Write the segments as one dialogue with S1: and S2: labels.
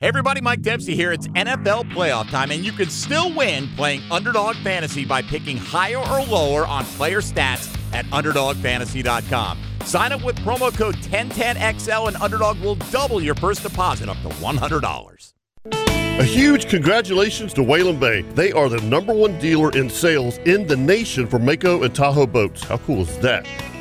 S1: Hey everybody, Mike Dempsey here. It's NFL playoff time, and you can still win playing Underdog Fantasy by picking higher or lower on player stats at UnderdogFantasy.com. Sign up with promo code 1010XL, and Underdog will double your first deposit up to $100.
S2: A huge congratulations to Whalen Bay. They are the number one dealer in sales in the nation for Mako and Tahoe boats. How cool is that?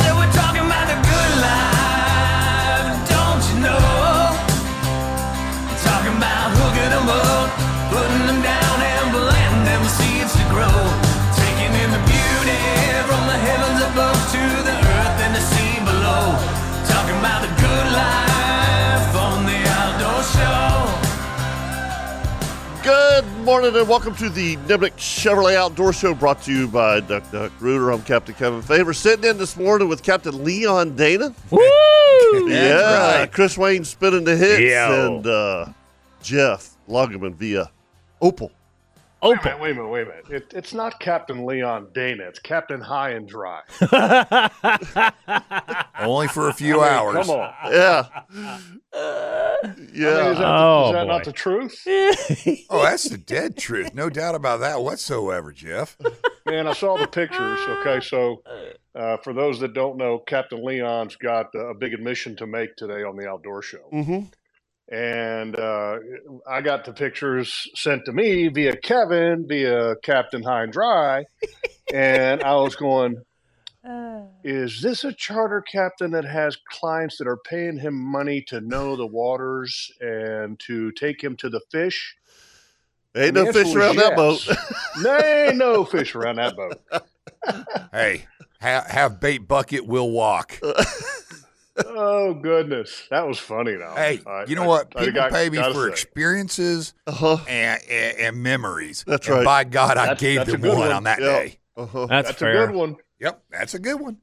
S3: So we're talking about the good life, don't you know? Talking about hooking 'em up, putting them down and planting them seeds to grow. Taking in the beauty from the heavens above to the earth and the sea below. Talking about the good life on the outdoor show.
S2: Good morning and welcome to the Nimnik Chevrolet Outdoor Show brought to you by Duck Duck Rooter. I'm Captain Kevin Favor. Sitting in this morning with Captain Leon Dana. yeah,
S1: right.
S2: Chris Wayne spinning the hits
S4: Yo.
S2: and uh, Jeff Loggeman via Opal.
S4: Opal.
S5: Wait a minute, wait a minute. It, it's not Captain Leon Dana. It's Captain High and Dry.
S6: Only for a few hours.
S5: Come on.
S2: Yeah.
S5: I mean,
S2: yeah.
S5: is that,
S4: Oh,
S5: is that
S4: boy.
S5: not the truth?
S6: Oh, that's the dead truth. No doubt about that whatsoever, Jeff.
S5: Man, I saw the pictures. Okay, so uh, for those that don't know, Captain Leon's got uh, a big admission to make today on the outdoor show.
S2: Mm-hmm.
S5: And uh, I got the pictures sent to me via Kevin, via Captain High and Dry. and I was going, is this a charter captain that has clients that are paying him money to know the waters and to take him to the fish?
S2: Ain't
S5: And the
S2: no
S5: answer
S2: fish
S5: was
S2: around that boat.
S5: yes. there ain't no fish around that boat.
S6: Hey, ha- have bait bucket will walk.
S5: Oh goodness, that was funny though.
S6: Hey,
S5: I-
S6: you know
S5: I-
S6: what?
S5: I
S6: People
S5: got-
S6: pay me
S5: gotta
S6: for
S5: say.
S6: experiences
S2: Uh-huh.
S6: and, and, and memories.
S2: That's
S6: And
S2: right.
S6: by God, I
S5: That's-
S6: gave
S5: that's a
S6: them
S5: good
S6: one,
S5: one.
S6: on that
S2: Yeah.
S6: day.
S2: Uh-huh.
S4: That's,
S5: That's
S4: fair.
S5: a good one.
S6: Yep, that's a good one.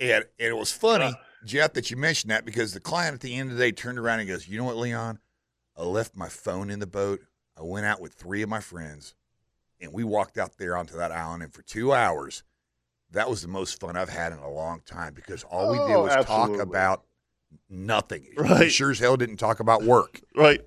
S6: And, and it was funny,
S5: Uh.
S6: Jeff, that you mentioned that because the client at the end of the day turned around and goes, You know what, Leon? I left my phone in the boat. I went out with three of my friends and we walked out there onto that island. And for two hours, that was the most fun I've had in a long time because all we did
S5: Oh,
S6: was
S5: absolutely.
S6: talk about nothing. We
S2: Right.
S6: sure as hell didn't talk about work.
S2: Right.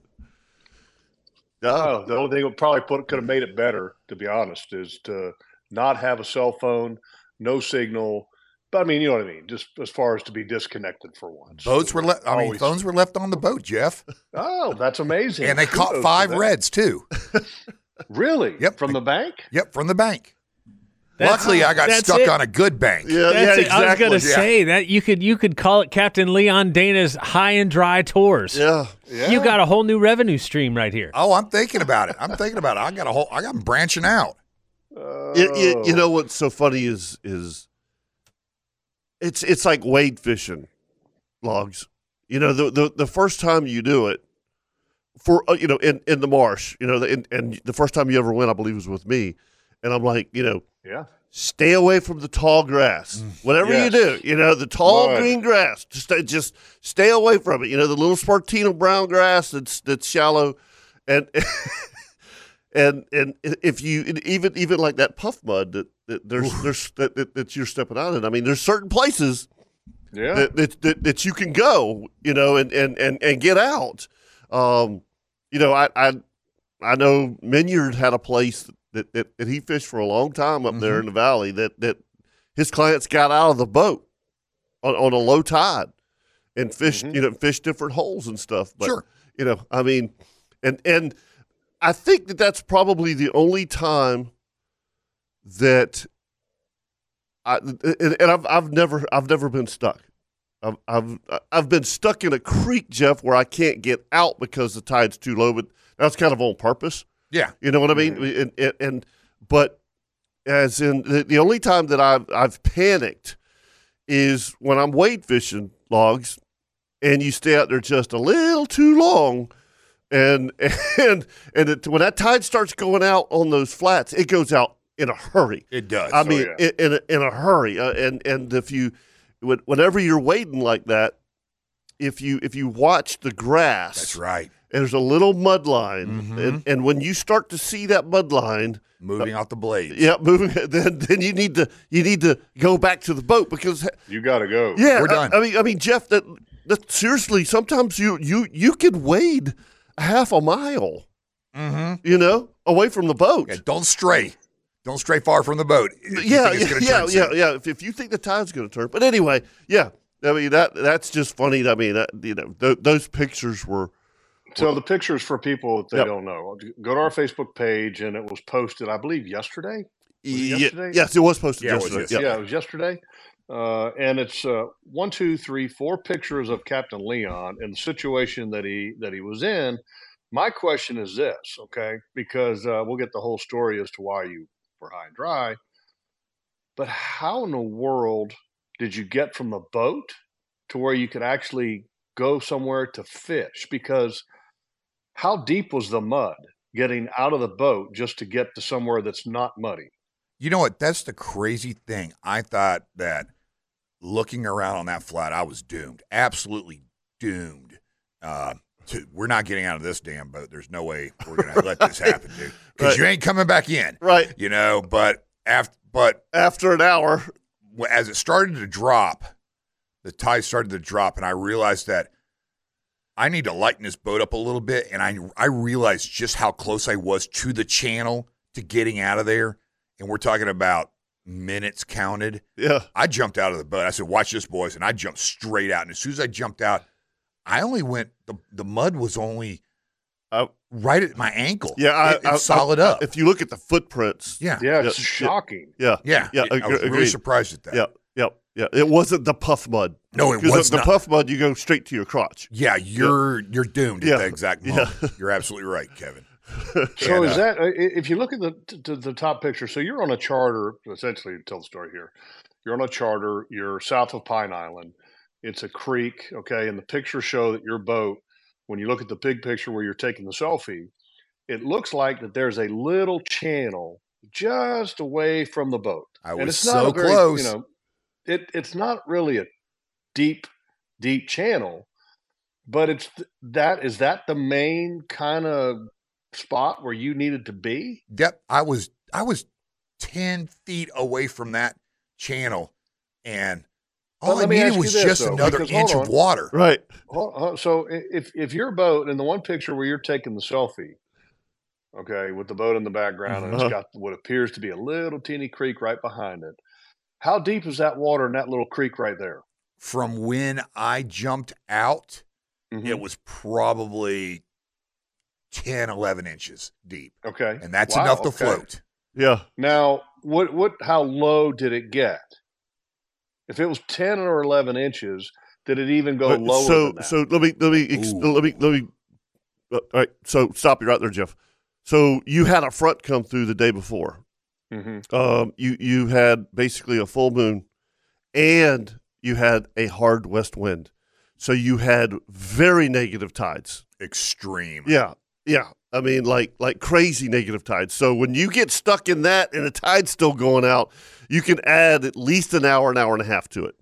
S5: Oh, the only thing that probably put, could have made it better, to be honest, is to not have a cell phone, no signal. But I mean, you know what I mean. Just as far as to be disconnected for once.
S6: Boats were left, I mean,
S5: Always-
S6: phones were left on the boat, Jeff.
S5: Oh, that's amazing.
S6: And they caught
S5: Kudos to
S6: five
S5: them.
S6: reds too.
S5: Really?
S6: Yep.
S5: From the bank?
S6: Yep, from the bank.
S4: That's-
S6: Luckily, I got
S4: that's
S6: stuck
S4: it.
S6: on a good bank.
S2: Yeah,
S4: That's
S2: yeah,
S4: it.
S2: exactly.
S4: I was gonna
S6: yeah.
S4: say that you could you could call it Captain Leon Dana's high and dry tours.
S2: Yeah.
S5: Yeah.
S4: You got a whole new revenue stream right here.
S6: Oh, I'm thinking about it. I'm thinking about it. I got a whole. I got 'em branching out.
S2: It, it, you
S5: Oh.
S2: know what's so funny is is it's it's like wade fishing logs. You know the the, the first time you do it for uh, you know in, in the marsh, you know, and, and the first time you ever went, I believe, was with me, and I'm like, you know,
S5: Yeah. Mm.
S2: stay away from the tall grass. Whatever
S5: Yes.
S2: you do, you know, the tall
S5: Right.
S2: green grass, just stay, just stay away from it. You know, the little spartina brown grass that's that's shallow, and and and if you and even even like that puff mud that, that there's there's that, that, that you're stepping out in. I mean, there's certain places
S5: Yeah.
S2: that, that, that, that you can go, you know, and and and, and get out. Um, you know, I I I know Minyard had a place that, that, that he fished for a long time up there in the valley that that his clients got out of the boat on, on a low tide and fish, you know, fish different holes and stuff. But,
S6: Sure.
S2: You know, I mean, and and I think that that's probably the only time that I and, and I've I've never I've never been stuck. I've, I've I've been stuck in a creek, Jeff, where I can't get out because the tide's too low. But that's kind of on purpose.
S6: Yeah.
S2: You know what I mean?
S5: Mm-hmm.
S2: And, and, and but as in the, the only time that I've I've panicked is when I'm wade fishing logs, and you stay out there just a little too long, and and and it, when that tide starts going out on those flats, it goes out in a hurry.
S6: It does. Oh,
S2: I mean, in, in, a, in a hurry, uh, and and if you, when- whenever you're wading like that, if you if you watch the grass,
S6: That's right. Mm-hmm.
S2: and there's a little mud line, and, and when you start to see that mud line, uh,
S6: Moving off the blades.
S2: yeah, moving, then then you need to you need to go back to the boat because
S5: You got to go.
S2: yeah, uh,
S6: We're
S2: I-
S6: done.
S2: I, mean, I mean, Jeff, that, that seriously, sometimes you you you can wade a half a mile, mm-hmm. you know, away from the boat.
S6: Yeah, don't stray. Don't stray far from the boat. if you
S2: yeah,
S6: think
S2: yeah,
S6: it's gonna
S2: yeah,
S6: turn
S2: yeah,
S6: soon.
S2: yeah. If, if you think the tide's going to turn, but anyway, yeah. I mean that that's just funny. I mean, that, you know, th- those pictures were
S5: So the pictures for people that they
S2: Yep.
S5: don't know, go to our Facebook page, and it was posted, I believe, yesterday. it
S2: Ye-
S5: yesterday?
S2: yes, it was posted
S6: Yeah, it was
S2: yesterday.
S6: yesterday.
S5: Yeah, it was yesterday. Uh, and it's uh, one, two, three, four pictures of Captain Leon and the situation that he that he was in. My question is this, okay? Because uh, we'll get the whole story as to why you were high and dry. But how in the world did you get from the boat to where you could actually go somewhere to fish? Because how deep was the mud getting out of the boat just to get to somewhere that's not muddy?
S6: You know what? That's the crazy thing. I thought that looking around on that flat, I was doomed. Absolutely doomed. Uh, to, we're not getting out of this damn boat. There's no way we're gonna let this happen, dude. Because
S2: Right.
S6: you ain't coming back in.
S2: Right
S6: You know. But after, but
S2: after an hour,
S6: w- as it started to drop, the tide started to drop, and I realized that I need to lighten this boat up a little bit. And I I realized just how close I was to the channel to getting out of there. And we're talking about minutes counted.
S2: yeah,
S6: I jumped out of the boat. I said, "Watch this, boys!" And I jumped straight out. And as soon as I jumped out, I only went the the mud was only
S2: I,
S6: right at my ankle.
S2: yeah. I,
S6: It- it's
S2: I- I-
S6: solid up.
S2: If you look at the footprints,
S6: yeah,
S5: Yeah,
S2: Yeah,
S5: it's
S2: yeah.
S5: shocking.
S2: yeah,
S6: yeah,
S2: Yeah,
S6: I was
S2: agree-
S6: really
S2: agreed.
S6: surprised at that.
S2: yeah, yeah, yeah. It wasn't the puff mud.
S6: No, it
S2: 'Cause
S6: was
S2: the
S6: not.
S2: puff mud. You go straight to your crotch.
S6: Yeah, you're you're doomed
S2: Yeah.
S6: at that exact
S2: Yeah.
S6: moment. You're absolutely right, Kevin.
S5: So
S6: And,
S5: is
S6: uh,
S5: that that i- if you look at the t- t- the top picture? So you're on a charter, essentially. to Tell the story here. You're on a charter. You're south of Pine Island. It's a creek, okay. And the pictures show that your boat, when you look at the big picture where you're taking the selfie, it looks like that there's a little channel just away from the boat.
S6: I
S5: And
S6: was
S5: it's not a
S6: so
S5: very,
S6: close.
S5: You know, it it's not really a deep, deep channel, but it's th- that is that the main kind of spot where you needed to be?
S6: Yep, I was I was ten feet away from that channel, and all
S5: Well,
S6: I
S5: let me ask
S6: needed
S5: you
S6: was
S5: this,
S6: just
S5: though,
S6: another
S5: because
S6: inch
S5: hold
S6: of
S5: on.
S6: water.
S2: Right.
S5: Hold- hold- So i- if if your boat in the one picture where you're taking the selfie, okay, with the boat in the background and
S2: Uh-huh.
S5: it's got what appears to be a little teeny creek right behind it. How deep is that water in that little creek right there?
S6: From when I jumped out,
S5: Mm-hmm.
S6: it was probably 10, 11 inches deep,
S5: Okay.
S6: and that's
S5: Wow,
S6: enough to
S5: okay.
S6: float.
S2: Yeah.
S5: Now, what what how low did it get? If it was 10 or 11 inches, did it even go
S2: But-
S5: lower
S2: so
S5: than that?
S2: so let me let me ex-
S6: Ooh.
S2: let me let me. uh, All right. So stop you right there, Jeff. So you had a front come through the day before.
S5: Mhm.
S2: Um, you you had basically a full moon, and you had a hard west wind, so you had very negative tides.
S6: Extreme.
S2: Yeah, yeah. I mean, like like crazy negative tides. So when you get stuck in that and the tide's still going out, you can add at least an hour, an hour and a half to it.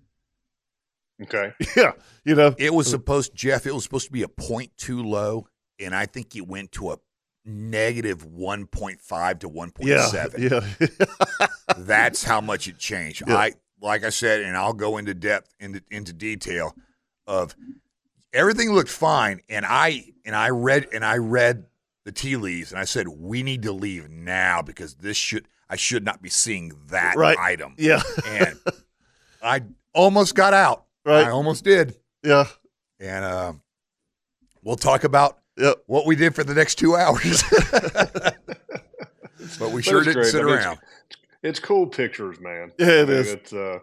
S5: Okay.
S2: Yeah, you know.
S6: It was supposed, Jeff, it was supposed to be a point two low, and I think it went to a negative 1.5 to 1.7.
S2: Yeah, yeah.
S6: That's how much it changed.
S2: Yeah.
S6: I like I said, and I'll go into depth into into detail of everything looked fine, and I and I read and I read the tea leaves, and I said we need to leave now because this should I should not be seeing that
S2: Right.
S6: item,
S2: yeah,
S6: and I almost got out.
S2: Right.
S6: I almost did.
S2: yeah,
S6: and uh, we'll talk about
S2: Yep.
S6: what we did for the next two hours. but we sure
S5: it's
S6: didn't
S5: great.
S6: sit
S5: I mean, it's-
S6: around.
S5: It's cool pictures, man.
S2: Yeah, it
S5: I mean,
S2: is.
S5: It's, uh,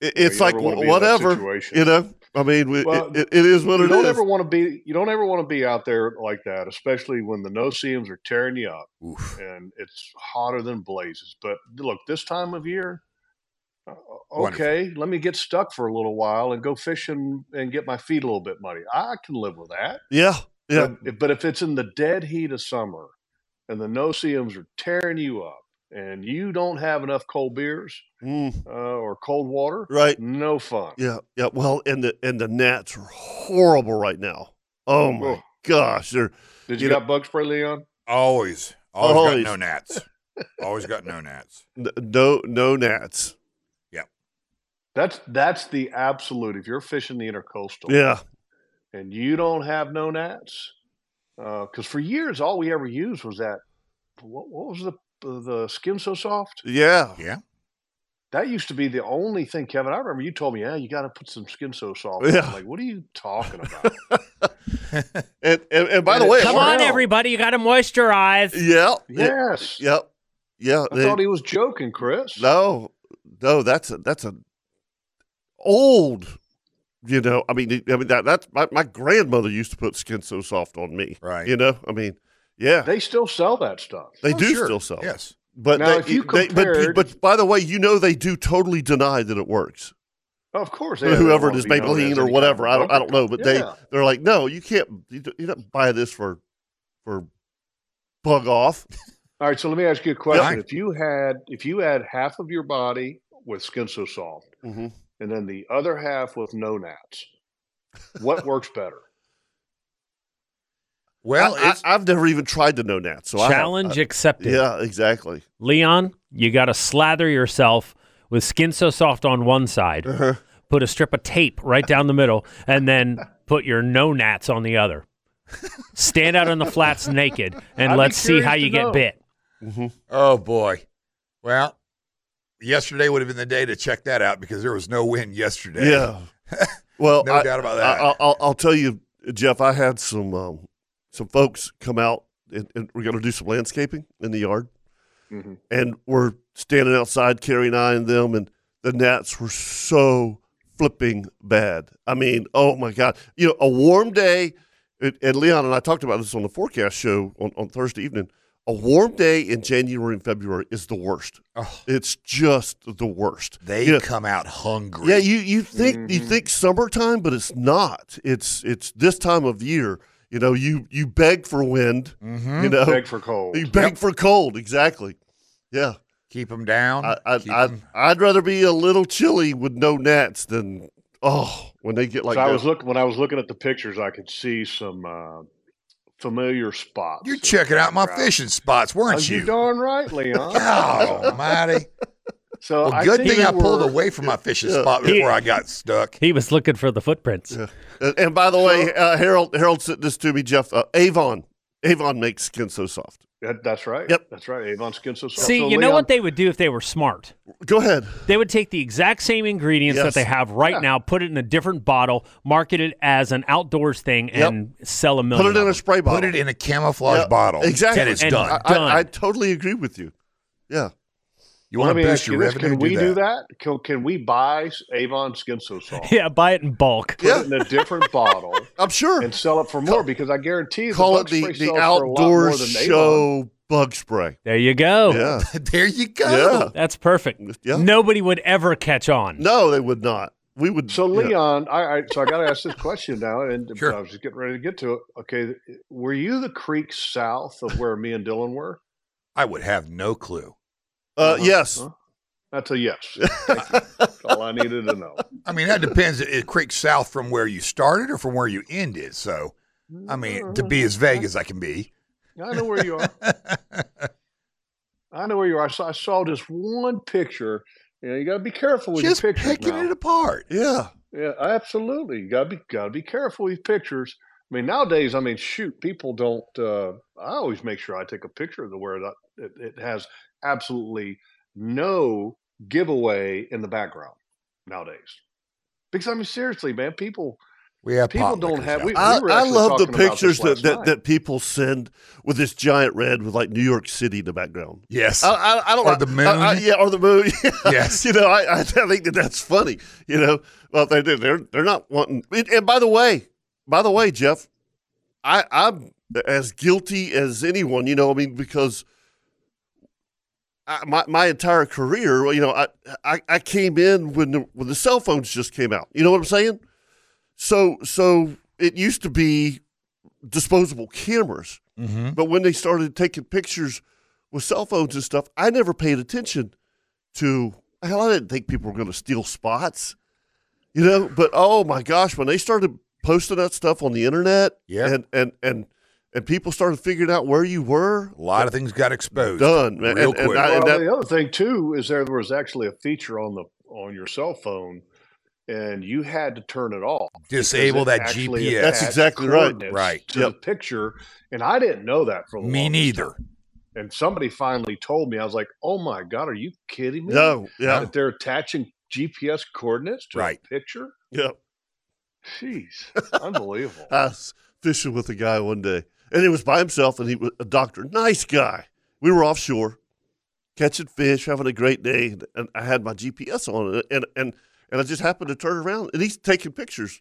S2: It- it's
S5: you
S2: like
S5: never wanna
S2: wh-
S5: be in that
S2: whatever,
S5: situation.
S2: you know. I mean, we,
S5: Well,
S2: it, it, it is what
S5: you
S2: it
S5: don't
S2: is.
S5: ever want to be you don't ever want to be out there like that, especially when the no seams are tearing you up
S6: Oof.
S5: and it's hotter than blazes. But look, this time of year, uh,
S6: Wonderful.
S5: okay, let me get stuck for a little while and go fishing and get my feet a little bit muddy. I can live with that.
S2: yeah, yeah.
S5: But, if- but if it's in the dead heat of summer and the no seams are tearing you up and you don't have enough cold beers
S2: Mm,
S5: uh, or cold water,
S2: right.
S5: no fun.
S2: Yeah, yeah. Well, and the and the gnats are horrible right now. Oh my
S5: Ugh.
S2: gosh, they're
S5: Did you,
S2: You know-
S5: got bug spray, Leon?
S6: Always, always,
S2: Always.
S6: got no gnats. always got no gnats.
S2: n- no no gnats.
S5: That's that's the absolute. If you're fishing the intercoastal,
S2: Yeah,
S5: and you don't have no gnats, because for years all we ever used was that. What, what was the the skin so soft?
S2: yeah,
S6: Yeah.
S5: That used to be the only thing, Kevin. I remember you told me, yeah, you got to put some skin so soft. on."
S2: Yeah.
S5: I'm like, what are you talking about?
S2: and and, and by
S5: And
S2: the
S5: it
S2: way, it
S4: Come
S5: Sure.
S2: worked.
S4: on, everybody, you got to moisturize.
S2: yeah, yeah,
S5: yes.
S2: yep, yeah.
S5: I
S2: they-
S5: thought he was joking, Chris.
S2: no, no, that's a that's a old. You know, I mean, I mean that that's my, my grandmother used to put skin so soft on me.
S6: Right.
S2: You know, I mean, yeah,
S5: They still sell that stuff.
S2: they
S6: Oh,
S2: do
S6: sure.
S2: still sell. it.
S6: Yes.
S2: But
S5: Now,
S2: they,
S5: if you
S2: they-
S5: compared-
S2: but, but by the way, you know they do totally deny that it works.
S5: Oh, Of course,
S2: Whoever it is, Maybelline or whatever, I don't, I don't know. But they
S5: Yeah.
S2: they're like, no, you can't. You don't, you don't buy this for for bug off.
S5: All right, so let me ask you a question.
S6: Fine.
S5: If you had if you had half of your body with skin so soft
S2: Mm-hmm.
S5: and then the other half with no gnats, what works better?
S6: Well,
S2: I,
S6: it's,
S2: I, have never even tried to know gnats. So
S4: Challenge
S2: I, I,
S4: accepted.
S2: Uh, yeah, exactly.
S4: Leon, you got to slather yourself with skin so soft on one side,
S2: Uh-huh.
S4: put a strip of tape right down the middle, and then put your no gnats on the other. Stand out on the flats naked, and
S5: I'd be
S4: let's see
S5: curious
S4: how
S5: to
S4: you
S5: know.
S4: get bit.
S2: Mm-hmm.
S6: oh boy. Well, yesterday would have been the day to check that out because there was no wind yesterday.
S2: Yeah. Well,
S6: No
S2: I-
S6: doubt about
S2: I,
S6: that.
S2: I'll- I'll, I'll tell you, Jeff. I had some um, some folks come out, and, and we're going to do some landscaping in the yard,
S6: Mm-hmm.
S5: Mhm.
S2: and we're standing outside, Carrie and I, and them, and the gnats were so flipping bad. I mean, oh my god! You know, a warm day, and, and Leon and I talked about this on the forecast show on, on Thursday evening. A warm day in January and February is the worst.
S6: Oh,
S2: It's just the worst.
S6: they
S2: You know,
S6: come out hungry.
S2: yeah, you you think you
S5: Mhm.
S2: think summertime, but it's not. It's it's this time of year. You know, you you beg for wind.
S6: Mhm.
S2: You know,
S5: Beg for cold.
S2: you beg for cold. Exactly. Yeah,
S6: keep them down.
S2: I, I,
S6: keep
S2: I
S6: 'em-
S2: I'd rather be a little chilly with no gnats than oh when they get like
S5: so I
S2: that.
S5: was looking when I was looking at the pictures, I could see some uh, familiar spots.
S6: You're checking out my
S5: Right.
S6: fishing spots,
S5: Oh,
S6: weren't
S5: you
S6: you?
S5: darn right, Leon.
S6: Oh, mighty.
S5: so
S6: Well,
S5: I
S6: good
S5: think
S6: thing I pulled
S5: we're-
S6: away from my fishing
S2: Yeah.
S6: spot before I got stuck.
S4: He was looking for the footprints.
S2: and, and by the way, uh, Harold Harold sent this to me, Jeff. Uh, Avon Avon makes skin so soft.
S5: That- that's right.
S2: Yep.
S5: That's right. Avon skin so soft.
S4: See,
S5: So
S4: you know
S5: Leon-
S4: what they would do if they were smart?
S2: Go ahead.
S4: They would take the exact same ingredients
S2: Yes.
S4: that they have right
S5: Yeah.
S4: now, put it in a different bottle, market it as an outdoors thing,
S2: Yep.
S4: and sell a million.
S2: Put it in
S4: of
S2: a
S4: them.
S2: spray bottle.
S6: Put it in a camouflage
S2: Yeah,
S6: bottle.
S2: Exactly.
S6: And it's
S4: And-
S6: done.
S2: I, I, I
S4: Done.
S2: totally agree with you. Yeah.
S6: You
S5: Well,
S6: want
S5: let
S6: to
S5: me
S6: boost
S5: ask
S6: your
S5: you this.
S6: revenue?
S5: Can we do that? Can, can we buy s- Avon skin so soft?
S4: Yeah, buy it in bulk.
S5: Put it in a different bottle
S2: I'm sure.
S5: and sell it for more because I guarantee you
S2: Call
S5: the
S2: it
S5: bug
S2: the,
S5: spray
S2: the
S5: sells for a lot more
S2: outdoor
S5: than Avon.
S2: show bug spray.
S4: There you go.
S2: Yeah.
S6: there you go.
S2: Yeah.
S4: That's perfect.
S2: Yeah.
S4: Nobody would ever catch on.
S2: No, they would not. We would.
S5: So
S2: yeah.
S5: Leon, I, I so I got to ask this question now, and
S6: Sure.
S5: I was just getting ready to get to it. Okay, were you the creek south of where me and Dylan were?
S6: I would have no clue.
S2: Uh,
S5: Uh-huh.
S2: yes.
S5: Huh? That's a yes. Thank you. That's all I needed to know.
S6: I mean, that depends. It creeks south from where you started or from where you ended. So, I mean, to be as vague as I can be.
S5: I know where you are. I know where you are. I saw, I saw this one picture. You know, you got to be careful with
S6: Just
S5: your pictures
S6: picking
S5: now.
S6: it apart.
S2: Yeah.
S5: Yeah, absolutely. You gotta be gotta be careful with pictures. I mean, nowadays, I mean, shoot, people don't. Uh, I always make sure I take a picture of the where that it, it has absolutely no giveaway in the background nowadays. Because I mean, seriously, man, people
S6: We have
S5: People
S6: pot
S5: don't
S6: liquors
S5: have-
S6: out
S5: we-
S6: there.
S2: I,
S5: were
S2: I
S5: actually
S2: love the
S5: talking about
S2: pictures
S5: this
S2: that,
S5: last
S2: that,
S5: night.
S2: that people send with this giant red with like New York City in the background.
S6: yes.
S2: I, I, I don't
S6: Or
S2: I-
S6: the moon.
S2: I- I- yeah, or the moon.
S6: Yes.
S2: you know, I, I think that that's funny. You know, well, they do. They're they're not wanting. And, and by the way, by the way, Jeff, I I'm as guilty as anyone. You know, I mean, because I, my my entire career, well, you know, I, I I came in when the when the cell phones just came out. You know what I'm saying? So so it used to be disposable cameras.
S6: Mhm.
S2: But when they started taking pictures with cell phones and stuff, I never paid attention to. Hell, I didn't think people were going to steal spots, you know. But oh my gosh, when they started posting that stuff on the internet,
S6: Yeah.
S2: and and and and people started figuring out where you were,
S6: A lot of things got exposed.
S2: Done, man.
S6: Real
S2: And- and
S6: quick.
S2: I-
S5: Well,
S2: that-
S5: the other thing too is there was actually a feature on the on your cell phone, and you had to turn it off.
S6: Disable
S5: because it
S6: that
S5: actually
S6: GPS.
S2: That's
S5: attached
S2: exactly right.
S5: coordinates
S6: Right.
S5: To the
S2: Yep.
S5: picture, and I didn't know that for the
S6: Me
S5: longest
S6: neither.
S5: time. And somebody finally told me. I was like, "Oh my god, are you kidding me?
S2: no, yeah,
S5: That they're attaching GPS coordinates to
S6: Right.
S5: a picture?
S2: yeah.
S5: Jeez, unbelievable."
S2: I was fishing with a guy one day, and he was by himself, and he was a doctor, nice guy. We were offshore, catching fish, having a great day, and I had my GPS on, and and and I just happened to turn around, and he's taking pictures.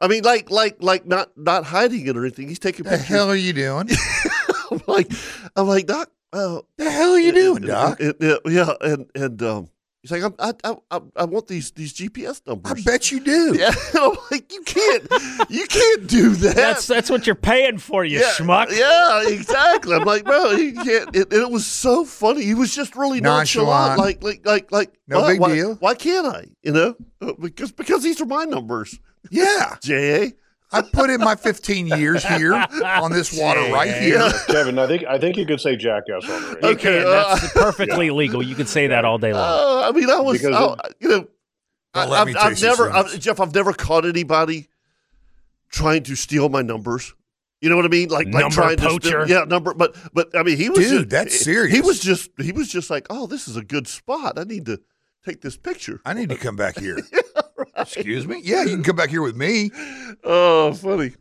S2: I mean, like like like not not hiding it or anything. He's taking
S6: The
S2: pictures.
S6: hell are you doing?
S2: I'm like I'm like doc. Uh,
S6: the hell are you doing, Doc?
S2: and- and- yeah, and and um, he's like I'm, I, I I I want these these GPS numbers.
S6: I bet you do.
S2: Yeah, I'm like you can't you can't do that.
S4: That's that's what you're paying for, you schmuck.
S2: Yeah, exactly. I'm like, bro, you can't. It, it was so funny. He was just really nonchalant.
S6: Nonchalant.
S2: Like, like, like, like.
S6: No
S2: why,
S6: big
S2: why-
S6: deal.
S2: Why can't I? You know, Uh, because because these are my numbers.
S6: Yeah.
S2: Ja,
S6: I put in my 15 years here on this water right here.
S5: Kevin, I think I think you could say jackass on the radio.
S4: You
S2: Okay,
S4: can.
S2: uh,
S4: That's perfectly legal. You can say that all day long.
S2: uh, I mean, I was,
S5: Because
S2: I,
S5: of-
S2: you know, I,
S6: Don't let
S2: I've,
S6: me
S2: I've
S6: taste
S2: never,
S6: this
S2: I've, Jeff, I've never caught anybody trying to steal my numbers. You know what I mean? Like, like
S4: Number
S2: trying to,
S4: poacher.
S2: steal, yeah, number. But, but I mean, he was,
S6: Dude,
S2: just-
S6: that's
S2: he- He
S6: serious.
S2: was just, he was just like, oh, this is a good spot. I need to take this picture.
S6: I need to come back here. Excuse me? Yeah, you can come back here with me.
S2: Oh, funny.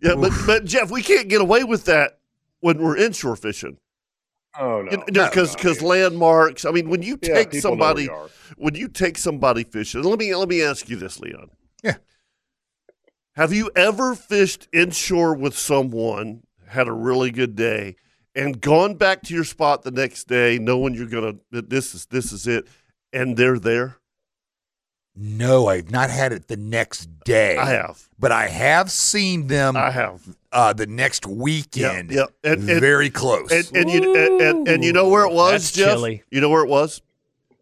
S2: Yeah, but, but Jeff, we can't get away with that when we're inshore fishing.
S5: Oh no, no,
S2: Because
S5: no,
S2: because
S5: yeah.
S2: landmarks. I mean, when you
S5: Yeah,
S2: take
S5: people know where
S2: somebody
S5: you are.
S2: when you take somebody fishing. Let me let me ask you this, Leon.
S6: Yeah.
S2: Have you ever fished inshore with someone, had a really good day, and gone back to your spot the next day, knowing you're gonna that this is this is it, and they're there?
S6: No, I've not had it the next day.
S2: I have.
S6: But I have seen them
S2: I have.
S6: uh, the next weekend.
S2: yeah, and- and-
S6: very close.
S2: and, and you and, and, and you know where it was,
S4: That's
S2: Jeff?
S4: chilly.
S2: You know where it was.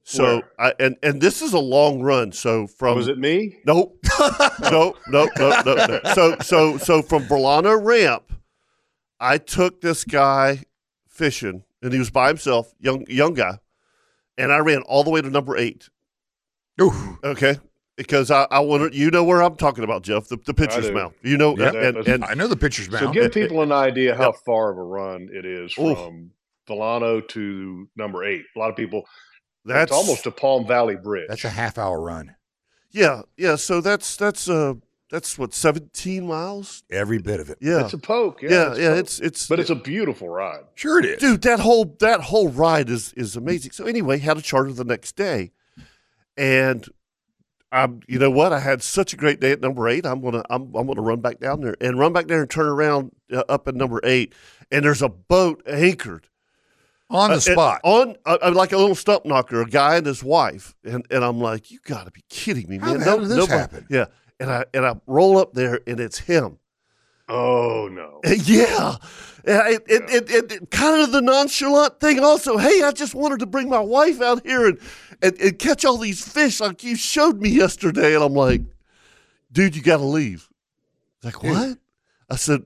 S2: So
S5: Where?
S2: I, and and this is a long run. So from
S5: was it me?
S2: Nope, nope, nope, nope, nope, nope. So so so from Verlano Ramp, I took this guy fishing, and he was by himself, young young guy, and I ran all the way to number eight.
S6: Ooh,
S2: Okay. Because I, I wanted you know where I'm talking about, Jeff, the, the pitcher's
S5: do.
S2: mouth. You know,
S5: Yeah,
S2: and,
S5: that's-
S2: and, and
S6: I know the picture's mouth.
S5: So give people an idea how far of a run it is
S2: Oof.
S5: from Volano to number eight. A lot of people.
S2: that's
S5: it's almost a Palm Valley Bridge.
S6: That's a half hour run.
S2: yeah, yeah. So that's that's uh that's what 17 miles.
S6: Every bit of it.
S2: Yeah,
S5: It's a poke. Yeah,
S2: yeah,
S5: a
S2: yeah.
S5: poke.
S2: It's it's
S5: but it's a beautiful ride.
S6: Sure it is.
S2: dude. That whole that whole ride is is amazing. So anyway, had a charter the next day, and I'm you know what? I had such a great day at number eight. I'm gonna I'm I'm gonna run back down there and run back there and turn around uh, up at number eight. And there's a boat anchored
S6: On the
S2: uh,
S6: spot.
S2: uh, on uh, uh, like a little stump knocker, a guy and his wife, and and I'm like, you got to be kidding me,
S6: How
S2: man!
S6: the hell did this happen?
S2: Yeah, and I and I roll up there and it's him.
S5: Oh no.
S2: Yeah. Yeah, It, it, it, it, it- kind of the nonchalant thing also. Hey, I just wanted to bring my wife out here and, and, and catch all these fish like you showed me yesterday. And I'm like, dude, you got to leave. He's like, what? I said,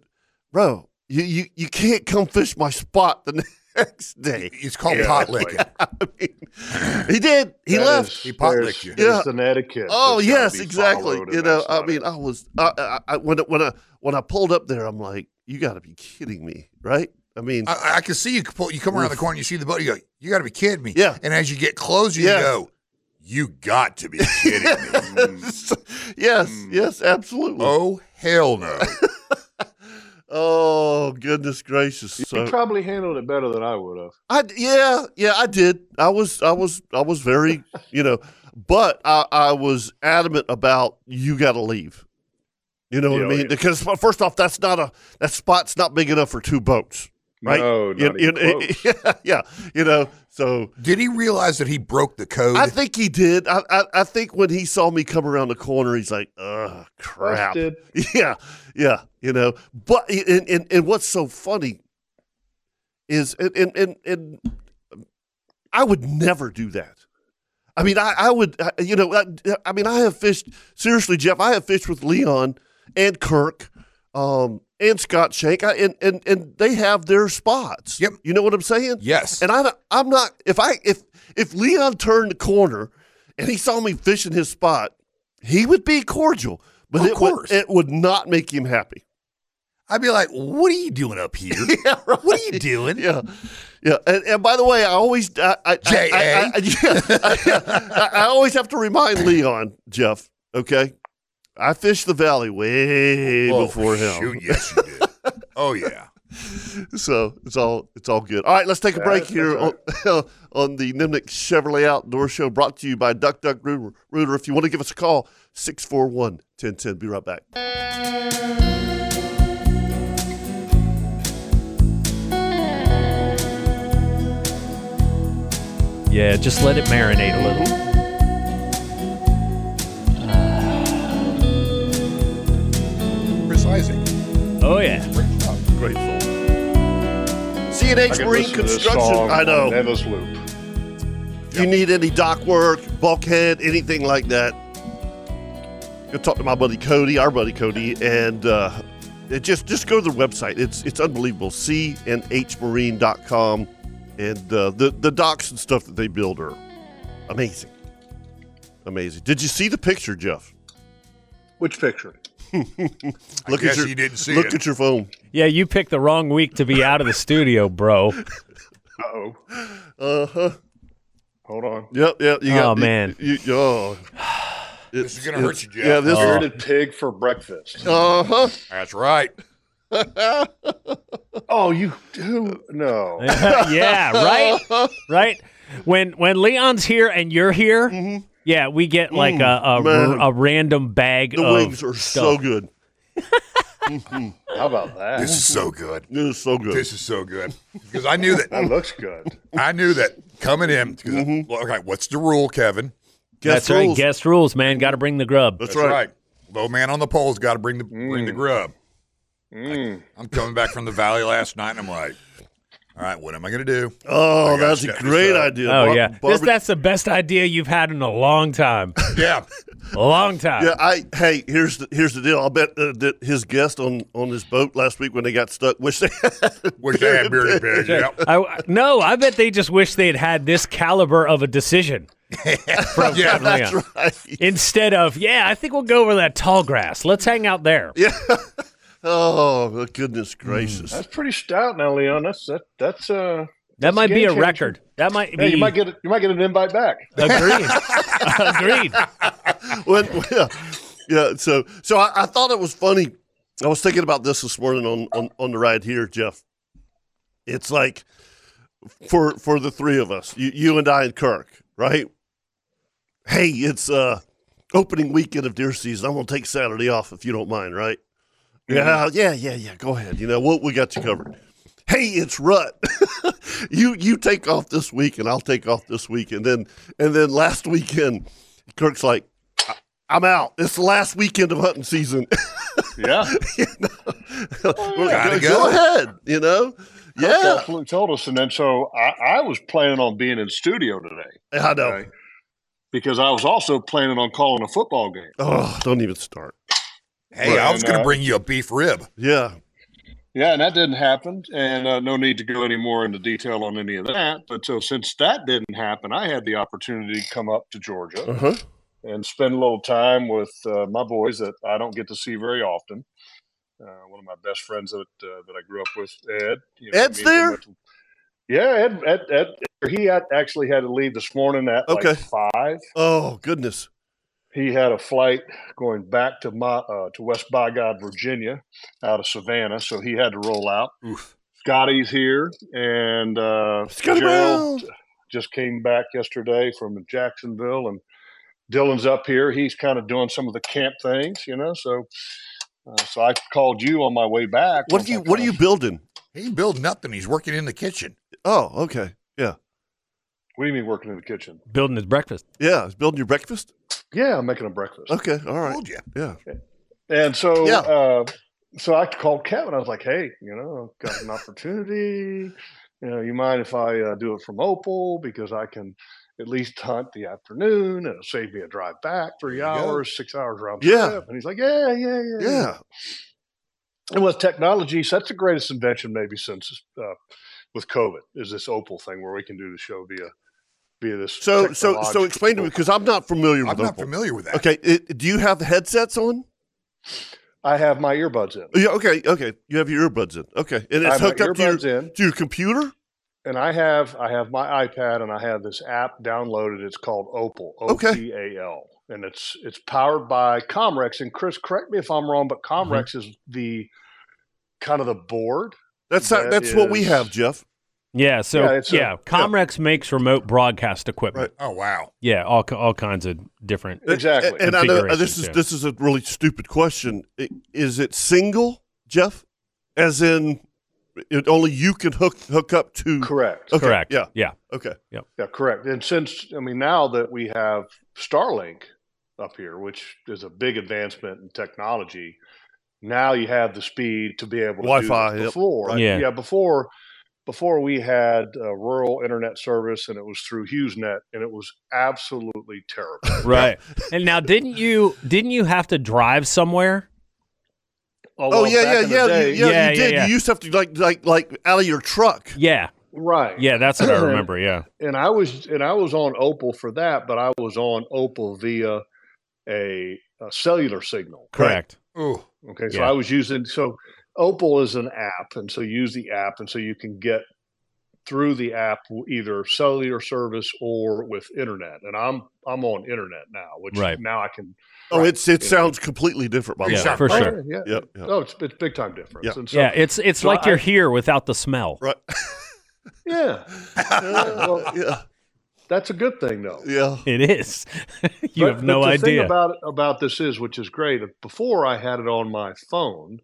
S2: bro, you, you, you can't come fish my spot the next day.
S6: It's called
S5: Yeah,
S6: pot
S5: that's like-
S6: licking.
S2: I mean, he did. He
S5: That
S2: left.
S5: is-
S6: He pot
S5: there's-
S6: licked you.
S5: there's
S2: Yeah.
S5: an etiquette.
S2: Oh
S5: that's gotta
S2: yes,
S5: be
S2: exactly.
S5: followed,
S2: You
S5: and
S2: know,
S5: that's
S2: I
S5: not
S2: mean,
S5: it.
S2: I was I, I, I when when I when I pulled up there, I'm like, you got to be kidding me, right? I mean,
S6: I, I can see you. Pull, you come around the corner, you see the boat, you go, you got to be kidding me.
S2: Yeah.
S6: And as you get closer,
S2: Yes.
S6: you go, You got to be kidding me.
S2: yes, yes, absolutely. Oh,
S6: oh, hell no.
S2: Oh, goodness gracious!
S5: He
S2: So,
S5: probably handled it better than I would have.
S2: I yeah, yeah, I did. I was, I was, I was very, you know, but I, I was adamant about you got to leave. You know what I
S5: Yeah,
S2: mean?
S5: yeah.
S2: Because well, first off, that's not a that spot's not big enough for two boats, right?
S5: No,
S2: You-
S5: not
S2: you-
S5: even close.
S2: yeah, yeah, you know. So
S6: Did he realize that he broke the code?
S2: I think he did. I, I, I think when he saw me come around the corner, he's like, "Ugh, crap."
S5: Busted.
S2: Yeah, yeah, you know. But and, and, and what's so funny is and, and and and I would never do that. I mean, I, I would, I- you know, I, I mean, I have fished seriously, Jeff. I have fished with Leon and Kirk, um, and Scott Shank, I, and and and they have their spots.
S6: Yep.
S2: You know what I'm saying?
S6: yes.
S2: And I, I'm not. If I, if if Leon turned the corner and he saw me fishing his spot, he would be cordial, but
S6: Of
S2: it would
S6: course.
S2: it would not make him happy.
S6: I'd be like, what are you doing up here?
S2: Yeah, right.
S6: What are you doing?
S2: Yeah, yeah. And, and by the way, I always, I, I, I,
S6: J.A.
S2: I, I, yeah, I, I always have to remind Leon, Jeff. Okay, I fished the valley way
S6: Oh,
S2: before him,
S6: Shoot, yes, you did. oh, yeah.
S2: so it's all it's all good. All right, let's take a
S5: Yeah,
S2: break
S5: that's
S2: here on, on the Nimnik Chevrolet Outdoor Show brought to you by Duck Duck Rooter. Rooter. If you want to give us a call, 641-1010. Be right back. Uh,
S4: Yeah, just let it marinate a little.
S6: Chris Isaac.
S4: Oh yeah.
S6: Great job.
S2: Great soul.
S5: I
S2: CNH
S5: could
S2: Marine
S5: listen to this
S2: Construction.
S5: song
S2: I
S5: on
S2: know.
S5: Endless loop.
S2: If you need any dock work, bulkhead, anything like that, go talk to my buddy Cody, our buddy Cody, and uh, it just just go to their website. It's it's unbelievable. CNHmarine.com. And uh, the the docks and stuff that they build are amazing, amazing. Did you see the picture, Jeff?
S5: Which picture?
S2: Look
S6: guess
S2: at your,
S6: you didn't see
S2: Look
S6: it.
S2: at your phone.
S4: Yeah, you picked the wrong week to be out of the studio, bro.
S5: Uh oh.
S2: Uh huh.
S5: Hold on.
S2: Yep. Yep. You got,
S4: Oh,
S2: you-
S4: man.
S2: You, you- oh.
S6: This is gonna hurt you, Jeff.
S2: Yeah. This.
S4: Oh.
S2: Oh.
S5: Bearded pig for breakfast.
S2: Uh huh.
S6: That's right.
S5: Oh, you do? No.
S4: yeah, right? Right? When when Leon's here and you're here, yeah, we get like a, a,
S2: Mm-hmm. Mm, man.
S4: a random bag
S2: The
S4: of
S2: wings are so
S4: stuff.
S2: good. Mm-hmm.
S5: How about
S6: This
S5: that?
S6: is so good.
S2: It is so good.
S6: This is so good because I knew that.
S5: That looks good.
S6: I knew that coming in. Because
S5: Mm-hmm.
S6: okay, what's the rule, Kevin?
S2: Guess
S4: That's right.
S2: rules.
S4: Guest rules, man. Got to bring the grub.
S2: That's right.
S6: Low man on the pole's got to bring the bring
S5: Mm.
S6: the grub. Like, I'm coming back from the valley last night, and I'm like, all right, what am I gonna do?
S5: Uh,
S2: Oh,
S6: gotta
S2: that's a
S6: check this
S2: great
S6: out.
S2: idea.
S4: Oh
S2: Bar-
S4: yeah, this,
S2: barbe-
S4: that's the best idea you've had in a long time.
S6: Yeah,
S4: A long time.
S2: yeah, I hey, here's the here's the deal. I'll bet uh, that his guest on on his boat last week when they got stuck wish they had
S6: wish I had bearded pig. Yep.
S4: I, no, I bet they just wish they had had this caliber of a decision from
S6: Yeah,
S4: from
S2: that's
S4: Leon.
S2: right.
S4: instead of yeah. I think we'll go over that tall grass. Let's hang out there.
S2: Oh goodness
S4: Mm.
S2: gracious.
S5: That's pretty stout now, Leon. That's that. That's uh.
S4: that might be
S5: game
S4: a
S5: changer.
S4: record. That might be
S5: Hey, you might get you might get an invite back.
S4: agreed. agreed.
S2: When- yeah, yeah. So so I, I thought it was funny. I was thinking about this this morning on, on on the ride here, Jeff. It's like for for the three of us, you, you and I and Kirk, right? Hey, it's uh opening weekend of deer season. I'm gonna take Saturday off if you don't mind, right? Yeah, yeah, yeah, yeah. Go ahead. You know what? We got you covered. Hey, it's rut. you you take off this week, and I'll take off this week, and then and then last weekend, Kirk's like, I'm out. It's the last weekend of hunting season.
S5: Yeah.
S2: We're like,
S6: Gotta
S2: go,
S6: go.
S2: ahead. You know? Yeah.
S5: Absolutely told us, and then so I, I was planning on being in studio today
S2: I know.
S5: Right. because I was also planning on calling a football game.
S2: Oh, don't even start.
S6: Hey, I was
S5: And, uh,
S6: gonna bring you a beef rib.
S2: Yeah.
S5: Yeah, and that didn't happen, and uh, no need to go any more into detail on any of that. But so since that didn't happen, I had the opportunity to come up to Georgia
S2: Uh-huh.
S5: and spend a little time with uh, my boys that I don't get to see very often. Uh, one of my best friends that uh, that I grew up with, Ed. You
S2: Ed's
S5: me and him
S2: there?
S5: went to- Yeah, Ed, Ed, Ed, He had actually had to leave this morning at
S2: Okay.
S5: like five.
S2: Oh goodness.
S5: He had a flight going back to my uh, to West Bygod, Virginia, out of Savannah, so he had to roll out. Scotty's here, and uh,
S2: Scotty
S5: Gerald
S2: Brown.
S5: just came back yesterday from Jacksonville, and Dylan's up here. He's kind of doing some of the camp things, you know. So, uh, so I called you on my way back.
S2: What
S5: once
S2: are you
S5: I
S2: What are
S5: kinda-
S2: you building?
S6: He's building nothing. He's working in the kitchen.
S2: Oh, okay. Yeah,
S5: What do you mean working in the kitchen?
S4: Building his breakfast.
S2: yeah. It's building your breakfast.
S5: Yeah, I'm making a breakfast.
S2: Okay. All right.
S6: Told you.
S2: Yeah.
S5: And so,
S2: Yeah.
S5: uh, so I called Kevin. I was like, "Hey, you know, I've got an opportunity. You know, you mind if I uh, do it from Opal because I can at least hunt the afternoon and it'll save me a drive back three
S6: There you go.
S5: hours, six hours round
S2: Yeah.
S5: trip." And he's like, "Yeah, yeah, yeah,
S2: Yeah.
S5: And with technology, so that's the greatest invention maybe since uh, with COVID is this Opal thing where we can do the show via via this.
S2: So so so explain to me
S5: technological-
S2: because I'm not familiar
S6: I'm
S2: with
S6: not
S2: Opal.
S6: familiar with that.
S2: Okay. It, do you have the headsets on?
S5: I have my earbuds in.
S2: Yeah. Okay. Okay. You have your earbuds in. Okay. And
S5: I
S2: it's
S5: have my
S2: hooked up to your,
S5: earbuds
S2: to
S5: in.
S2: your computer.
S5: and I have I have my iPad and I have this app downloaded. It's called Opal. O
S2: Okay.
S5: P A L. And it's it's powered by Comrex. And Chris, correct me if I'm wrong, but
S2: Mm-hmm.
S5: Comrex is the kind of the board.
S2: That's how,
S5: That
S2: that's what we
S5: is-
S2: have, Jeff.
S4: Yeah. So
S5: Yeah,
S4: yeah,
S5: it's a-
S4: Comrex makes remote broadcast equipment.
S6: Oh wow.
S4: Yeah, all ki- all kinds of different.
S5: Exactly.
S2: And, and I know uh,
S4: Configuration,
S2: this is
S4: yeah.
S2: this is a really stupid question. I- Is it single, Jeff? As in, it, only you can hook hook up to.
S5: correct.
S2: Okay,
S4: Correct.
S2: Yeah.
S4: Yeah.
S2: Okay.
S5: Yeah, correct. And since I mean now that we have Starlink up here, which is a big advancement in technology, now you have the speed to be able to
S2: Wi-Fi,
S5: Do
S2: yep,
S5: this before,
S4: right. Yeah.
S5: before before we had uh, rural internet service, and it was through HughesNet, and it was absolutely terrible.
S4: Right. and now, didn't you didn't you have to drive somewhere?
S2: Oh,
S5: well, back
S2: yeah, yeah,
S5: in the
S2: yeah,
S5: day-
S2: you, yeah,
S4: Yeah,
S2: You
S4: yeah,
S2: did.
S4: yeah.
S2: You used to have to like like like out of your truck.
S4: Yeah.
S5: right.
S4: Yeah, that's what I remember. Yeah.
S5: and I was and I was on Opal for that, but I was on Opal via a, a cellular signal.
S4: Correct.
S6: Oh,
S5: Okay, so
S4: Yeah.
S5: I was using so Opal is an app, and so use the app, and so you can get through the app w- either cellular service or with internet. And I'm I'm on internet now, which
S4: Right.
S5: now I can.
S2: Oh, it's it
S5: Yeah.
S2: sounds completely different. By the
S6: Yeah.
S2: way.
S4: For
S5: Oh,
S4: sure.
S5: yeah.
S2: Yeah. yeah.
S5: Oh, it's it's big time difference.
S2: Yeah.
S5: And so,
S4: yeah. It's it's
S5: so
S4: like
S5: I-
S4: you're here without the smell.
S2: Right.
S5: yeah. Yeah, well,
S2: yeah.
S5: that's a good thing though.
S2: Yeah.
S4: It is. you
S5: But-
S4: have
S5: but
S4: no
S5: the Thing
S4: idea.
S5: about about this is, which is great. Before I had it on my phone,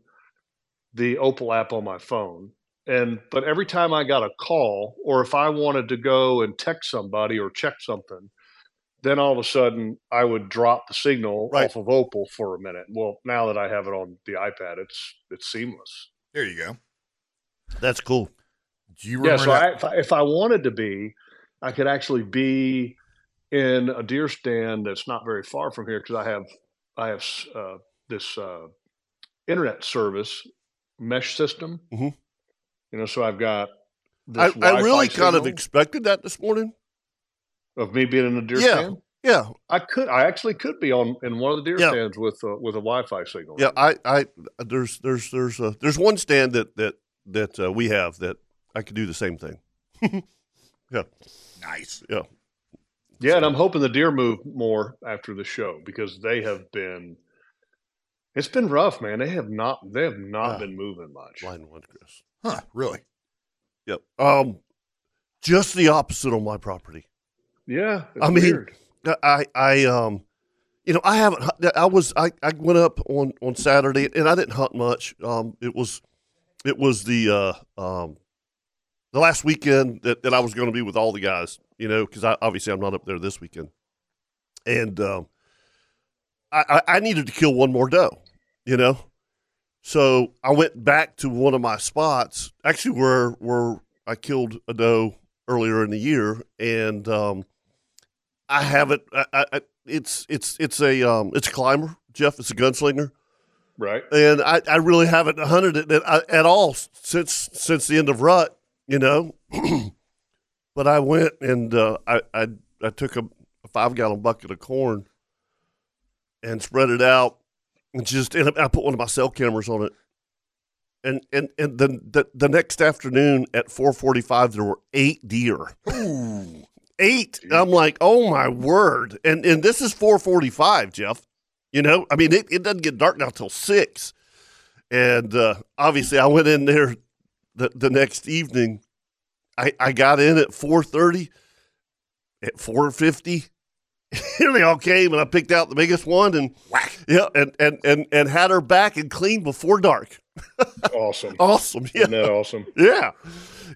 S5: the Opal app on my phone, and but every time I got a call, or if I wanted to go and text somebody or check something, then all of a sudden I would drop the signal
S2: Right.
S5: off of Opal for a minute. Well, now that I have it on the iPad, it's it's seamless.
S6: there you go.
S2: That's cool.
S6: Do you
S5: Yeah,
S6: remember
S5: so
S6: that?
S5: I, if, I, if I wanted to be, I could actually be in a deer stand that's not very far from here because I have I have s- uh, this uh, internet service mesh system.
S2: Mhm.
S5: You know, so I've got this
S2: I, I really
S5: Wi-Fi
S2: kind of
S5: signal
S2: expected that this morning.
S5: of me being in a deer
S2: Yeah.
S5: stand.
S2: Yeah.
S5: I could I actually could be on in one of the deer
S2: Yeah.
S5: stands with uh, with a Wi-Fi signal.
S2: Yeah, I, I, there's, there's, there's, uh, there's one stand that that that uh, we have that I could do the same thing.
S6: Nice.
S5: Yeah, and I'm hoping the deer move more after the show because they have been. It's been rough, man. They have not. They have not
S2: Ah,
S5: been moving much.
S2: Line one, Chris.
S6: Huh? Really?
S2: Yep. Um, just the opposite on my property.
S5: Yeah,
S2: I mean, I, I, um, you know, I haven't. hu- I was, I, I went up on on Saturday and I didn't hunt much. Um, it was, it was the uh, um, the last weekend that, that I was going to be with all the guys. You know, because I obviously I'm not up there this weekend, and um, I, I, I needed to kill one more doe. You know, so I went back to one of my spots, actually where where I killed a doe earlier in the year, and um, I haven't. I, I, I- it's it's it's a um, it's a climber, Jeff. It's a gunslinger,
S5: right?
S2: and I, I really haven't hunted it at, at all s- since since the end of rut, you know. but I went and uh, I, I I took a, a five gallon bucket of corn and spread it out, and just and I put one of my cell cameras on it, And and and the the, the next afternoon at 4:45 there were 8 deer.
S6: Ooh.
S2: Eight. And I'm like, "Oh my word." And and this is 4:45, Jeff. You know? I mean, it, it doesn't get dark now till 6. And uh, obviously I went in there the, the next evening. I I got in at 4:30 at 4:50 here they all came and I picked out the biggest one and
S6: Whack.
S2: yeah, and and and and had her back and clean before dark.
S5: Awesome.
S2: Awesome. Yeah.
S5: Isn't that awesome?
S2: Yeah.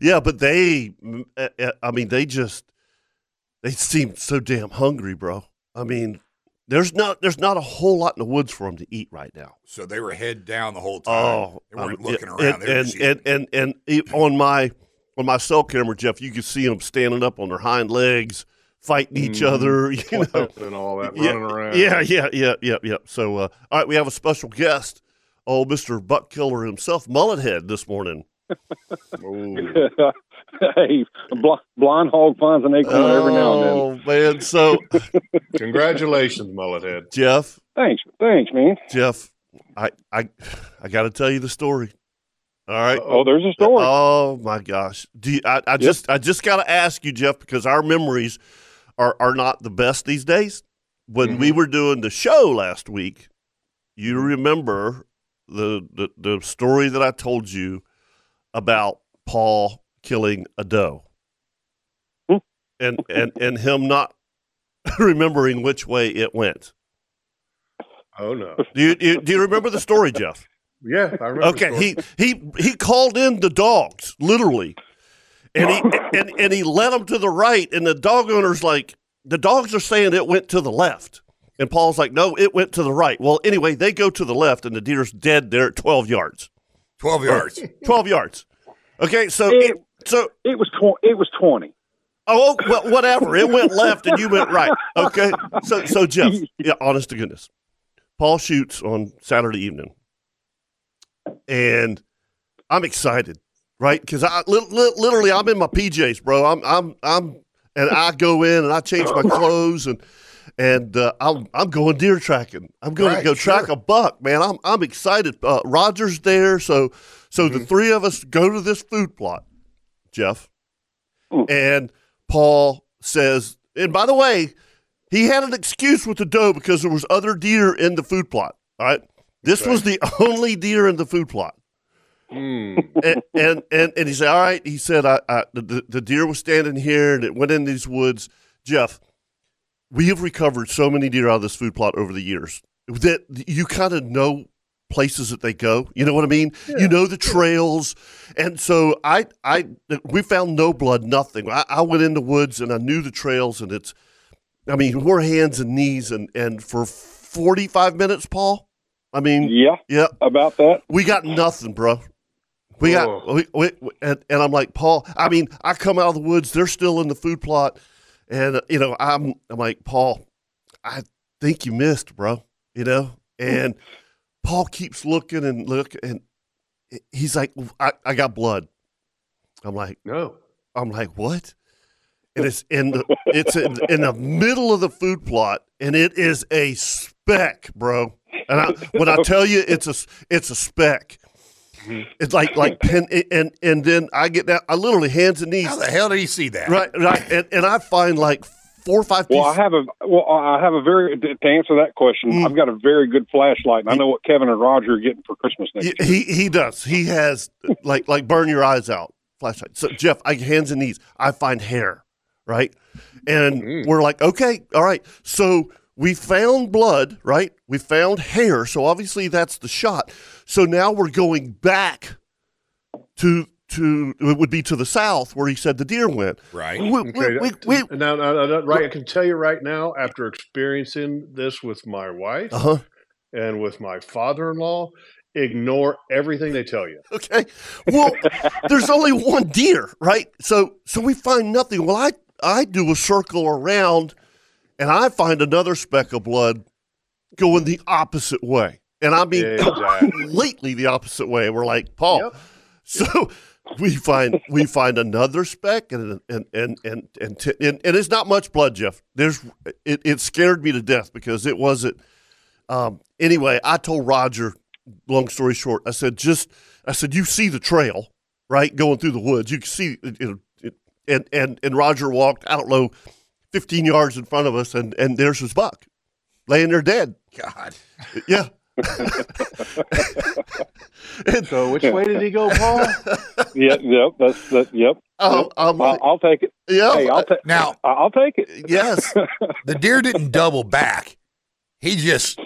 S2: Yeah, but they mm, uh, uh, I mean they just they seemed so damn hungry, bro. I mean, there's not there's not a whole lot in the woods for them to eat right now.
S6: So they were head down the whole time.
S2: Oh,
S6: they weren't
S2: um,
S6: looking
S2: yeah,
S6: around. They were
S2: And
S6: just
S2: and,
S6: eating.
S2: and and it- on my on my cell camera, Jeff, you could see them standing up on their hind legs, fighting each
S5: Mhm.
S2: other. You know,
S5: and all that
S2: yeah,
S5: running around.
S2: Yeah, yeah, yeah, yeah, yeah. So, uh, all right, we have a special guest, old Mister Buck Killer himself, Mullet Head, this morning.
S5: Ooh.
S7: hey, bl- blonde hog finds an acorn every now and then.
S2: Oh man, so
S5: Congratulations, mullet head.
S2: Jeff,
S7: Thanks, thanks, man.
S2: Jeff, I, I, I got to tell you the story. All right.
S7: Oh, there's a story.
S2: Oh my gosh. Do you, I, I just I just gotta ask you, Jeff, because our memories are are not the best these days. When
S7: Mm-hmm.
S2: we were doing the show last week, you remember the, the the story that I told you about Paul killing a doe.
S7: Hmm.
S2: and and and him not remembering which way it went.
S5: Oh no.
S2: Do you, do you do you remember the story, Jeff?
S5: Yeah, I remember.
S2: Okay, he he he called in the dogs literally, and he and and he led them to the right, and the dog owner's like, the dogs are saying it went to the left, and Paul's like, no, it went to the right. Well, anyway, they go to the left, and the deer's dead there at twelve yards,
S6: 12 yards.
S2: twelve yards. Okay, so
S7: It-
S2: it, so
S7: It was tw- it was twenty.
S2: oh well, whatever, it went left and you went right. Okay, so so Jeff, yeah, honest to goodness, Paul shoots on Saturday evening, and I'm excited, right? Because I li- li- literally I'm in my PJs, bro. I'm I'm I'm and I go in and I change my clothes and and uh, I'm I'm going deer tracking. I'm going
S6: Right,
S2: to go track
S6: sure.
S2: a buck, man. I'm I'm excited. Uh, Roger's there, so so
S6: Mm-hmm.
S2: the three of us go to this food plot, Jeff, and Paul says. And by the way, he had an excuse with the doe because there was other deer in the food plot. All right, this was the only deer in the food plot and, and and and he said, "All right." He said, "I, I the, the deer was standing here, and it went in these woods." Jeff, we have recovered so many deer out of this food plot over the years that you kind of know places that they go. You know what I mean? You know the trails, and so I I we found no blood, nothing. I, I went in the woods and I knew the trails, and it's, I mean, we're hands and knees, and and for forty five minutes, Paul. I mean,
S7: Yeah,
S2: yeah,
S7: about that.
S2: we got nothing, bro. We got
S5: Oh.
S2: we, we, we- and, and I'm like Paul. I mean, I come out of the woods. They're still in the food plot, and uh, you know, I'm I'm like Paul. I think you missed, bro. You know, and Paul keeps looking and look, and he's like, I, I got blood. I'm like,
S5: No.
S2: I'm like, what? And it's in the it's in, in the middle of the food plot, and it is a speck, bro. And I, when I tell you, it's a s- it's a speck.
S5: Mm-hmm.
S2: It's like like pin, and and then I get down. I literally hands and knees,
S6: How the hell did he see that?
S2: right, right, and, and I find like four or five
S7: Well,
S2: pieces.
S7: I have a well, I have a very to answer that question. I've got a very good flashlight, and I know what Kevin and Roger are getting for Christmas next.
S2: Y-
S7: year.
S2: he he does. He has like like burn your eyes out flashlight. So Jeff, I hands and knees. I find hair, right? And we're like, okay, all right. So we found blood, right? We found hair. So obviously that's the shot. So now we're going back to to it would be to the south where he said the deer went.
S6: Right.
S2: We, we-
S5: Okay.
S2: we- we-
S5: now, now, now, now, right, I can tell you right now, after experiencing this with my wife
S2: uh-huh.
S5: and with my father-in-law, ignore everything they tell you.
S2: Okay. Well, there's only one deer, right? So so we find nothing. Well, I I do a circle around and I find another speck of blood going the opposite way. And I mean
S5: Exactly.
S2: completely the opposite way. We're like, Paul.
S5: Yep.
S2: So we find we find another speck and and and and and, t- and and it's not much blood, Jeff. There's it, it scared me to death because it wasn't um, anyway, I told Roger, long story short, I said, just, I said, "You see the trail, right? Going through the woods. You can see." You know, it, and and and Roger walked. I don't know, fifteen yards in front of us, and and there's his buck, laying there dead.
S6: God.
S2: Yeah.
S5: So which way did he go, Paul?
S8: yeah, yep, that's that. Yep.
S2: Oh, I'm
S8: I'll,
S2: like,
S8: I'll take it.
S2: yeah.
S8: Hey, I'll take.
S6: Now,
S8: I'll take it.
S2: yes.
S6: the deer didn't double back. He just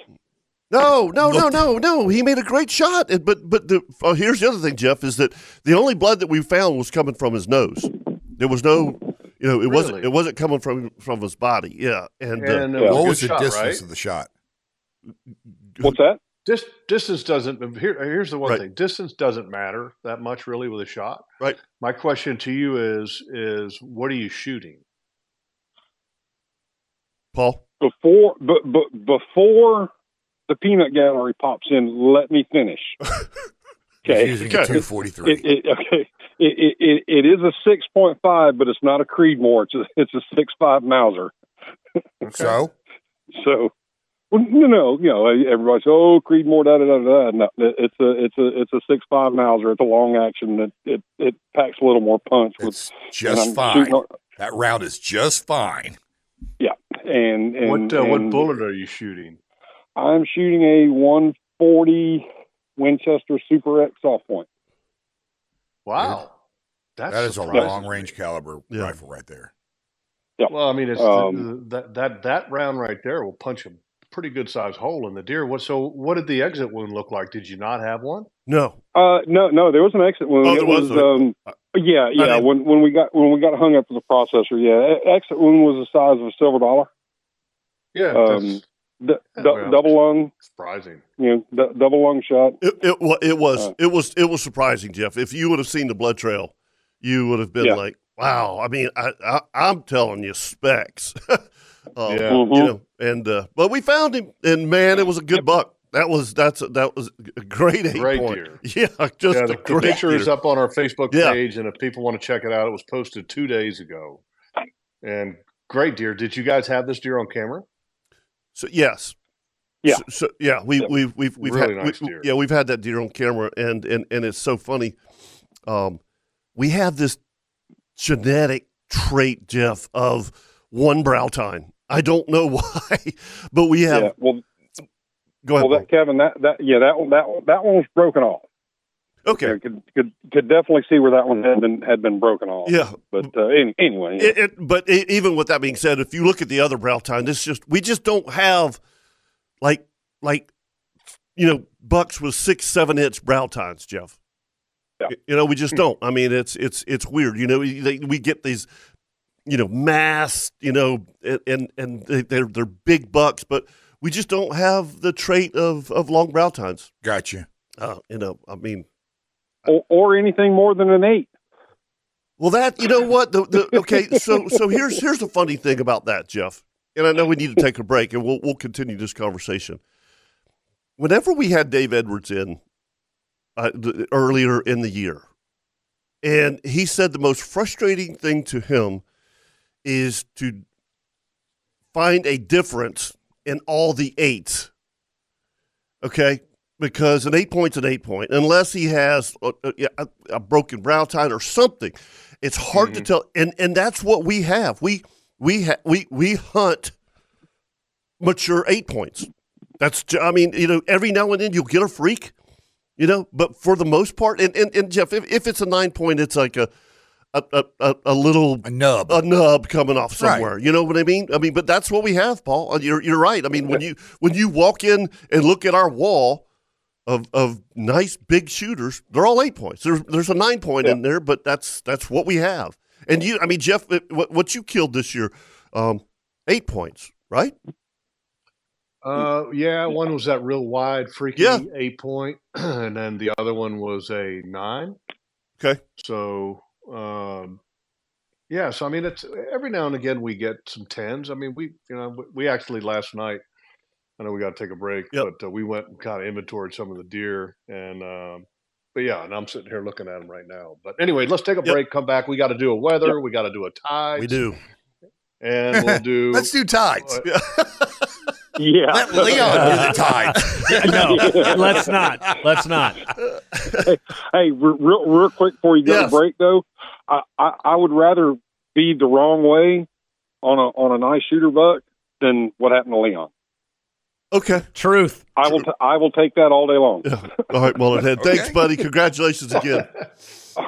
S2: No, no, no, no, no. He made a great shot. And- But but the, uh, here's the other thing, Jeff, is that the only blood that we found was coming from his nose. There was no, you know, it wasn't
S5: Really?
S2: it wasn't coming from from his body. Yeah, and, uh,
S5: And it
S8: Yeah.
S5: was a
S6: what
S5: good
S6: was the
S5: shot,
S6: distance
S5: right?
S6: of the shot?
S8: What's that?
S5: Dis- distance doesn't. Here, here's the one
S2: Right.
S5: thing: distance doesn't matter that much, really, with a shot.
S2: Right.
S5: My question to you is: is what are you shooting?
S2: Paul.
S8: Before, but but before the peanut gallery pops in, let me finish.
S6: He's
S8: Okay.
S6: using a
S2: Okay.
S6: two forty three.
S8: It, it, okay. It, it, it, it is a six point five, but it's not a Creedmoor. It's a, it's a six five Mauser.
S6: So
S8: So, well, no, no, you know, everybody's oh Creedmoor, da da da da. No, it's a it's a it's a six five Mauser. It's a long action. It it, it packs a little more punch. With,
S6: it's
S8: and
S6: just
S8: I'm
S6: fine.
S8: shooting on-
S6: That round is just fine.
S8: And, and
S5: what uh, what
S8: and
S5: bullet are you shooting?
S8: I'm shooting a 140 Winchester Super X soft point.
S5: Wow, that's
S6: That is a
S5: surprising.
S6: long range caliber
S2: Yeah.
S6: rifle right there.
S5: Well, I mean, it's
S8: Um,
S5: the, that that that round right there will punch a pretty good sized hole in the deer. What so? What did the exit wound look like? Did you not have one?
S2: No.
S8: Uh, no, no, there was an exit wound.
S2: Oh,
S8: It
S2: there was a-
S8: um, yeah, yeah.
S2: didn't-
S8: When when we got when we got hung up with the processor, yeah, e- exit wound was the size of a silver dollar.
S5: Yeah,
S8: Um,
S5: that's
S8: D-
S5: Yeah,
S8: du-
S5: well.
S8: double lung,
S5: surprising.
S8: you know, d- double lung shot.
S2: It it, wa- it was
S8: Uh.
S2: it was it was surprising, Jeff. If you would have seen the blood trail, you would have been
S8: Yeah.
S2: like, "Wow!" I mean, I, I I'm telling you, specs. um,
S5: Yeah. Mm-hmm.
S8: Mhm.
S2: you know, and uh, but we found him, and man, it was a good buck. That was that's that was a great eight
S5: Great
S2: point.
S5: deer.
S2: Yeah, just
S5: yeah,
S2: a
S5: the, the
S2: great
S5: picture is
S2: deer.
S5: up on our Facebook
S2: Yeah.
S5: page, and if people want to check it out, it was posted two days ago. And great deer. Did you guys have this deer on camera?
S2: So yes,
S8: Yeah.
S2: so, so, yeah, we
S8: Yeah.
S2: we've we've we've
S5: Really
S2: had,
S5: nice
S2: we-
S5: deer.
S2: yeah we've had that deer on camera, and and and it's so funny. Um, we have this genetic trait, Jeff, of one brow time. I don't know why, but we have.
S8: Yeah. Well,
S2: Go ahead.
S8: well, that Kevin, that that yeah, that one that one- that one was broken off.
S2: Paul. okay.
S8: Yeah, could could could definitely see where that one had been had been broken off.
S2: Yeah,
S8: But uh, any, anyway, yeah.
S2: It, it, but e- even with that being said, if you look at the other brow time, this just we just don't have like like you know bucks with six seven inch brow tines, Jeff.
S8: Yeah.
S2: Y- You know, we just don't. I mean, it's it's it's weird. You know, we- they, we get these you know mass you know and- and and they- they're they're big bucks, but we just don't have the trait of of long brow tines.
S6: Gotcha.
S2: Uh, you know, I mean,
S8: or, or anything more than an eight.
S2: Well, that you know what? The, the, okay, so so here's here's the funny thing about that, Jeff. And I know we need to take a break, and we'll we'll continue this conversation. Whenever we had Dave Edwards in uh, th- earlier in the year, and he said the most frustrating thing to him is to find a difference in all the eights. Okay, because an eight point's an eight point, unless he has a, a, a broken brow tie or something. It's hard to tell, and and that's what we have. We we ha- we we hunt mature eight points. That's ju- I mean you know every now and then you'll get a freak, you know, but for the most part, and and, and Jeff, if, if it's a nine point, it's like a a a, a, a little
S6: A nub.
S2: a nub coming off
S6: Right.
S2: somewhere. You know what I mean? I mean, but that's what we have, Paul. Uh, You're you're right. I mean, when you when you walk in and look at our wall of of nice big shooters, they're all eight points. There's there's a nine point in there, but that's that's what we have. And you, I mean, Jeff, uh, what what you killed this year, um, eight points, right?
S5: Uh, yeah, one was that real wide, freaky
S2: Yeah.
S5: eight point, and then the other one was a nine.
S2: Okay.
S5: So, um, yeah, so I mean, it's every now and again we get some tens. I mean, we, you know, we- we actually last night, I know we got to take a break,
S2: Yep.
S5: but uh, we went and kind of inventoried some of the deer. And, um, but yeah, and I'm sitting here looking at them right now. But anyway, let's take a
S2: Yep.
S5: break, come back. We got to do a weather, we got to do a tide,
S2: We do.
S5: and we'll do,
S6: Let's do tides.
S5: uh,
S7: yeah.
S6: Let Leon do the tides.
S4: no, let's not. Let's not.
S7: Hey, re- real real quick before you go
S2: Yes.
S7: to break, though, I, I I would rather be the wrong way on a on a nice shooter buck than what happened to Leon.
S2: Okay.
S4: Truth.
S7: I will t- I will take that all day long.
S2: Yeah. All right, Mullet Head. Thanks,
S6: Okay.
S2: buddy. Congratulations again. All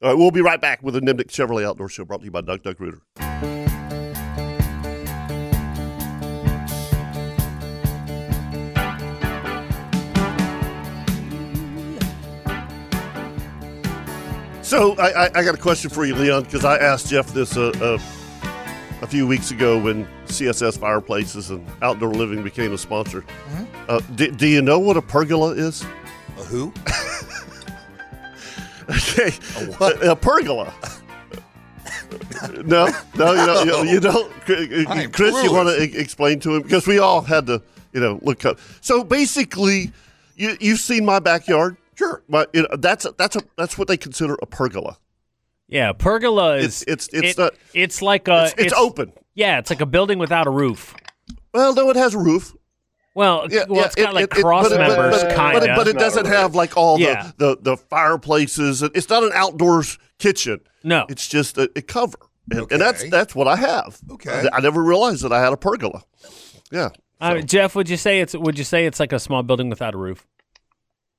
S2: right, we'll be right back with the Nimnik Chevrolet Outdoor Show brought to you by Duck Duck Rooter. So I, I, I got a question for you, Leon, because I asked Jeff this uh, uh, a few weeks ago when CSS Fireplaces and Outdoor Living became a sponsor. Uh, do, do you know what a pergola is?
S6: Mm-hmm. A who?
S2: Okay. A, a pergola. no, no, you don't. You, you don't.
S6: I am
S2: Chris, you
S6: clueless.
S2: want to e- explain to him because we all had to, you know, look up. So basically, you you've seen my backyard. Sure, but you know, that's a, that's a that's what they consider a pergola.
S4: Yeah, pergola
S2: It's
S4: is
S2: it's it's
S4: it-
S2: not.
S4: it's like a
S2: It's, it's open.
S4: Yeah, it's like a building without a roof.
S2: Well, though it has a roof.
S4: Well,
S2: Yeah,
S4: well,
S2: yeah,
S4: it's got
S2: it-
S4: like
S2: it- it-
S4: cross
S2: but it- but-
S4: members,
S2: but,
S4: kind
S2: but it-
S4: of.
S2: But it
S5: Not a
S2: doesn't
S5: roof.
S2: have like all
S4: Yeah.
S2: the, the the fireplaces. It's not an outdoors kitchen.
S4: no,
S2: It's just a, a cover, and, and that's
S6: Okay.
S2: that's what I have.
S6: Okay.
S2: I, I never realized that I had a pergola. Yeah,
S4: I mean, Uh, Jeff, would you say it's would you say it's like a small building without a roof?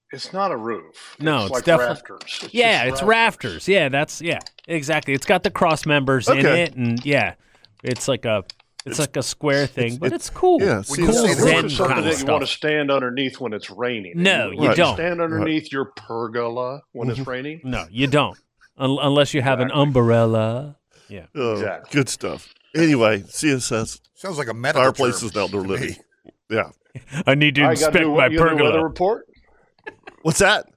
S5: It's not a roof.
S4: No,
S5: it's
S4: it's
S5: like
S4: definitely-
S5: rafters. It's
S4: yeah,
S5: just
S4: it's rafters. Yeah, that's yeah, exactly. It's got the cross members in
S2: Okay.
S4: it, and yeah, it's like a it's, like a square thing, but it's, cool.
S2: yeah,
S4: cool
S2: see, it's-
S5: It's
S2: Zen
S5: something
S4: Zen
S5: that
S4: kind
S5: you
S4: of
S5: want to
S4: stuff.
S5: stand underneath when it's raining.
S4: No, you
S5: wouldn't
S4: don't.
S5: stand underneath your pergola when
S2: Mm-hmm.
S5: it's raining.
S4: Mm-hmm. No, you don't, Un- unless you have an umbrella. Yeah,
S2: Oh,
S5: Exactly.
S2: good stuff. Anyway, CSS
S6: Sounds like a medical
S2: fireplaces and
S6: term.
S2: outdoor living.
S6: Hey,
S2: Yeah,
S4: I need
S5: I
S4: to
S5: got to
S4: inspect
S5: do
S4: my
S5: a you gotta do a weather
S4: pergola.
S5: report.
S2: what's that?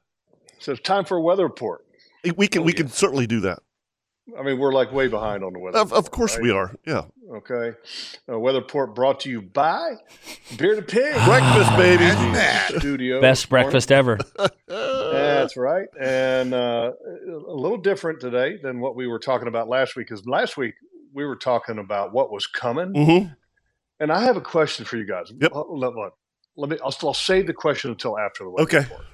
S5: So it's time for a weather report. Oh,
S2: We can we can certainly do that.
S5: I mean, we're like way behind on the weather.
S2: Of, of course we are. Yeah,
S5: Okay. Uh, weather report brought to you by Beer to Pig
S2: breakfast baby.
S6: Imagine that.
S5: Studio.
S4: Best breakfast ever.
S5: That's right. And uh, a little different today than what we were talking about last week, because last week we were talking about what was coming.
S2: hmm
S5: And I have a question for you guys.
S2: Yep.
S5: Let, let- let- let me. I'll, I'll save the question until after the weather
S2: Okay. Uh,
S5: report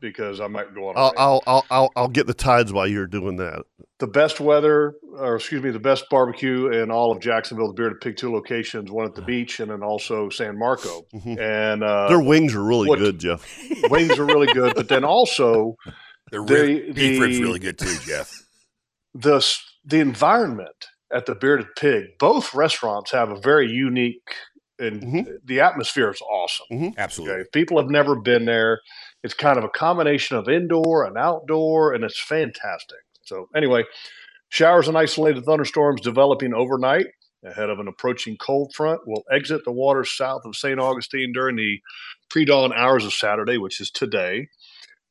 S5: because I might go on. a
S2: I'll,
S5: rant.
S2: I'll I'll I'll I'll get the tides while you're doing that.
S5: the best weather, or excuse me, the best barbecue in all of Jacksonville. The Beer to Pig two locations, one at the beach, and then also San Marco.
S2: Mhm.
S5: And uh,
S2: Their wings are really
S5: what-
S2: good, Jeff.
S5: wings are really good, but then also
S6: The
S5: The-
S6: rib, beef rib's
S5: the-
S6: really good too, Jeff.
S5: the s- the environment at the Bearded Pig. Both restaurants have a very unique, and
S2: Mhm.
S5: the atmosphere is awesome.
S6: Absolutely.
S5: Okay, if people have never been there, it's kind of a combination of indoor and outdoor, and it's fantastic. So, anyway, showers and isolated thunderstorms developing overnight ahead of an approaching cold front will exit the waters south of St. Augustine during the pre dawn hours of Saturday, which is today.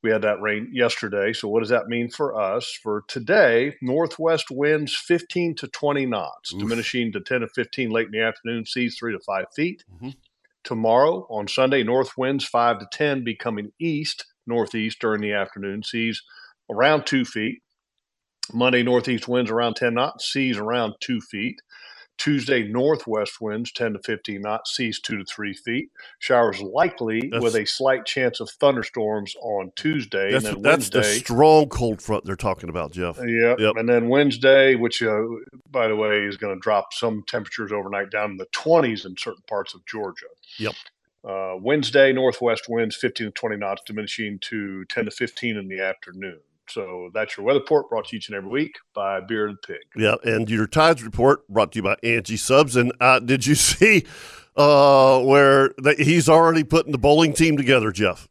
S5: We had that rain yesterday. So, what does that mean for us? For today, northwest winds 15 to 20 knots,
S6: Oof.
S5: diminishing to 10 to 15 late in the afternoon, seas 3 to 5 feet tomorrow on Sunday, north winds 5 to 10, becoming east, northeast during the afternoon, seas around 2 feet. Monday, northeast winds around 10 knots, seas around 2 feet. Tuesday, northwest winds 10 to 15 knots, seas 2 to 3 feet. Showers likely with a slight chance of thunderstorms on Tuesday.
S2: That's
S5: and then
S2: that's the
S5: Wednesday,
S2: strong cold front they're talking about, Jeff.
S5: Yep.
S2: Yep.
S5: And then Wednesday, which, uh, by the way, is going to drop some temperatures overnight down in the 20s in certain parts of Georgia.
S2: Yep.
S5: Uh, Wednesday, northwest winds 15 to 20 knots, diminishing to 10 to 15 in the afternoon. So that's your weather report brought to you each and every week by Bearded Pig.
S2: Yeah, and your tides report brought to you by Angie Subs. And uh, did you see uh, where that he's already putting the bowling team together, Jeff?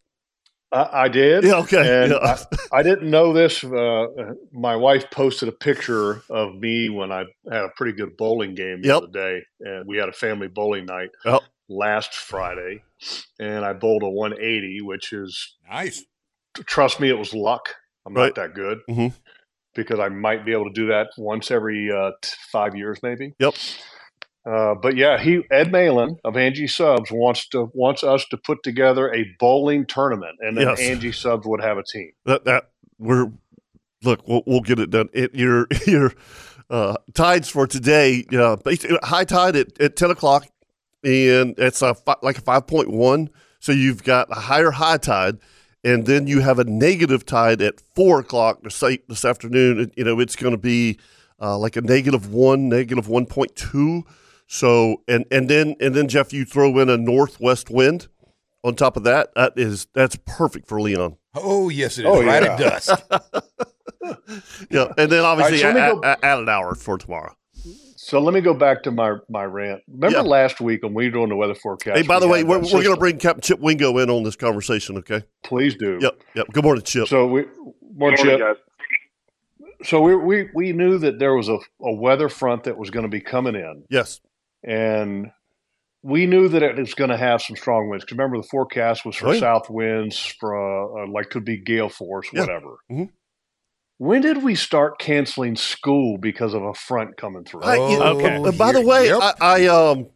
S5: I, I did.
S2: Yeah, okay.
S5: And
S2: Yeah.
S5: I, I didn't know this. Uh, my wife posted a picture of me when I had a pretty good bowling game the
S2: Yep.
S5: other day, and we had a family bowling night
S2: Yep.
S5: last Friday, and I bowled a 180, which is
S6: Nice.
S5: trust me, it was luck. I'm
S2: Right.
S5: not that good
S2: Mhm.
S5: because I might be able to do that once every uh, t- five years, maybe.
S2: Yep.
S5: Uh, but yeah, he Ed Malin of Angie Subs wants to wants us to put together a bowling tournament, and then
S2: Yes.
S5: Angie Subs would have a team.
S2: That that we're look, we'll, we'll get it done. It, your your uh, tides for today, uh, basi- high tide at, at ten o'clock and it's a fi- like a five point one. So you've got a higher high tide, and then you have a negative tide at four o'clock this a- this afternoon. It- You know it's going to be uh, like a negative one, negative one point two. So and and then and then Jeff, you throw in a northwest wind on top of that. That is that's perfect for Leon.
S6: Oh yes, it is.
S5: Oh,
S6: right
S5: yeah.
S6: at dusk.
S2: Yeah, and then obviously
S5: All right, so let
S2: add,
S5: me
S2: add- add an hour for tomorrow.
S5: So let me go back to my my rant. Remember
S2: Yeah.
S5: last week when we were doing the weather forecast?
S2: Hey, by the
S5: we
S2: way,
S5: had uh,
S2: we're,
S5: that
S2: we're going to
S5: system.
S2: bring Captain Chip Wingo in on this conversation, okay?
S5: Please do.
S2: Yep, yep. Good morning, Chip.
S5: So we more
S7: Morning,
S5: chip.
S7: guys.
S5: So we, we we knew that there was a, a weather front that was going to be coming in,
S2: yes,
S5: and we knew that it was going to have some strong winds. 'Cause remember, the forecast was for
S2: Oh, yeah.
S5: south winds for uh, uh, like could be gale force,
S2: Yeah.
S5: whatever.
S2: Mhm.
S5: When did we start canceling school because of a front coming through?
S2: Hi, you-
S6: Oh,
S4: Okay.
S2: And by the
S6: here-
S2: way,
S6: yep.
S2: I, I um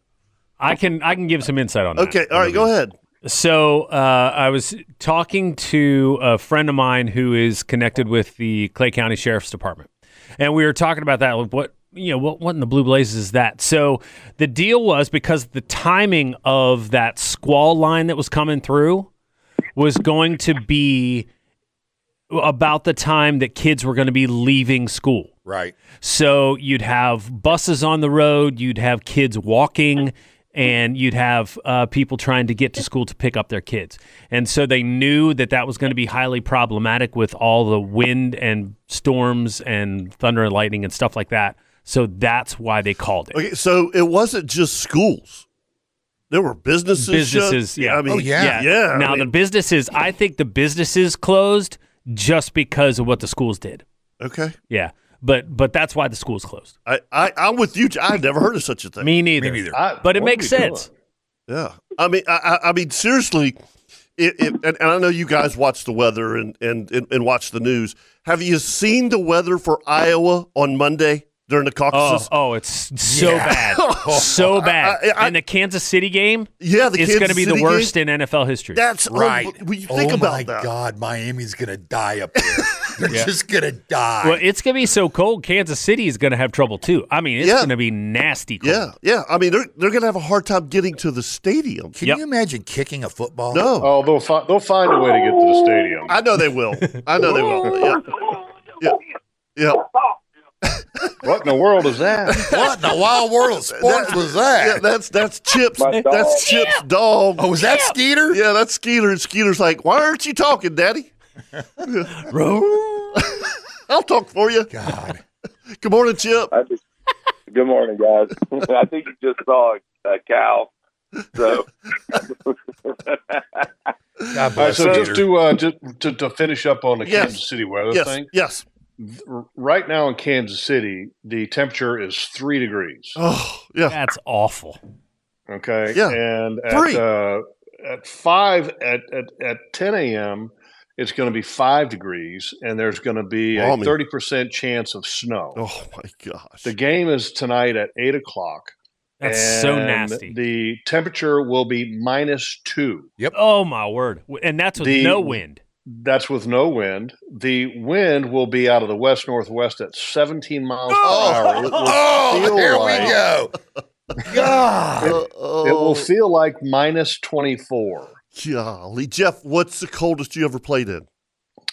S4: I can I can give some insight on that.
S2: okay, all right, go ahead.
S4: So uh, I was talking to a friend of mine who is connected with the Clay County Sheriff's Department, and we were talking about that. Like what you know, what what in the blue blazes is that? So the deal was because the timing of that squall line that was coming through was going to be about the time that kids were going to be leaving school.
S6: Right.
S4: So you'd have buses on the road, you'd have kids walking, and you'd have uh, people trying to get to school to pick up their kids. And so they knew that that was going to be highly problematic with all the wind and storms and thunder and lightning and stuff like that. So that's why they called it.
S2: Okay, so it wasn't just schools. There were businesses. shut.
S4: Businesses, yeah.
S2: I mean,
S6: Oh, yeah.
S2: yeah. I
S4: Now
S2: mean,
S4: the businesses, I think the businesses closed just because of what the schools did.
S2: okay.
S4: Yeah. But but that's why the schools closed.
S2: I, I I'm with you. I've never heard of such a thing.
S4: Me neither.
S6: Me neither.
S5: I-
S4: But it
S5: what
S4: makes
S5: are we doing?
S4: sense.
S2: Yeah, I mean, I, I, I mean, seriously, it, it, and, and I know you guys watch the weather and, and and and watch the news. Have you seen the weather for Iowa on Monday during the
S4: Oh,
S6: Uh,
S2: caucuses?
S4: oh, it's so bad, so bad.
S2: I- I-
S4: and the Kansas City game,
S2: yeah, the
S4: it's
S2: going
S4: going to be the worst in NFL history.
S2: That's
S6: Right.
S2: unbe- When you think
S6: oh
S2: about
S6: my
S2: that,
S6: God, Miami's gonna die up there. They're just gonna die.
S4: well, it's going to be so cold. Kansas City is going to have trouble too. I mean, it's
S2: Yeah.
S4: going to be nasty. Cold.
S2: yeah, yeah. I mean, they're they're going to have a hard time getting to the stadium.
S6: Can
S4: Yep.
S6: you imagine kicking a football?
S2: No,
S5: Oh, they'll fi- they'll find a way to get to the stadium.
S2: I know they will. I know they will. Yeah, yeah. yeah.
S5: what in the world is that?
S6: What in the wild world of sports was that?
S2: Yeah, that's that's Chips.
S7: My dog.
S2: That's Chips' dog.
S6: oh, was that Skeeter?
S2: Yeah, that's Skeeter. And Skeeter's like, why aren't you talking, Daddy? I'll talk for you.
S6: God.
S2: Good morning, Chip.
S7: I just, good morning, guys. I think you just saw a, a cow. So
S5: Uh,
S6: God
S5: All right,
S6: bless
S5: so
S6: Skeeter.
S5: just to, uh, just to to finish up on the
S2: Yes.
S5: Kansas City weather
S2: Yes,
S5: thing.
S2: yes.
S5: r- Right now in Kansas City, the temperature is three degrees.
S2: Oh, yeah.
S4: that's awful.
S5: Okay,
S2: Yeah.
S5: and at
S2: Three.
S5: Uh, at five at at, at ten a.m. It's going to be five degrees, and there's going to be a
S2: Balmy.
S5: thirty percent chance of snow.
S2: Oh my gosh.
S5: The game is tonight at eight o'clock.
S4: That's so
S5: and
S4: nasty.
S5: The temperature will be minus two.
S4: oh my word! And that's with
S5: The-
S4: no wind.
S5: That's with no wind. The wind will be out of the west northwest at 17 miles per hour. It will
S6: oh,
S5: feel
S6: here
S5: like-
S6: we go. God.
S2: Uh, oh,
S5: It will feel like minus 24,
S2: golly, Jeff. What's the coldest you ever played in?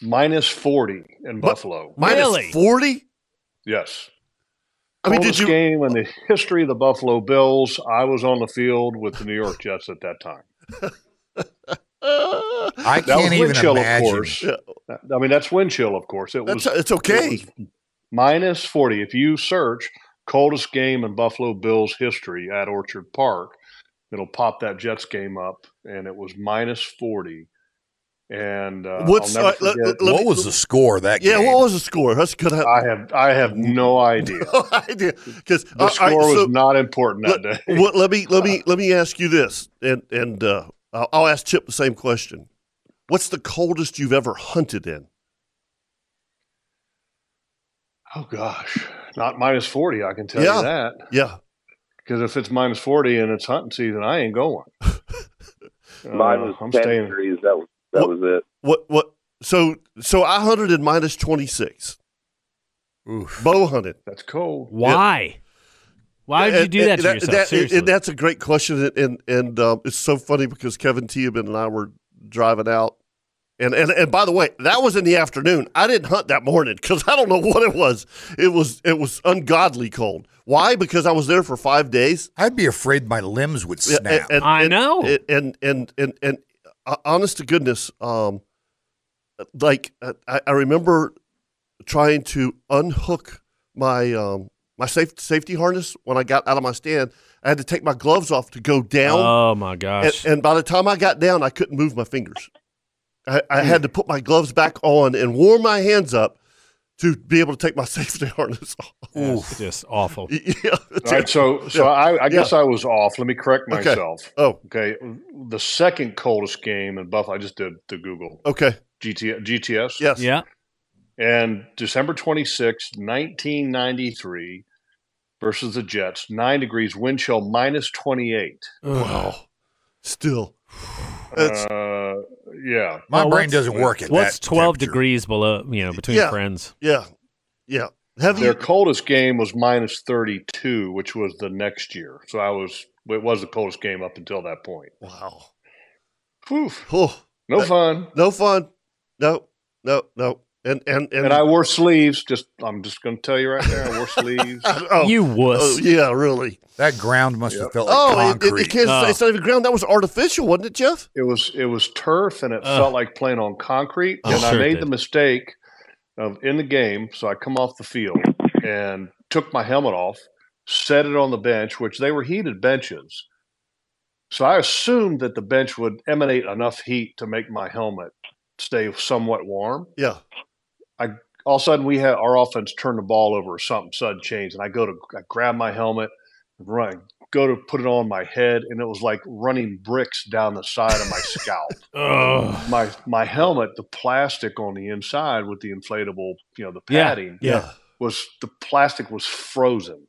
S5: minus 40
S2: What?
S5: in Buffalo.
S4: Really?
S2: forty.
S5: Yes.
S2: I mean, did
S5: Coldest
S2: you?
S5: game in the history of the Buffalo Bills. I was on the field with the New York Jets at that time.
S2: Uh,
S6: I
S5: That
S6: can't
S5: was
S6: even
S5: wind chill,
S6: imagine.
S5: of course. I mean, that's wind chill, of course. It
S2: that's
S5: was
S2: it's okay.
S5: It was minus 40. If you search coldest game in Buffalo Bills history at Orchard Park, it'll pop that Jets game up, and it was minus 40. And uh,
S2: What's-
S5: I'll never
S2: all right, let-
S5: forget-
S2: let-
S6: what was the score of that
S2: yeah.
S6: game?
S2: What was the score? That's good. I
S5: I have I have no idea.
S2: no idea. Because
S5: The score was not important that day.
S2: what, let me let me let me ask you this, and and uh, I'll, I'll ask Chip the same question. What's the coldest you've ever hunted in?
S5: Oh gosh, not minus 40. I can tell
S2: Yeah.
S5: you that
S2: Yeah,
S5: because if it's minus 40 and it's hunting season, I ain't going.
S7: mine
S5: Uh,
S7: was
S5: I'm
S7: ten
S5: staying.
S7: degrees. That was that
S2: What-
S7: was it.
S2: what what? So so I hunted in minus twenty six.
S6: Oof.
S2: Bow hunted
S5: That's cold.
S4: Why? Why would you do that to
S2: And
S4: yourself?
S2: that- and
S4: Seriously.
S2: that's a great question, and and, and um, it's so funny because Kevin Tiemann and I were driving out, and, and and by the way, that was in the afternoon. I didn't hunt that morning because I don't know what it was. It was it was ungodly cold. Why? Because I was there for five days.
S6: I'd be afraid my limbs would
S2: Yeah,
S6: snap.
S2: and- and-
S4: I
S2: and-
S4: know.
S2: And and and and, and uh, honest to goodness, um, like uh, I, I remember trying to unhook my um my safe, safety harness when I got out of my stand. I had to take my gloves off to go down,
S4: oh my
S2: and,
S4: gosh.
S2: and by the time I got down, I couldn't move my fingers. I, I had to put my gloves back on and warm my hands up to be able to take my safety harness off.
S4: That's just awful.
S2: yeah.
S5: All right, so so I, I guess I was off. Let me correct
S2: Okay.
S5: myself.
S2: Oh,
S5: Okay. the second coldest game in Buffalo. I just did the Google
S2: okay.
S5: GT, GTS.
S2: Yes.
S4: Yeah.
S5: And December 26, 1993, versus the Jets, nine degrees, wind chill minus 28.
S2: Wow. Still. That's-
S5: Uh, yeah.
S6: my
S4: Well,
S6: brain
S4: what's-
S6: doesn't work at
S4: What's
S6: that
S4: 12
S6: temperature.
S4: degrees below, you know, between
S2: Yeah.
S4: friends?
S2: Yeah, yeah. Have
S5: Their
S2: you?
S5: coldest game was minus 32, which was the next year. So I was, it was the coldest game up until that point.
S2: Wow.
S5: Whew,
S2: Oh,
S5: no
S2: That-
S5: fun.
S2: no fun. No, no, no. And and and,
S5: And I wore sleeves. Just, I'm just going to tell you right now, I wore sleeves.
S2: oh,
S4: you
S2: oh,
S4: wuss.
S2: yeah, really.
S6: That ground must have felt like
S2: Oh, it, it,
S6: concrete.
S2: it can't.
S4: Oh.
S2: It's not even ground. That was artificial, wasn't it, Jeff?
S5: It was it was turf and it
S4: Ugh.
S5: felt like playing on concrete.
S4: Uh. Oh,
S5: and I
S4: sure it
S5: made
S4: did.
S5: the mistake of in the game, so I come off the field and took my helmet off, set it on the bench, which they were heated benches. So I assumed that the bench would emanate enough heat to make my helmet stay somewhat warm.
S2: Yeah.
S5: All of a sudden, we had our offense turn the ball over or something, sudden change, and I go to I grab my helmet, run, go to put it on my head, and it was like running bricks down the side of my scalp
S4: Ugh.
S5: my my helmet, the plastic on the inside with the inflatable, you know, the
S4: Yeah.
S5: padding
S2: Yeah.
S5: was the plastic was frozen.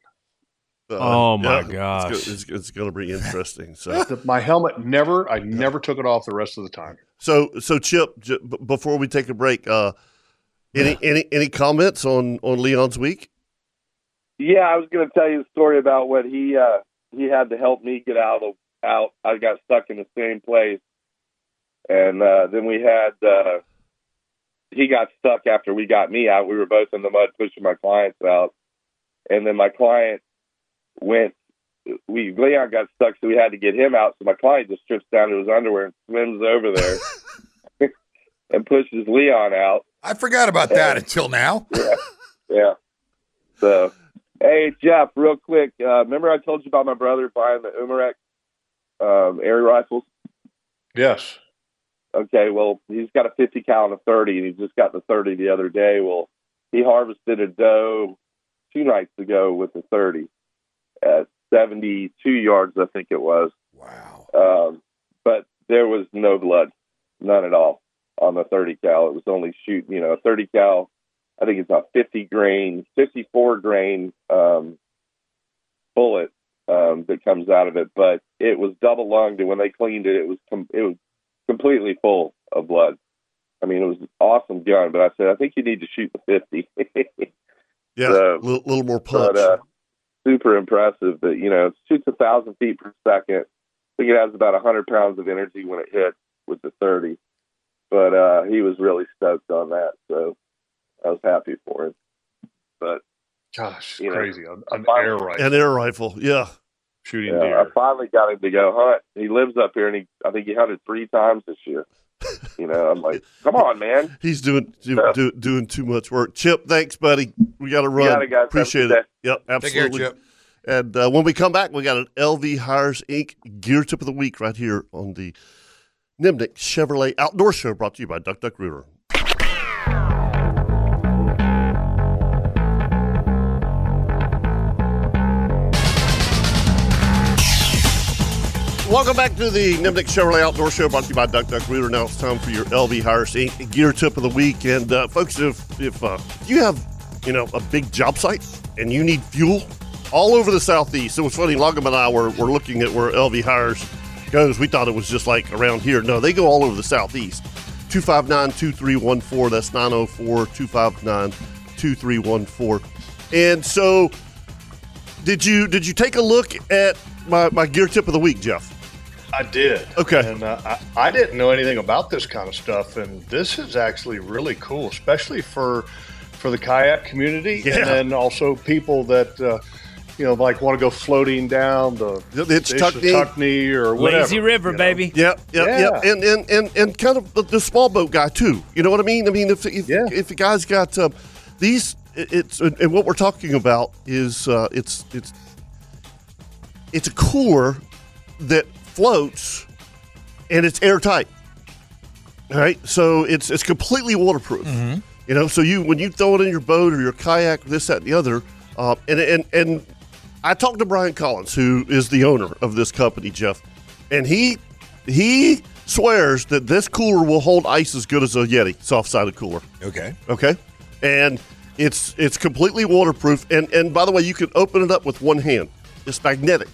S4: Oh, my
S2: God! Uh, It's,
S4: gosh.
S2: go- it's, it's going to be interesting. So,
S5: The- my helmet never, I never took it off the rest of the time.
S2: so, so, Chip. J- b- before we take a break, uh, any any any comments on on Leon's week?
S7: Yeah, I was going to tell you the story about when he uh, he had to help me get out of out. I got stuck in the same place, and uh, then we had uh, he got stuck after we got me out. We were both in the mud pushing my clients out, and then my client went. We Leon got stuck, so we had to get him out. So my client just strips down to his underwear and swims over there and pushes Leon out.
S6: I forgot about that until now.
S7: Yeah. So, hey Jeff, real quick, uh, remember I told you about my brother buying the Umarek um, air rifles?
S5: Yes.
S7: Okay, well he's got a 50 cal and a 30, and he just got the 30 the other day. Well, he harvested a doe two nights ago with the 30 at 72 yards, I think it was.
S6: Wow.
S7: Um, but there was no blood, none at all on the 30 cal. It was only shoot, you know, 30 cal. I think it's a 50 grain, 54 grain um, bullet um, that comes out of it, but it was double lunged, and when they cleaned it, it was com- it was completely full of blood. I mean, it was an awesome gun, but I said, I think you need to shoot the 50.
S2: Yeah,
S7: Uh,
S2: a little, little more punch.
S7: but uh, super impressive. That you know, it shoots a thousand feet per second. I think it has about hundred pounds of energy when it hits with the thirty. But uh, he was really stoked on that, so I was happy for him. But
S5: Gosh,
S7: You know,
S5: crazy. An, an
S7: finally-
S5: air rifle
S2: An air rifle. Yeah.
S5: shooting
S7: yeah, I
S5: deer.
S7: finally got him to go hunt. He lives up here, and he I think he hunted three times this year. You know, I'm like, come on, man.
S2: He's doing do,
S7: Yeah.
S2: do, doing too much work. Chip, thanks, buddy. We got to
S7: You
S2: run.
S7: got it, guys. Have a
S2: Appreciate
S7: good day.
S2: it. Yep,
S6: Take care,
S2: absolutely.
S6: Chip.
S2: And uh, when we come back, we got an LV Hires Inc. Gear Tip of the Week right here on the Nimnik Chevrolet Outdoor Show brought to you by Duck Duck Rooter. Welcome back to the Nimnik Chevrolet Outdoor Show brought to you by Duck Duck Rooter. Now it's time for your LV Hires Inc. Gear Tip of the Week. And uh, folks, if, if uh, you have, you know, a big job site and you need fuel all over the Southeast, it was funny, Logum and I were, were looking at where LV Hires goes. We thought it was just like around here. No, they go all over the Southeast. 259 2314. That's 904 259 2314. And so Did you did you take a look at my, my gear tip of the week, Jeff?
S5: I did.
S2: Okay.
S5: And uh, I, I didn't know anything about this kind of stuff, and this is actually really cool, especially for for the kayak community,
S2: Yeah.
S5: and then also people that uh, you know like want to go floating down the
S2: The- the Hitchcock Knee.
S5: Hitchcock-knee or whatever.
S4: Lazy River,
S5: you know?
S4: baby.
S2: Yep, yep,
S5: Yeah.
S2: yep. And, and and and kind of the, the small boat guy too. You know what I mean? I mean, if if,
S5: Yeah.
S2: if the guy's got um, these, it- it's and and what we're talking about is uh, it's it's it's a cooler that floats and it's airtight. All right, so it's it's completely waterproof. You know, so you when you throw it in your boat or your kayak, this, that, and the other, uh, and and and I talked to Brian Collins, who is the owner of this company, Jeff, and he he swears that this cooler will hold ice as good as a Yeti soft sided cooler.
S6: Okay.
S2: Okay, and it's it's completely waterproof, and and by the way, you can open it up with one hand. It's magnetic.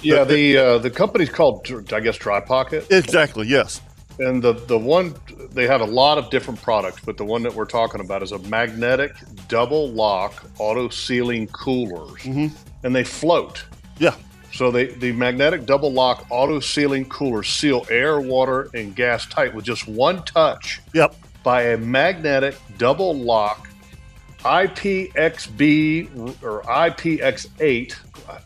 S5: Yeah, the uh, the company's called Dr- I guess Dry Pocket.
S2: Exactly. Yes.
S5: And the the one they have a lot of different products, but the one that we're talking about is a magnetic double lock auto sealing coolers, and they float.
S2: Mm-hmm. Yeah.
S5: So they the magnetic double lock auto sealing coolers seal air, water, and gas tight with just one touch
S2: Yep.
S5: by a magnetic double lock IPXB or IPX8,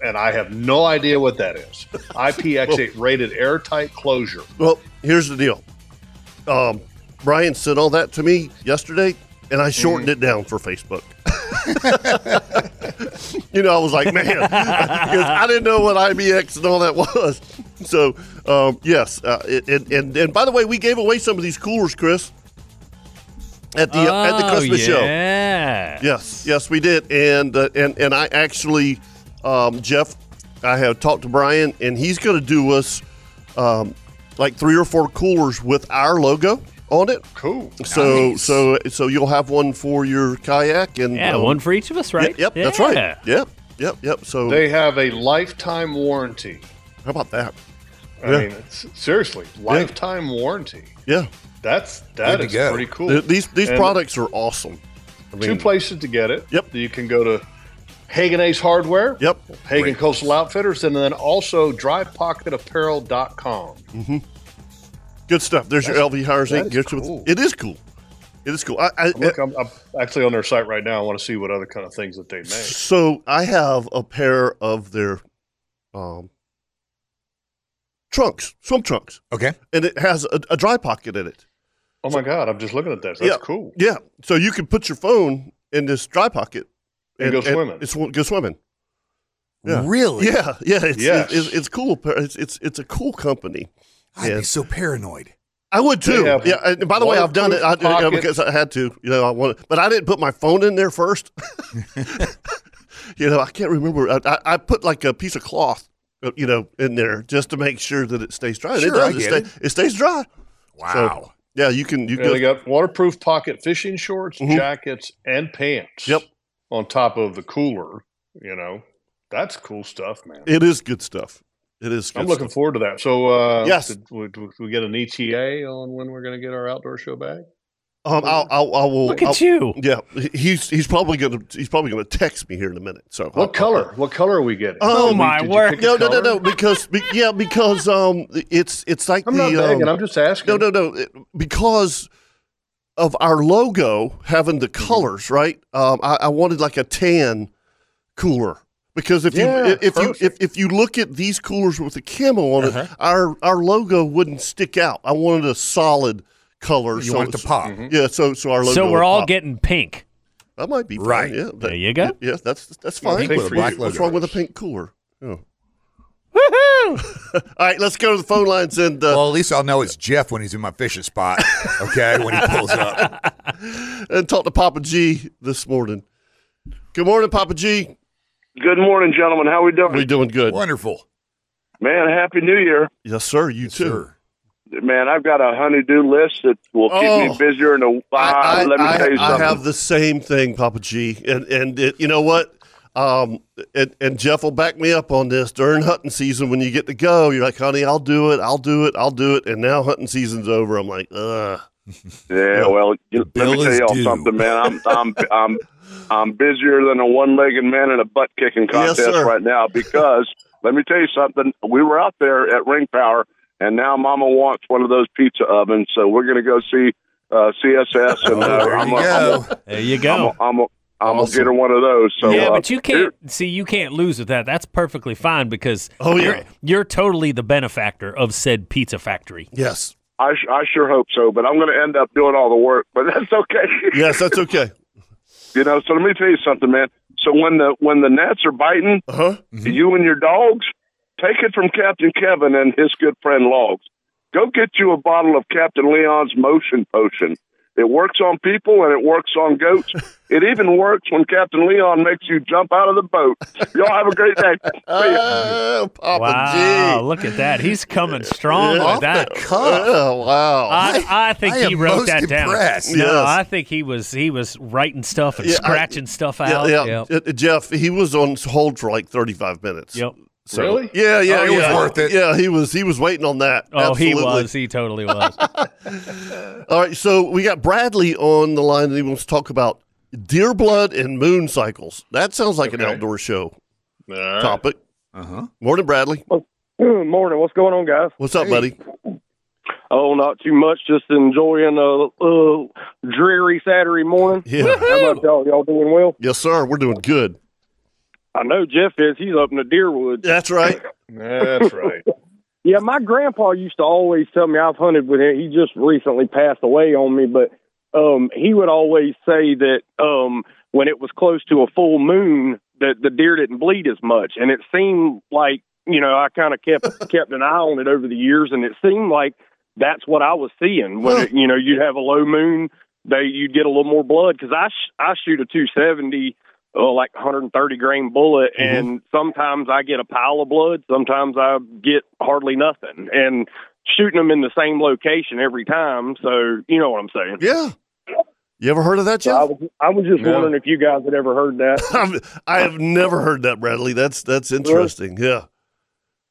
S5: and I have no idea what that is. IPX8 rated airtight closure.
S2: Well, here's the deal. Um, Brian sent all that to me yesterday, and I shortened it down for Facebook. you know, I was like, man, because I didn't know what IBX and all that was. So, um, yes, uh, it, and, and and by the way, we gave away some of these coolers, Chris, at the uh, at the
S5: Oh,
S2: Christmas show.
S4: yeah.
S2: Yes, yes, we did, and uh, and and I actually, um, Jeff, I have talked to Brian, and he's going to do us um, like three or four coolers with our logo on it.
S5: Cool.
S2: So
S6: Nice.
S2: so so you'll have one for your kayak and
S4: Yeah,
S2: um,
S4: one for each of us, right?
S2: Yep, yep that's right. Yep, yep, yep. So
S5: They have a lifetime warranty.
S2: how about that?
S5: I
S2: Yeah.
S5: mean, it's, seriously, lifetime warranty.
S2: Yeah,
S5: That's that
S6: to
S5: is
S6: go.
S5: pretty cool.
S2: Th- these these
S5: And
S2: products are awesome. I
S5: Two
S2: mean,
S5: places to get it.
S2: Yep.
S5: You can go to Hagen Ace Hardware.
S2: Yep.
S5: Hagen
S6: Great.
S5: Coastal Outfitters, and then also DryPocketApparel.com.
S2: mm-hmm. good stuff. There's your LV Hires
S5: that
S2: Inc.
S5: is
S2: Gifts with-
S5: cool.
S2: It is cool. It is cool. I, I,
S5: Look, I'm, I'm actually on their site right now. I want to see what other kind of things that they make.
S2: So I have a pair of their um, trunks, swim trunks,
S6: Okay.
S2: and it has a, a dry pocket in it.
S5: Oh my god, I'm just looking at this. That's
S2: Yeah.
S5: cool.
S2: Yeah, so you can put your phone in this dry pocket
S5: And go swimming.
S2: It's go swimming. Yeah.
S6: Really?
S2: Yeah, yeah, it's
S5: Yes.
S2: it's, it's, it's cool. It's, it's it's a cool company.
S6: I'd
S2: Yeah.
S6: be so paranoid.
S2: I would too.
S5: They have
S2: Yeah, and by the way, I've done it I,
S5: waterproof
S2: yeah,
S5: pockets.
S2: because I had to. You know, I wanted, but I didn't put my phone in there first. you know, I can't remember. I, I, I put like a piece of cloth, uh, you know, in there just to make sure that it stays dry. And it
S6: Sure, I
S2: does.
S6: get
S2: it, stay, it stays dry. So,
S6: Wow.
S2: yeah, you can. You
S5: Yeah,
S2: go.
S5: they got waterproof pocket fishing shorts,
S2: Mhm.
S5: jackets, and pants.
S2: Yep.
S5: On top of the cooler, you know, that's cool stuff, man.
S2: It is good stuff. It is. Good
S5: I'm looking
S2: stuff.
S5: forward to that. So, uh,
S2: Yes.
S5: did, would, would we get an ETA on when we're going to get our outdoor show back?
S2: Um, I'll, I'll, I will.
S4: Look at
S2: I'll-
S4: you.
S2: Yeah, he- he's he's probably gonna he's probably gonna text me here in a minute. So I'll-
S5: What
S2: I'll-
S5: color? what color are we getting?
S2: Oh,
S5: Did we-
S4: my
S5: did you
S4: word.
S5: pick a
S2: No, no, no,
S5: color?
S2: no. Because be, yeah, because um, it's it's like
S5: I'm
S2: the
S5: not begging.
S2: um,
S5: I'm just asking.
S2: No, no, no. It- because of our logo having the
S5: Mm-hmm.
S2: colors, right? Um, I, I wanted like a tan cooler because if
S5: Yeah,
S2: you if you if,
S5: perfect.
S2: if you look at these coolers with the camo on it,
S6: Uh-huh.
S2: our our logo wouldn't stick out. I wanted a solid color.
S6: You
S2: so
S6: want it to
S2: it's-
S6: pop.
S5: Mm-hmm.
S2: Yeah, so so our logo.
S4: So we're
S2: would
S4: all
S2: pop.
S4: getting pink.
S2: that might be fine,
S6: Right.
S2: Yeah,
S4: There you go.
S2: Yeah, that's that's
S5: Yeah,
S2: fine.
S5: pink with a black
S2: What's
S6: logo.
S2: wrong with a pink cooler? Oh.
S4: Woohoo!
S2: All right, let's go to the phone lines and uh,
S6: Well, at least I'll know it's Jeff when he's in my fishing spot. Okay, when he pulls up.
S2: and talk to Papa G this morning. Good morning, Papa G.
S7: Good morning, gentlemen. How we doing?
S2: We doing good.
S6: Wonderful.
S7: Man, happy New Year.
S2: Yes, sir. You too.
S6: Sure.
S7: Man, I've got a honey-do list that will keep
S2: Oh.
S7: me busier in a while.
S2: I,
S7: Let me
S2: I-
S7: tell you
S2: I
S7: something.
S2: have the same thing, Papa G. And and it, you know what? Um, and, and Jeff will back me up on this. During hunting season, when you get to go, you're like, honey, I'll do it. I'll do it. I'll do it. And now hunting season's over. I'm like, ugh.
S7: Yeah, well, you, let
S6: bill
S7: me tell
S6: is
S7: y'all
S6: due.
S7: something, man. I'm I'm I'm I'm busier than a one-legged man in a butt kicking
S2: Yes,
S7: contest
S2: sir.
S7: right now because let me tell you something. We were out there at Ring Power, and now Mama wants one of those pizza ovens, so we're gonna go see uh, CSS, and uh,
S6: Oh, there
S7: I'm
S6: you
S7: gonna
S6: go.
S4: There you
S7: I'm
S4: go.
S7: gonna- I'm gonna- I'm gonna
S2: Awesome.
S7: get her one of those. So
S4: yeah,
S7: uh,
S4: but you
S7: here-
S4: can't see you can't lose with that. That's perfectly fine because
S2: Oh, yeah.
S4: you're, you're totally the benefactor of said pizza factory.
S2: Yes.
S7: I, sh- I sure hope so, but I'm going to end up doing all the work, but that's okay.
S2: Yes, that's okay.
S7: you know, so let me tell you something, man. So when the when the gnats are biting,
S2: Uh huh.
S7: you and your dogs, take it from Captain Kevin and his good friend Logs. Go get you a bottle of Captain Leon's motion potion. It works on people and it works on goats. it even works when Captain Leon makes you jump out of the boat. Y'all have a great day. See ya.
S2: Oh, Papa
S4: wow,
S2: G.
S4: look at that. He's coming strong
S2: Yeah.
S4: with that.
S2: Oh, wow.
S4: I, I think
S6: I
S4: he
S6: am
S4: wrote
S6: most
S4: that down.
S6: impressed.
S4: No,
S2: Yes.
S4: I think he was he was writing stuff and
S2: Yeah, I-
S4: scratching stuff
S2: yeah,
S4: out.
S2: yeah.
S4: Yep.
S2: Uh, Jeff, he was on hold for like 35 minutes.
S4: Yep.
S2: So,
S5: Really?
S2: Yeah, yeah,
S6: Oh, it was
S2: yeah.
S6: worth it.
S2: Yeah, he was he was waiting on that.
S4: Oh, he
S2: Absolutely.
S4: was. He totally was.
S2: All right, so we got Bradley on the line and he wants to talk about deer blood and moon cycles. That sounds like an
S5: Okay.
S2: outdoor show
S5: All right.
S2: topic.
S6: Uh huh.
S2: Morning, Bradley.
S9: Good morning. What's going on, guys?
S2: What's up,
S6: Hey.
S2: buddy?
S9: Oh, not too much. Just enjoying a, uh dreary Saturday morning.
S2: Yeah.
S9: How about y'all? Y'all doing well?
S2: yes, sir. We're doing good.
S9: I know Jeff is. He's up in the deer woods.
S2: That's right.
S5: That's right.
S9: Yeah, my grandpa used to always tell me I've hunted with him. He just recently passed away on me, but um, he would always say that um, when it was close to a full moon, that the deer didn't bleed as much, and it seemed like you know I kind of kept kept an eye on it over the years, and it seemed like that's what I was seeing when it, you know you'd have a low moon, they you'd get a little more blood because I sh- I shoot a two seventy. Uh, like 130 grain bullet, and sometimes I get a pile of blood. Sometimes I get hardly nothing, and shooting them in the same location every time. So you know what I'm saying.
S2: Yeah. You ever heard of that,
S9: So I
S2: Jeff?
S9: was I was just
S5: No.
S9: wondering if you guys had ever heard that.
S2: I've, I have never heard that, Bradley. That's that's interesting. Yeah.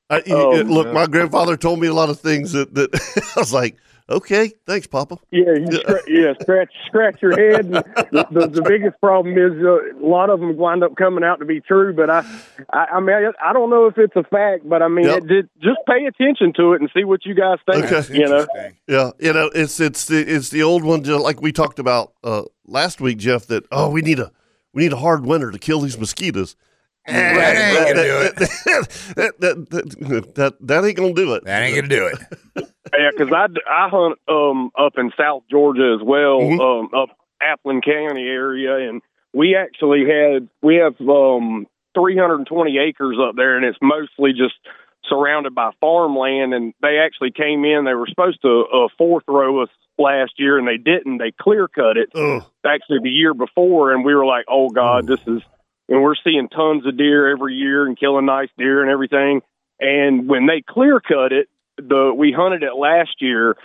S2: I, you-
S9: Oh,
S2: you- look,
S5: yeah.
S2: my grandfather told me a lot of things that, that I was like, okay, thanks, Papa.
S9: Yeah, you scra- yeah, scratch scratch your head. And the, the, the biggest problem is uh, a lot of them wind up coming out to be true. But I, I, I mean, I, I don't know if it's a fact, but I mean,
S2: Yep.
S9: it did, just pay attention to it and see what you guys think.
S2: Okay.
S9: You know,
S2: Yeah, you know, it's it's the it's the old one, just like we talked about uh, last week, Jeff. That oh, we need a we need a hard winter to kill these mosquitoes.
S6: that ain't gonna do it.
S2: That, that, that, that, that ain't gonna do it.
S6: That ain't gonna do it.
S9: yeah, because I, d- I hunt um up in South Georgia as well, um up Applin County area, and we actually had we have um 320 acres up there, and it's mostly just surrounded by farmland. And they actually came in; they were supposed to uh, fourth row us last year, and they didn't. They clear cut
S10: Oh.
S9: it
S2: Ugh.
S9: actually the year before, and we were like, "Oh
S2: Mm.
S9: God, this is," and we're seeing tons of deer every year and killing nice deer and everything. And when they clear cut it, the we hunted it last year,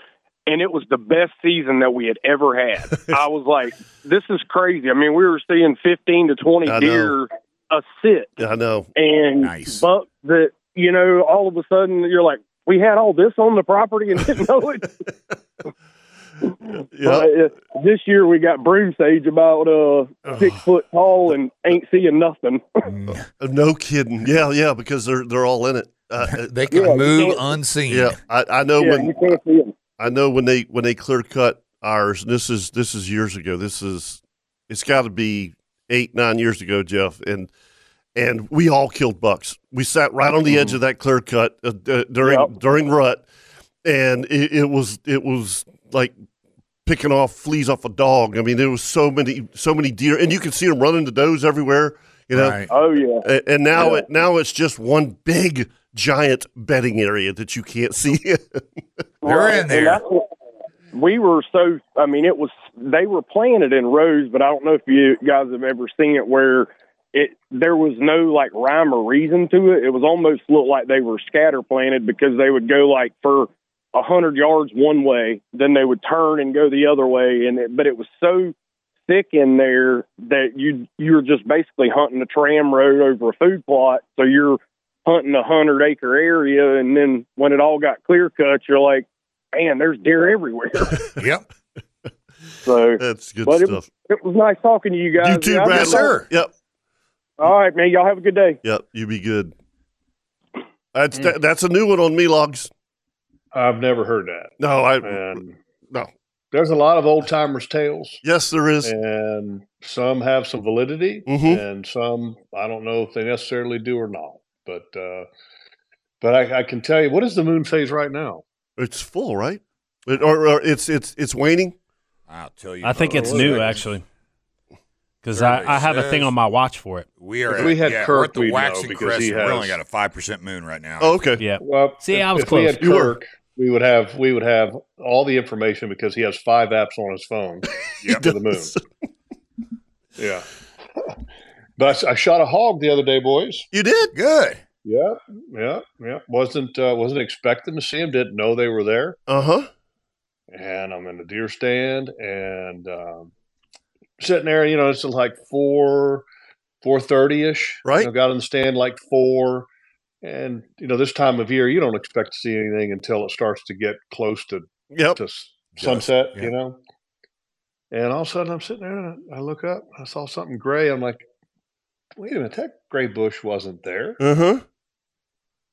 S9: and it was the best season that we had ever had. I was like, "This is crazy." I mean, we were seeing fifteen to twenty
S2: I know.
S9: deer a sit,
S2: Yeah, I know.
S9: and
S6: Nice.
S9: but that you know, all of a sudden you're like, "We had all this on the property and didn't know it."
S2: Yeah,
S9: But, uh, this year we got broom sage about uh, six foot tall and ain't seeing nothing.
S2: no kidding. Yeah, yeah, because they're they're all in it. Uh, uh,
S6: They can
S9: Yeah, you
S6: move
S9: can't-
S6: unseen.
S2: yeah, I, I know
S9: yeah,
S2: when
S9: you can't see 'em.
S2: I know when they when they clear cut ours. and This is this is years ago. This is it's got to be eight nine years ago, Jeff. And and we all killed bucks. We sat right on the edge of that clear cut uh, d- during
S9: Mm-hmm. Yep.
S2: during rut, and it, it was it was like picking off fleas off a dog. I mean, there was so many so many deer, and you could see them running the does everywhere. You know,
S6: Right.
S9: Oh yeah,
S2: A- and now it now it's just one big giant bedding area that you can't see.
S6: They're in
S9: And
S6: there.
S9: that's what- we were so. I mean, it was they were planted in rows, but I don't know if you guys have ever seen it where it there was no like rhyme or reason to it. It was almost looked like they were scatter planted because they would go like for a hundred yards one way, then they would turn and go the other way, and it, but it was so thick in there that you you're just basically hunting a tram road over a food plot. So you're hunting a hundred acre area, and then when it all got clear cut, you're like, man, there's deer everywhere.
S6: Yep.
S9: So,
S2: That's good
S9: But it-
S2: stuff.
S9: it was nice talking to you guys.
S2: you too,
S9: Yeah, I-
S2: Bradley.
S6: sir.
S2: Yep.
S9: All right, man. Y'all have a good day.
S2: Yep. You be good. That's
S6: Mm.
S2: that, that's a new one on me logs.
S5: I've never heard that.
S2: No, I
S5: And
S2: no.
S5: there's a lot of old timers' tales,
S2: Yes, there is.
S5: and some have some validity,
S2: Mhm.
S5: and some I don't know if they necessarily do or not. But uh, but I, I can tell you, what is the moon phase right now?
S2: It's full, right? It- or, or it's it's it's waning.
S6: I'll tell you.
S4: I think
S6: what,
S4: it's
S6: what
S4: new
S6: it is.
S4: actually, because I, I have a thing on my watch for it.
S6: We are.
S5: If
S6: At,
S5: we had
S6: yeah, we're
S5: Kirk,
S6: at the
S5: we'd know
S6: waxing
S5: because
S6: crest.
S5: he
S6: We're only
S5: has-
S6: got a five percent moon right now.
S2: Oh, okay.
S4: Yeah,
S5: Well,
S4: See,
S5: if,
S4: I was
S5: if we had
S4: close.
S2: You were.
S5: Kirk, we would have we would have all the information because he has five apps on his phone
S6: Yeah.
S5: to the moon. yeah. But I shot a hog the other day, boys.
S2: You did?
S6: Good.
S5: Yeah, yeah, yeah. wasn't uh, wasn't expecting to see them. Didn't know they were there.
S2: Uh huh.
S5: And I'm in the deer stand and um, sitting there. You know, it's like four four thirty ish.
S2: Right.
S5: You know, got in the stand like four. And you know, this time of year, you don't expect to see anything until it starts to get close to
S2: Yep.
S5: to s-
S6: Dusk,
S5: sunset,
S6: yeah.
S5: you know. And all of a sudden, I'm sitting there and I I look up. I saw something gray. I'm like, wait a minute, that gray bush wasn't there.
S2: Uh huh.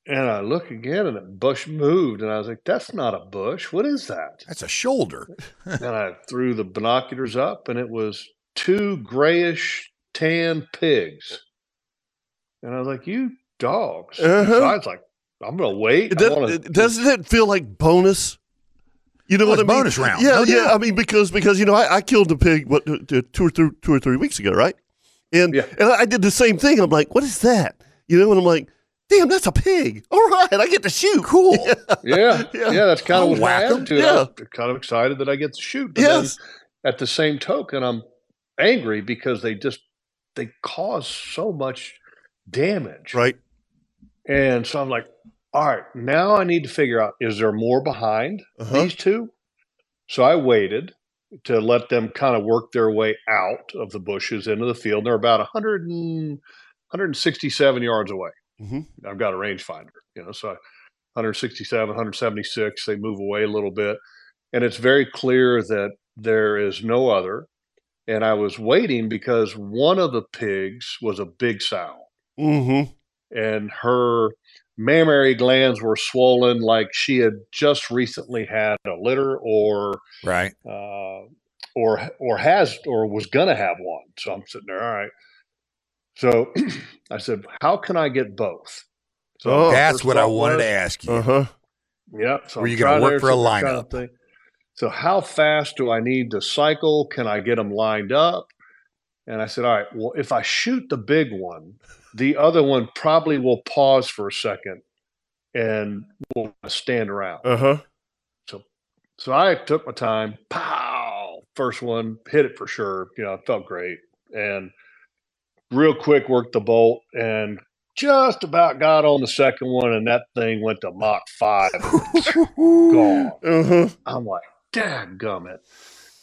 S5: And I look again, and the bush moved. And I was like, that's not a bush. What is that?
S6: That's a shoulder.
S5: and I threw the binoculars up, and it was two grayish tan pigs. And I was like, you dogs.
S2: Uh-huh.
S5: So I was like, I'm gonna wait.
S2: It
S5: I
S2: does,
S5: wanna-
S2: it- doesn't it feel like bonus? You know
S6: Oh,
S2: what
S6: it's
S2: I mean?
S6: bonus round.
S2: Yeah,
S6: No
S2: yeah.
S6: doubt.
S2: I mean because because you know I, I killed a pig what uh, two or three two or three weeks ago, right? And
S5: Yeah.
S2: and I did the same thing. I'm like, what is that? You know, and I'm like, damn, that's a pig. All right, I get to shoot. Cool.
S5: yeah,
S2: Yeah.
S5: yeah, that's kind
S6: I'll
S5: of what my
S6: whack 'em.
S5: attitude.
S2: Yeah.
S5: I'm kind of excited that I get to shoot. But
S2: yes.
S5: then at the same token, I'm angry because they just they cause so much damage.
S2: Right.
S5: And so I'm like, all right, now I need to figure out is there more behind
S2: Uh-huh.
S5: these two? So I waited to let them kind of work their way out of the bushes into the field. They're about 100 and 167 yards away.
S2: Mhm.
S5: I've got a rangefinder, you know, so 167, 176. They move away a little bit, and it's very clear that there is no other. And I was waiting because one of the pigs was a big sow
S2: Mm-hmm.
S5: and her mammary glands were swollen like she had just recently had a litter or
S6: Right.
S5: uh, or or has or was gonna have one so i'm sitting there all right so i said how can i get both so
S2: Oh,
S6: That's
S5: first
S6: what I
S5: thought
S6: wanted
S5: was-
S6: to ask you.
S2: Uh-huh.
S5: yeah. So
S6: Were
S5: I'm
S6: you gonna
S5: trying
S6: work
S5: there,
S6: for a
S5: so I'm trying to
S6: lineup?
S5: think, So how fast do I need to cycle? Can I get them lined up? And I said, all right. Well, if I shoot the big one, the other one probably will pause for a second and will stand around.
S2: Uh-huh.
S5: So I took my time. Pow! First one, hit it for sure. You know, it felt great. And real quick worked the bolt and just about got on the second one, and that thing went to Mach 5. Gone.
S2: Uh-huh.
S5: I'm like, dadgummit.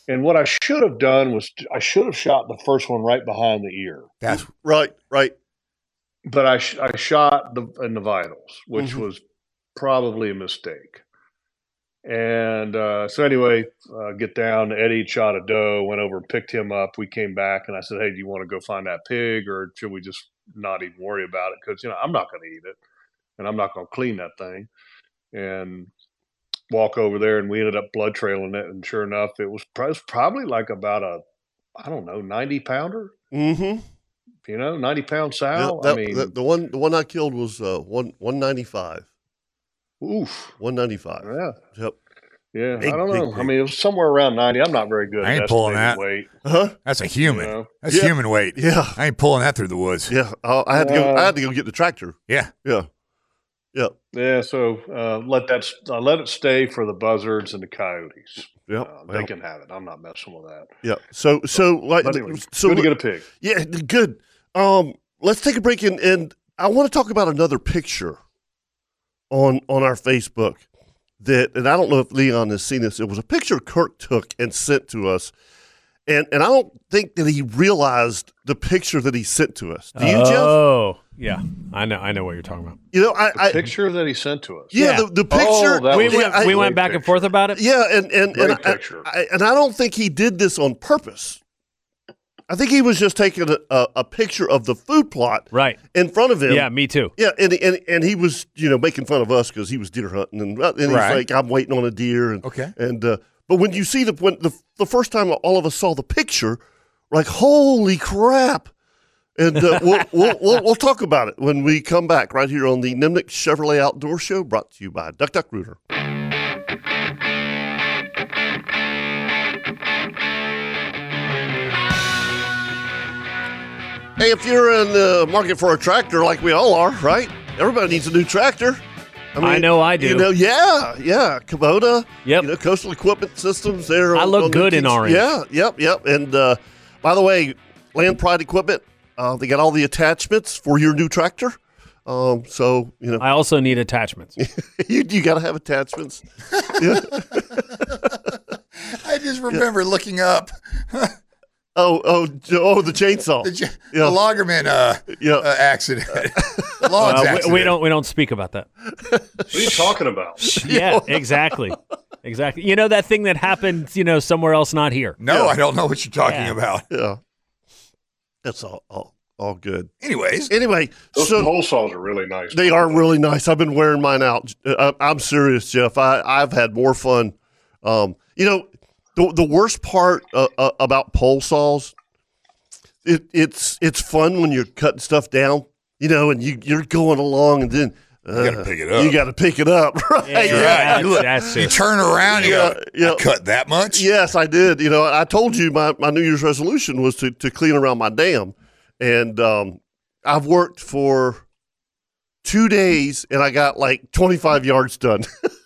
S5: And what I should have done was I should have shot the first one right behind the ear,
S6: That's
S2: Right, right.
S5: but I, sh- I shot the, in the vitals, which
S2: Mhm.
S5: was probably a mistake. And uh, so anyway, uh, get down. Eddie shot a doe, went over, and picked him up. We came back, and I said, "Hey, do you want to go find that pig, or should we just not even worry about it? Because you know I'm not going to eat it, and I'm not going to clean that thing." And walk over there, and we ended up blood trailing it. And sure enough, it was, pro- it was probably like about a, I don't know, ninety pounder.
S2: Mm-hmm.
S5: You know, ninety pound sow. I mean,
S2: the, the one the one I killed was uh one one ninety five.
S5: oof.
S2: One ninety five.
S5: Yeah,
S2: Yep.
S5: yeah.
S2: Big,
S5: I don't
S2: big,
S5: know. I
S2: big.
S5: mean, it was somewhere around ninety. I'm not very good.
S6: I
S5: at
S6: ain't pulling
S5: estimating
S6: that.
S5: Weight,
S2: Huh?
S6: that's a
S5: you
S6: human.
S5: know?
S6: That's
S2: Uh-huh. Yeah.
S6: human weight.
S2: Yeah.
S6: I ain't pulling that through the woods.
S2: Yeah. I, I had to go I
S5: Wow.
S2: had to go get the tractor.
S6: Yeah.
S2: Yeah. Yeah.
S5: Yeah, so uh, let that s- uh, let it stay for the buzzards and the coyotes.
S2: Yeah.
S5: Uh,
S2: yeah.
S5: they can have it. I'm not messing with that.
S2: yeah. So so like
S5: But anyway,
S2: so
S5: good to
S2: what-
S5: get a pig.
S2: Yeah, d- good. Um, let's take a break and, and I want to talk about another picture on on our Facebook that and I don't know if Leon has seen this. It was a picture Kirk took and sent to us. And and I don't think that he realized the picture that he sent to us. Do you, Jeff?
S4: oh, Yeah, I know. I know what you're talking about.
S2: You know, I, I
S5: Picture that he sent to us.
S2: yeah,
S4: Yeah.
S2: the, the
S5: Oh,
S2: picture
S5: that
S4: We
S5: was-
S4: went,
S2: I-
S4: we went back and forth about it.
S2: Yeah, and and and,
S5: Great
S2: I,
S5: picture.
S2: I, and I don't think he did this on purpose. I think he was just taking a, a, a picture of the food plot
S4: Right.
S2: in front of him.
S4: Yeah, me too.
S2: Yeah, and, and and he was you know making fun of us because he was deer hunting and, and he's
S6: Right.
S2: like I'm waiting on a deer and
S6: Okay.
S2: and uh, but when you see the when the the first time all of us saw the picture, we're like holy crap, and uh, we'll, we'll, we'll we'll talk about it when we come back right here on the Nimnik Chevrolet Outdoor Show brought to you by Duck Duck Rooter. Hey, if you're in the market for a tractor, like we all are, right? Everybody needs a new tractor.
S4: I know I do.
S2: You know, yeah, yeah. Kubota.
S4: Yep.
S2: You know, Coastal Equipment Systems. There.
S4: I look good in orange.
S2: Yeah. Yep. Yep. And uh, by the way, Land Pride Equipment. Uh, they got all the attachments for your new tractor. Um, so you know,
S4: I also need attachments.
S2: you, you got to have attachments.
S6: I just remember looking up
S2: Oh, oh, oh, the chainsaw.
S6: the, j-
S2: Yeah.
S6: the Loggerman uh,
S2: Yeah.
S6: uh, accident. the
S4: Uh,
S6: logs
S4: we,
S6: accident.
S4: we don't. We don't speak about that.
S5: What are you talking about?
S4: Yeah, exactly, exactly. You know that thing that happened. You know somewhere else, not here.
S6: No, I don't know what you're talking
S4: Yeah.
S6: about.
S2: yeah. That's all, all, all good.
S6: Anyways,
S2: Anyway,
S5: Those
S2: so
S5: pole saws are really nice.
S2: They are really nice. I've been wearing mine out. Uh, I'm serious, Jeff. I, I've had more fun. Um, you know, the, the worst part uh, uh, about pole saws, it, it's it's fun when you're cutting stuff down, you know, and you, you're going along and then uh,
S6: gotta pick it up.
S2: You got to pick it up, right?
S4: Yeah,
S2: You-
S4: that's,
S6: you
S4: that's it.
S6: turn around, you
S2: Yeah,
S6: go,
S2: yeah.
S6: I cut that much?
S2: Yes, I did. You know, I told you my, my New Year's resolution was to, to clean around my dam. And um, I've worked for two days and I got like 25 yards done.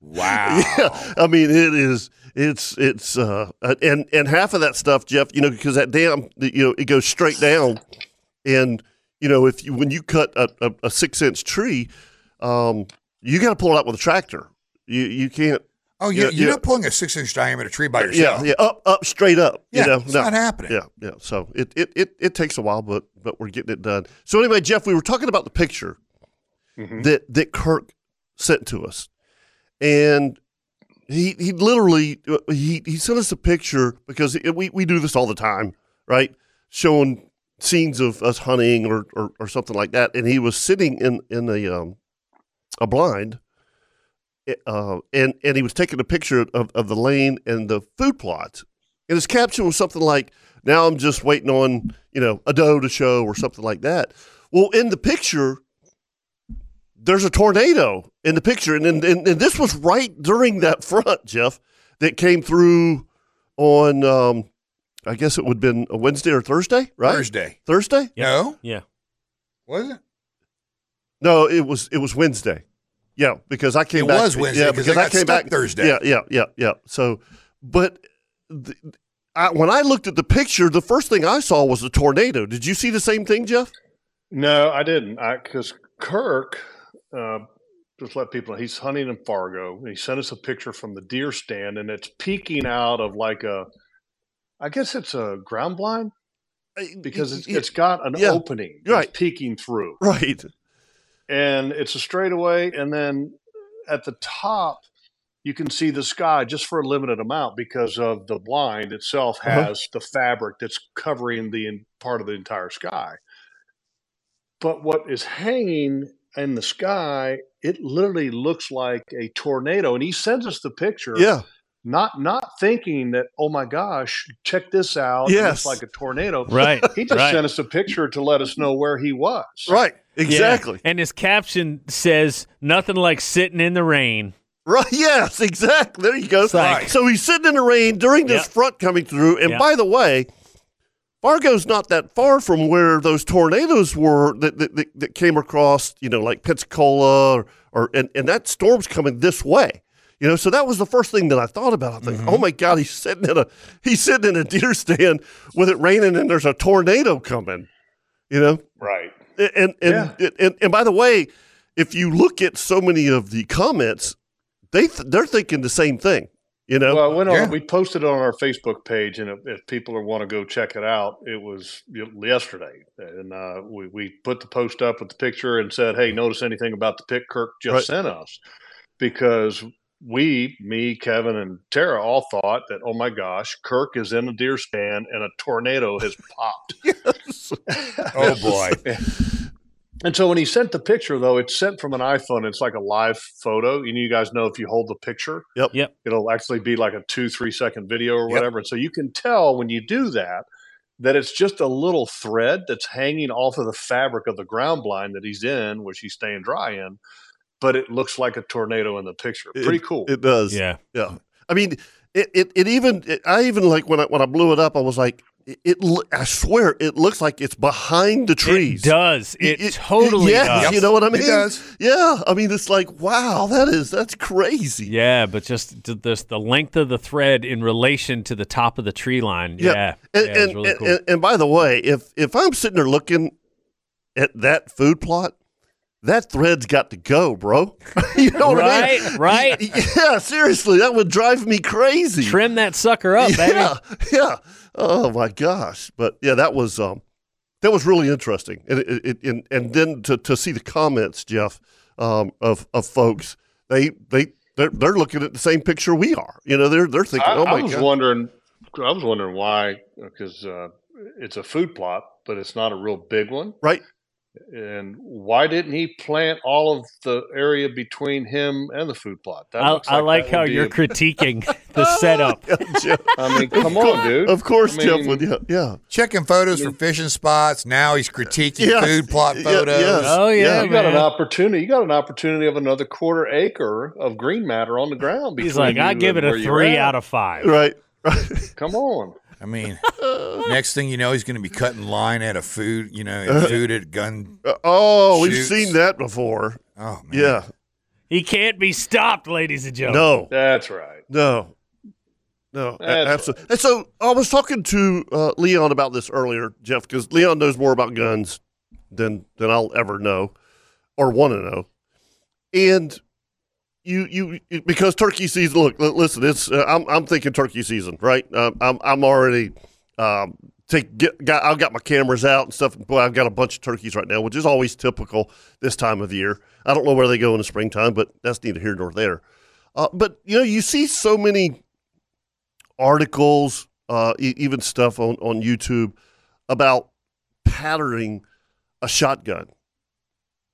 S6: Wow.
S2: yeah. I mean, it is, it's, it's, uh, and, and half of that stuff, Jeff, you know, because that dam, you know, it goes straight down. And, you know, if you, when you cut a, a, a six inch tree, um, you got to pull it out with a tractor. You, you can't,
S6: Oh, you,
S2: Yeah,
S6: you're
S2: yeah.
S6: not pulling a six inch diameter tree by
S2: yeah,
S6: yourself.
S2: yeah, up, up, straight up.
S6: Yeah,
S2: you know,
S6: it's
S2: no.
S6: not happening.
S2: Yeah, yeah. So it, it it it takes a while, but but we're getting it done. So anyway, Jeff, we were talking about the picture
S6: Mm-hmm.
S5: Mhm.
S2: that that Kirk sent to us, and he he literally uh, he he sent us a picture because it, we we do this all the time, right? Showing scenes of us hunting or or, or something like that, and he was sitting in in a um a blind. Uh, and and he was taking a picture of, of the lane and the food plot, and his caption was something like, "Now I'm just waiting on you know a doe to show or something like that." Well, in the picture, there's a tornado in the picture, and and, and, and this was right during that front, Jeff, that came through on, um, I guess it would have been a Wednesday or Thursday, right?
S6: Thursday.
S2: Thursday?
S4: Yeah.
S6: No?
S4: Yeah.
S6: Was it?
S2: No, it was it was Wednesday. Yeah, because I came
S6: It
S2: back.
S6: was Wednesday,
S2: yeah,
S6: 'cause they got stuck Thursday.
S2: Yeah, yeah, yeah, yeah. So, but the, I, when I looked at the picture, the first thing I saw was a tornado. Did you see the same thing, Jeff?
S5: No, I didn't. I because Kirk, uh, just let people know he's hunting in Fargo. And he sent us a picture from the deer stand, and it's peeking out of like a, I guess it's a ground blind because it's, it's got an
S2: Uh, yeah,
S5: opening,
S2: right.
S5: it's peeking through,
S2: right.
S5: and it's a straightaway, and then at the top. You can see the sky just for a limited amount because of the blind itself
S2: Uh-huh.
S5: has the fabric that's covering the en- part of the entire sky but what is hanging in the sky it literally looks like a tornado and he sends us the picture
S2: Yeah,
S5: not not thinking that oh my gosh check this out it
S2: Yes.
S5: looks like a tornado
S4: Right.
S5: he just
S4: right.
S5: sent us a picture to let us know where he was
S2: right.
S4: Yeah.
S2: Exactly.
S4: And his caption says nothing like sitting in the rain.
S2: Right. Yes, exactly. There you go.
S4: It's like-
S2: So he's sitting in the rain during this
S4: Yep.
S2: front coming through. And
S4: Yep.
S2: by the way, Fargo's not that far from where those tornadoes were that, that, that, that came across, you know, like Pensacola or, or and, and that storm's coming this way. You know, so that was the first thing that I thought about. I think, oh
S5: Mm-hmm.
S2: my God, he's sitting in a he's sitting in a deer stand with it raining and there's a tornado coming. You know?
S5: right
S2: and and,
S5: Yeah.
S2: and and by the way, if you look at so many of the comments, they th- they're thinking the same thing. You know,
S5: Well, it went on,
S6: Yeah.
S5: we posted it on our Facebook page, and if, if people want to go check it out, it was y- yesterday, and uh, we we put the post up with the picture and said, "Hey, notice anything about the pic Kirk just
S2: Right.
S5: sent us?" Because we, me, Kevin, and Tara all thought that, "Oh my gosh, Kirk is in a deer stand and a tornado has popped."
S6: Oh boy.
S5: And so when he sent the picture, though, it's sent from an iPhone. It's like a live photo. And you guys know if you hold the picture,
S2: Yep.
S4: Yep.
S5: it'll actually be like a two, three second video or
S6: Yep.
S5: whatever. And so you can tell when you do that that it's just a little thread that's hanging off of the fabric of the ground blind that he's in, which he's staying dry in. But it looks like a tornado in the picture. Pretty cool.
S2: it does.
S4: Yeah.
S2: Yeah. I mean, it, it, it even, it, I even like when I, when I blew it up, I was like, it, it, lo- I swear it looks like it's behind the trees.
S4: It does. It, totally
S2: yes,
S4: does.
S2: You know what I
S6: It
S2: mean?
S6: does.
S2: Yeah. I mean, it's like, wow, that is, that's crazy.
S4: Yeah, but just the, this, the length of the thread in relation to the top of the tree line. Yeah,
S2: And,
S4: yeah,
S2: and,
S4: it's really
S2: and,
S4: cool.
S2: and, and by the way, if, if I'm sitting there looking at that food plot, that thread's got to go, bro. you know what I mean?
S4: Right, right.
S2: Yeah, seriously, that would drive me crazy.
S4: Trim that sucker up, baby.
S2: yeah, yeah. Oh my gosh! But yeah, that was um, that was really interesting, and it, it, and and then to, to see the comments, Jeff, um, of of folks, they they they're, they're looking at the same picture we are. You know, they're they're thinking,
S5: I,
S2: oh
S5: I
S2: my
S5: was
S2: god,
S5: wondering. I was wondering why, because uh, it's a food plot, but it's not a real big one.
S2: right?
S5: And why didn't he plant all of the area between him and the food plot? That
S4: I,
S5: looks
S4: I like
S5: that
S4: how
S5: would be
S4: you're
S5: a-
S4: critiquing the setup.
S2: Jeff,
S5: I mean, come on, dude.
S2: of course,
S5: I
S2: Jeff
S5: mean,
S2: would. Yeah, yeah.
S6: Checking photos for fishing spots. Now he's critiquing
S2: Yes.
S6: food plot
S2: Yeah,
S6: photos.
S2: yes.
S4: Oh yeah,
S2: Yeah,
S5: You got an
S4: man.
S5: opportunity. You got an opportunity of another quarter acre of green matter on the ground.
S4: He's
S5: between
S4: like, I
S5: you
S4: give it
S5: and
S4: a
S5: where you're
S4: three
S5: at."
S4: out of five.
S2: right.
S5: Come on,
S6: I mean, next thing you know, he's going to be cutting line at a food, you know, at food at gun.
S2: Uh, oh, we've
S6: Shoots.
S2: seen that before.
S6: Oh man.
S2: Yeah,
S4: He can't be stopped, ladies and gentlemen.
S2: no,
S5: that's right.
S2: No, no,
S5: That's
S2: absolutely. And so I was talking to uh, Leon about this earlier, Jeff, because Leon knows more about guns than than I'll ever know or want to know. And you you you- because turkey season. Look, li- listen, it's uh, I'm I'm thinking turkey season, right? Um, I'm I'm already. Um, Take, get, got, I've got my cameras out and stuff. Boy, I've got a bunch of turkeys right now, which is always typical this time of year. I don't know where they go in the springtime, but that's neither here nor there. Uh, but you know, you see so many articles, uh, e- even stuff on on YouTube about patterning a shotgun.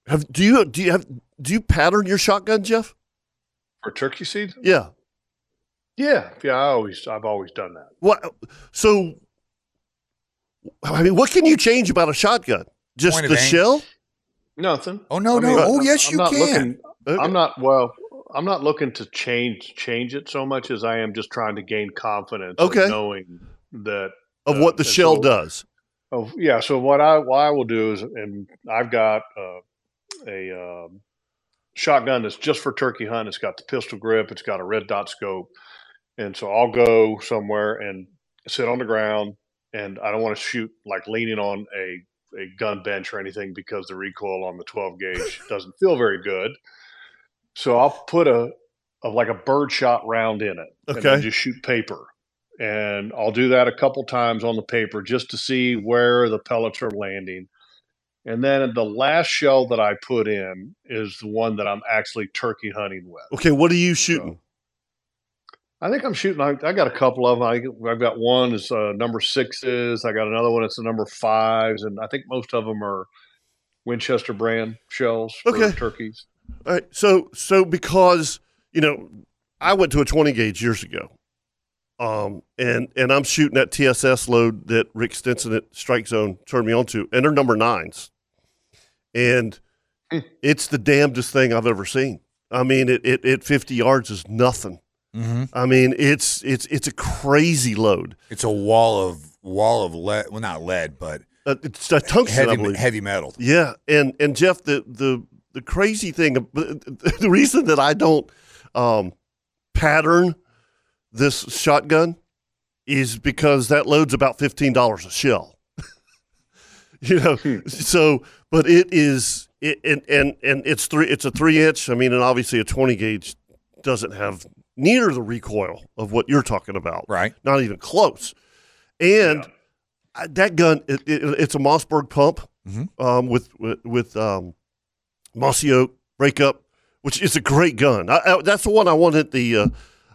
S2: Have do you do you have do you pattern your shotgun, Jeff?
S5: For turkey season?
S2: Yeah.
S5: Yeah, yeah. I always, I've always done that.
S2: What? So, I mean, what can you change about a shotgun? Just
S6: Point of
S2: the
S6: aim.
S2: shell?
S5: Nothing.
S6: Oh no,
S5: I
S6: no.
S5: mean,
S6: oh
S5: I'm-
S6: yes,
S5: I'm
S6: you
S5: not
S6: can.
S5: looking-
S2: Okay.
S5: I'm not well. I'm not looking to change change it so much as I am just trying to gain confidence. of
S2: Okay.
S5: knowing that
S2: of what the
S5: Uh,
S2: shell
S5: so-
S2: does.
S5: Oh yeah. So what I what I will do is, and I've got uh, a um, shotgun that's just for turkey hunt. It's got the pistol grip. It's got a red dot scope. And so I'll go somewhere and sit on the ground, and I don't want to shoot like leaning on a a gun bench or anything because the recoil on the 12 gauge doesn't feel very good. So I'll put a, a like a birdshot round in it. And I
S2: Okay.
S5: just shoot paper. And I'll do that a couple times on the paper just to see where the pellets are landing. And then the last shell that I put in is the one that I'm actually turkey hunting with.
S2: Okay, what are you shooting?
S5: I think I'm shooting. I, I got a couple of them. I, I've got one is uh, number sixes. I got another one that's a number fives, and I think most of them are Winchester brand shells for
S2: Okay.
S5: turkeys.
S2: All right. So so because you know, I went to a twenty gauge years ago, um, and and I'm shooting that TSS load that Rick Stinson at Strike Zone turned me on to, and they're number nines, and
S5: Hmm.
S2: it's the damnedest thing I've ever seen. I mean, it it, it fifty yards is nothing.
S6: hmm
S2: I mean, it's it's it's a crazy load.
S6: It's a wall of wall of lead. Well, not lead, but
S2: Uh, it's a tungsten, I
S6: heavy
S2: believe.
S6: heavy metal.
S2: Yeah, and and Jeff, the the the crazy thing, the reason that I don't um, pattern this shotgun is because that load's about fifteen dollars a shell. you know,
S5: Hmm.
S2: so but it is it and and and it's three. It's a three inch. I mean, and obviously a twenty gauge doesn't have near the recoil of what you're talking about.
S6: Right.
S2: Not even close. And I, that gun, it, it, it's a Mossberg pump
S5: Mm-hmm.
S2: um, with with, with um, Mossy Oak breakup, which is a great gun. I, I, that's the one I wanted at the uh,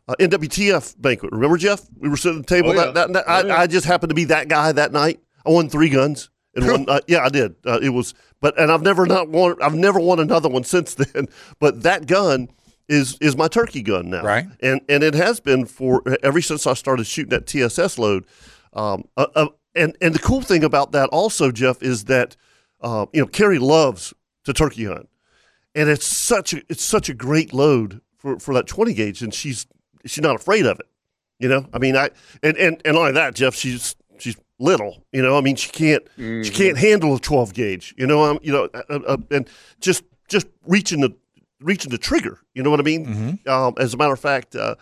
S2: uh, NWTF banquet. Remember, Jeff? We were sitting at the table.
S5: Oh,
S2: that,
S5: yeah.
S2: that, that-
S5: Oh,
S2: I,
S5: yeah.
S2: I just happened to be that guy that night. I won three guns. And one, uh, yeah, I did. Uh, it was, but and I've never not won. I've never won another one since then. But that gun is is my turkey gun now,
S6: Right.
S2: And and it has been for ever since I started shooting that TSS load. Um, uh, uh, and and the cool thing about that also, Jeff, is that uh, you know Kerry loves to turkey hunt, and it's such a it's such a great load for, for that twenty gauge, and she's she's not afraid of it. You know, I mean, I and and and not only that, Jeff, she's she's little. You know, I mean, she can't she can't handle a twelve gauge. You know, I'm you know, uh, uh, and just just reaching the reaching the trigger. You know what I mean? Um, as a matter of fact, uh,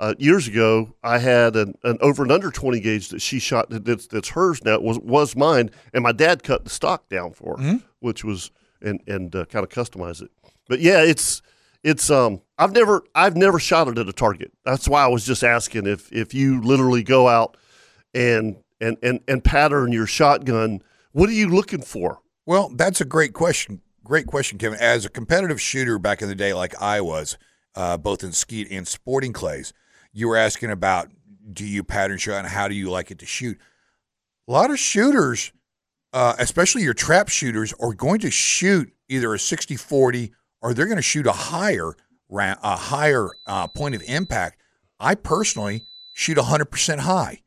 S2: uh, years ago, I had an, an over and under twenty gauge that she shot that, that's, that's hers now. It was was mine, and my dad cut the stock down for her, which was and and uh, kind of customized it. But yeah, it's it's um I've never I've never shot it at a target. That's why I was just asking if if you literally go out and and and and pattern your shotgun. What are you looking for?
S6: Well, that's a great question. Great question, Kevin. As a competitive shooter back in the day, like I was, uh, both in skeet and sporting clays, you were asking about do you pattern shot and how do you like it to shoot? A lot of shooters, uh, especially your trap shooters, are going to shoot either a 60 40 or they're going to shoot a higher round, a higher uh, point of impact. I personally shoot 100% high.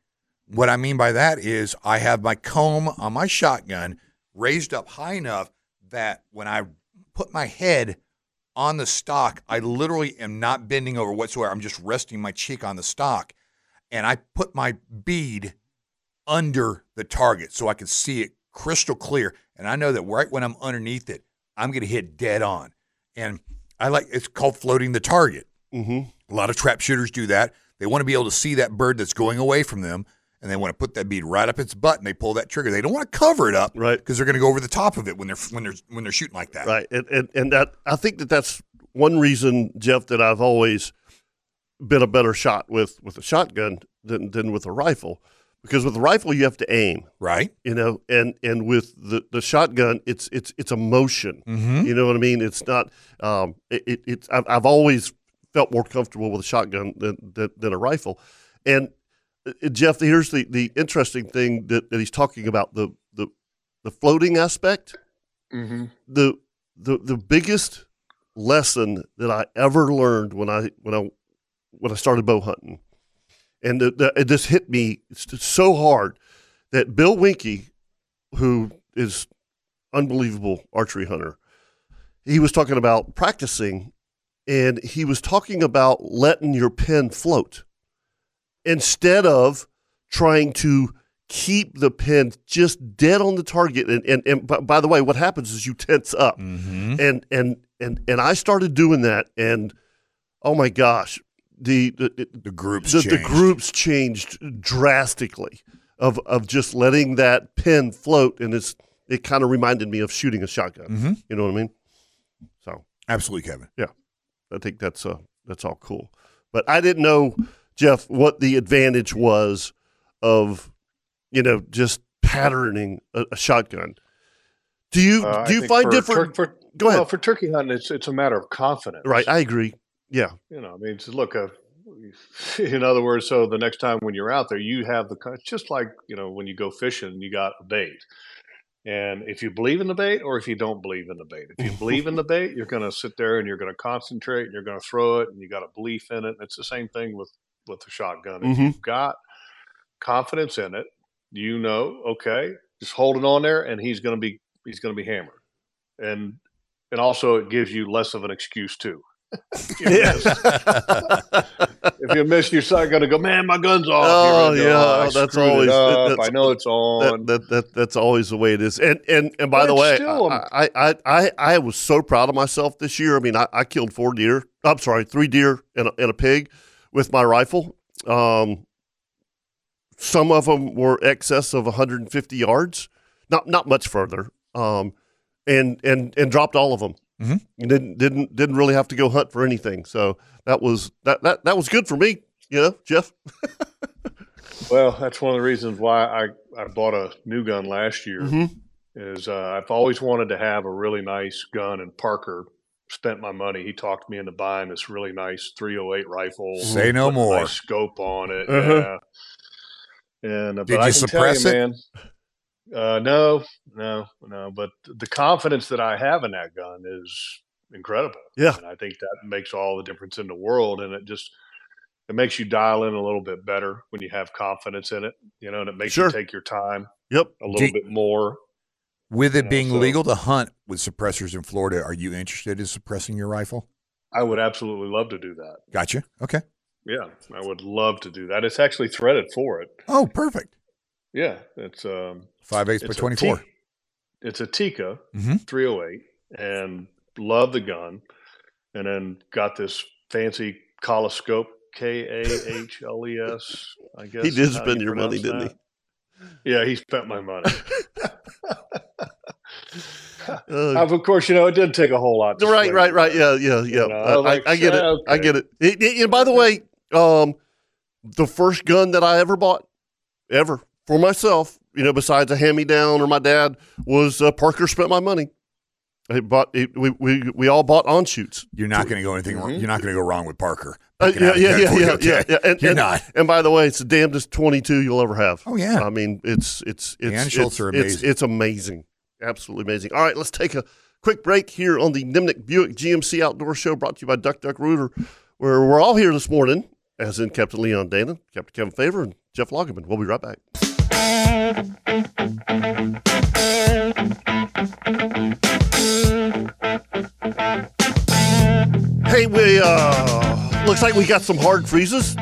S6: What I mean by that is I have my comb on my shotgun raised up high enough that when I put my head on the stock, I literally am not bending over whatsoever. I'm just resting my cheek on the stock. And I put my bead under the target so I can see it crystal clear. And I know that right when I'm underneath it, I'm going to hit dead on. And I like it's called floating the target.
S2: Mm-hmm.
S6: A lot of trap shooters do that. They want to be able to see that bird that's going away from them, and they want to put that bead right up its butt, and they pull that trigger. They don't want to cover it up,
S2: Right.
S6: Because they're going to go over the top of it when they're when they're when they're shooting like that.
S2: Right. And, and and that I think that that's one reason, Jeff, that I've always been a better shot with with a shotgun than than with a rifle, because with a rifle you have to aim,
S6: Right.
S2: you know, and and with the the shotgun it's it's it's a motion.
S6: Mm-hmm.
S2: You know what I mean? It's not. Um, it, it, it's. I've, I've always felt more comfortable with a shotgun than than, than a rifle. And uh, Jeff, here's the, the interesting thing that, that he's talking about the the the floating aspect.
S5: Mm-hmm.
S2: The the the biggest lesson that I ever learned when I when I when I started bow hunting, and the, the, it just hit me s- so hard that Bill Winky, who is unbelievable archery hunter, he was talking about practicing, and he was talking about letting your pin float instead of trying to keep the pin just dead on the target. And and, and by, by the way, what happens is you tense up,
S6: Mm-hmm.
S2: and and and and I started doing that, and oh my gosh, the the,
S6: The groups.
S2: the, the
S6: changed.
S2: groups changed drastically of of just letting that pin float, and it's it kind of reminded me of shooting a shotgun.
S6: Mhm.
S2: You know what I mean? So
S6: Absolutely, Kevin.
S2: I think that's uh that's all cool. But I didn't know, Jeff, what the advantage was of, you know, just patterning a, a shotgun. Do you
S5: Uh, I
S2: do you
S5: think
S2: find
S5: for
S2: different?
S5: tur- for,
S2: Go ahead.
S5: Well, for turkey hunting, it's it's a matter of confidence,
S2: right, I agree. Yeah,
S5: you know, I mean, it's- look, uh, in other words, so the next time when you're out there, you have the con- it's just like you know when you go fishing, you got a bait, and if you believe in the bait or if you don't believe in the bait, if you believe in the bait, you're going to sit there and you're going to concentrate and you're going to throw it, and you got a belief in it. And it's the same thing with with the shotgun. If
S2: Mhm.
S5: you've got confidence in it, you know, okay, just hold it on there, and he's going to be he's going to be hammered, and and also it gives you less of an excuse too. If you miss if you miss your sight, gonna go, man, my gun's off.
S2: Oh,
S5: You're gonna go,
S2: yeah,
S5: I
S2: that's
S5: screwed it
S2: always-
S5: up.
S2: that's-
S5: I know it's
S2: that,
S5: on.
S2: that, that that's always the way it is. And and and by
S5: But
S2: the
S5: it's
S2: way,
S5: still-
S2: I, I I I was so proud of myself this year. I mean, I, I killed four deer. I'm sorry, three deer and a, and a pig with my rifle. Um, some of them were excess of 150 yards, not not much further. Um, and and and dropped all of them.
S6: Mhm.
S2: And Didn't didn't didn't really have to go hunt for anything. So that was that that, that was good for me. You know, Jeff.
S5: Well, that's one of the reasons why I, I bought a new gun last year.
S2: Mhm.
S6: Mm-hmm.
S5: Is uh, I've always wanted to have a really nice gun, and Parker spent my money. He talked me into buying this really nice 308 rifle.
S6: Say no
S5: with a nice
S6: more.
S5: scope on it.
S2: Uh-huh.
S5: Yeah. And uh,
S6: Did
S5: but I
S6: you
S5: can
S6: suppress
S5: tell
S6: it?
S5: you, man. Uh, no, no, no. But the confidence that I have in that gun is incredible.
S2: Yeah.
S5: and I think that makes all the difference in the world. And it just it makes you dial in a little bit better when you have confidence in it, you know, and it makes
S2: Sure.
S5: you take your time
S2: Yep.
S5: a little
S6: you-
S5: bit more.
S6: With it
S5: Yeah,
S6: being
S5: so-
S6: legal to hunt with suppressors in Florida, are you interested in suppressing your rifle?
S5: I would absolutely love to do that.
S6: Gotcha. Okay.
S5: Yeah, I would love to do that. It's actually threaded for it.
S6: Oh, perfect.
S5: Yeah, it's um,
S6: Five eighths by
S5: it's a
S6: twenty four.
S5: T- it's a Tika
S6: Mhm.
S5: 308, and love the gun, and then got this fancy Coloscope K A H L E S. I guess
S2: He did
S5: is how
S2: spend
S5: you
S2: your money,
S5: pronounce
S2: didn't
S5: that. Yeah, he spent my money.
S2: he? Uh,
S5: of course, you know it didn't take a whole lot. To
S2: right,
S5: sway
S2: right,
S5: me.
S2: right. Yeah, yeah, yeah.
S5: know,
S2: I,
S5: like,
S2: I, I get it. I
S5: okay.
S2: get it. It- it- And by the way, um, the first gun that I ever bought, ever for myself, you know, besides a hand-me-down or my dad, was uh, Parker spent my money. I bought it, we, we we all bought on shoots. Mm-hmm.
S6: You're not going to go anything wrong. You're not going to go wrong with Parker.
S2: Uh,
S6: Picking
S2: yeah,
S6: out a
S2: yeah,
S6: gun
S2: yeah,
S6: for you,
S2: yeah,
S6: okay?
S2: yeah, yeah. And,
S6: You're
S2: and-
S6: not.
S2: And by the way, it's the damnedest twenty-two you'll ever have.
S6: Oh yeah.
S2: I mean, it's it's it's
S6: and
S2: it's,
S6: Schultz are
S2: it's-
S6: amazing.
S2: It's, amazing, absolutely amazing. All right, let's take a quick break here on the Nimnik Buick GMC Outdoor Show, brought to you by Duck Duck Rooter, where we're all here this morning, as in Captain Leon Dana, Captain Kevin Favor, and Jeff Loggeman. We'll be right back. Hey, we uh, looks like we got some hard freezes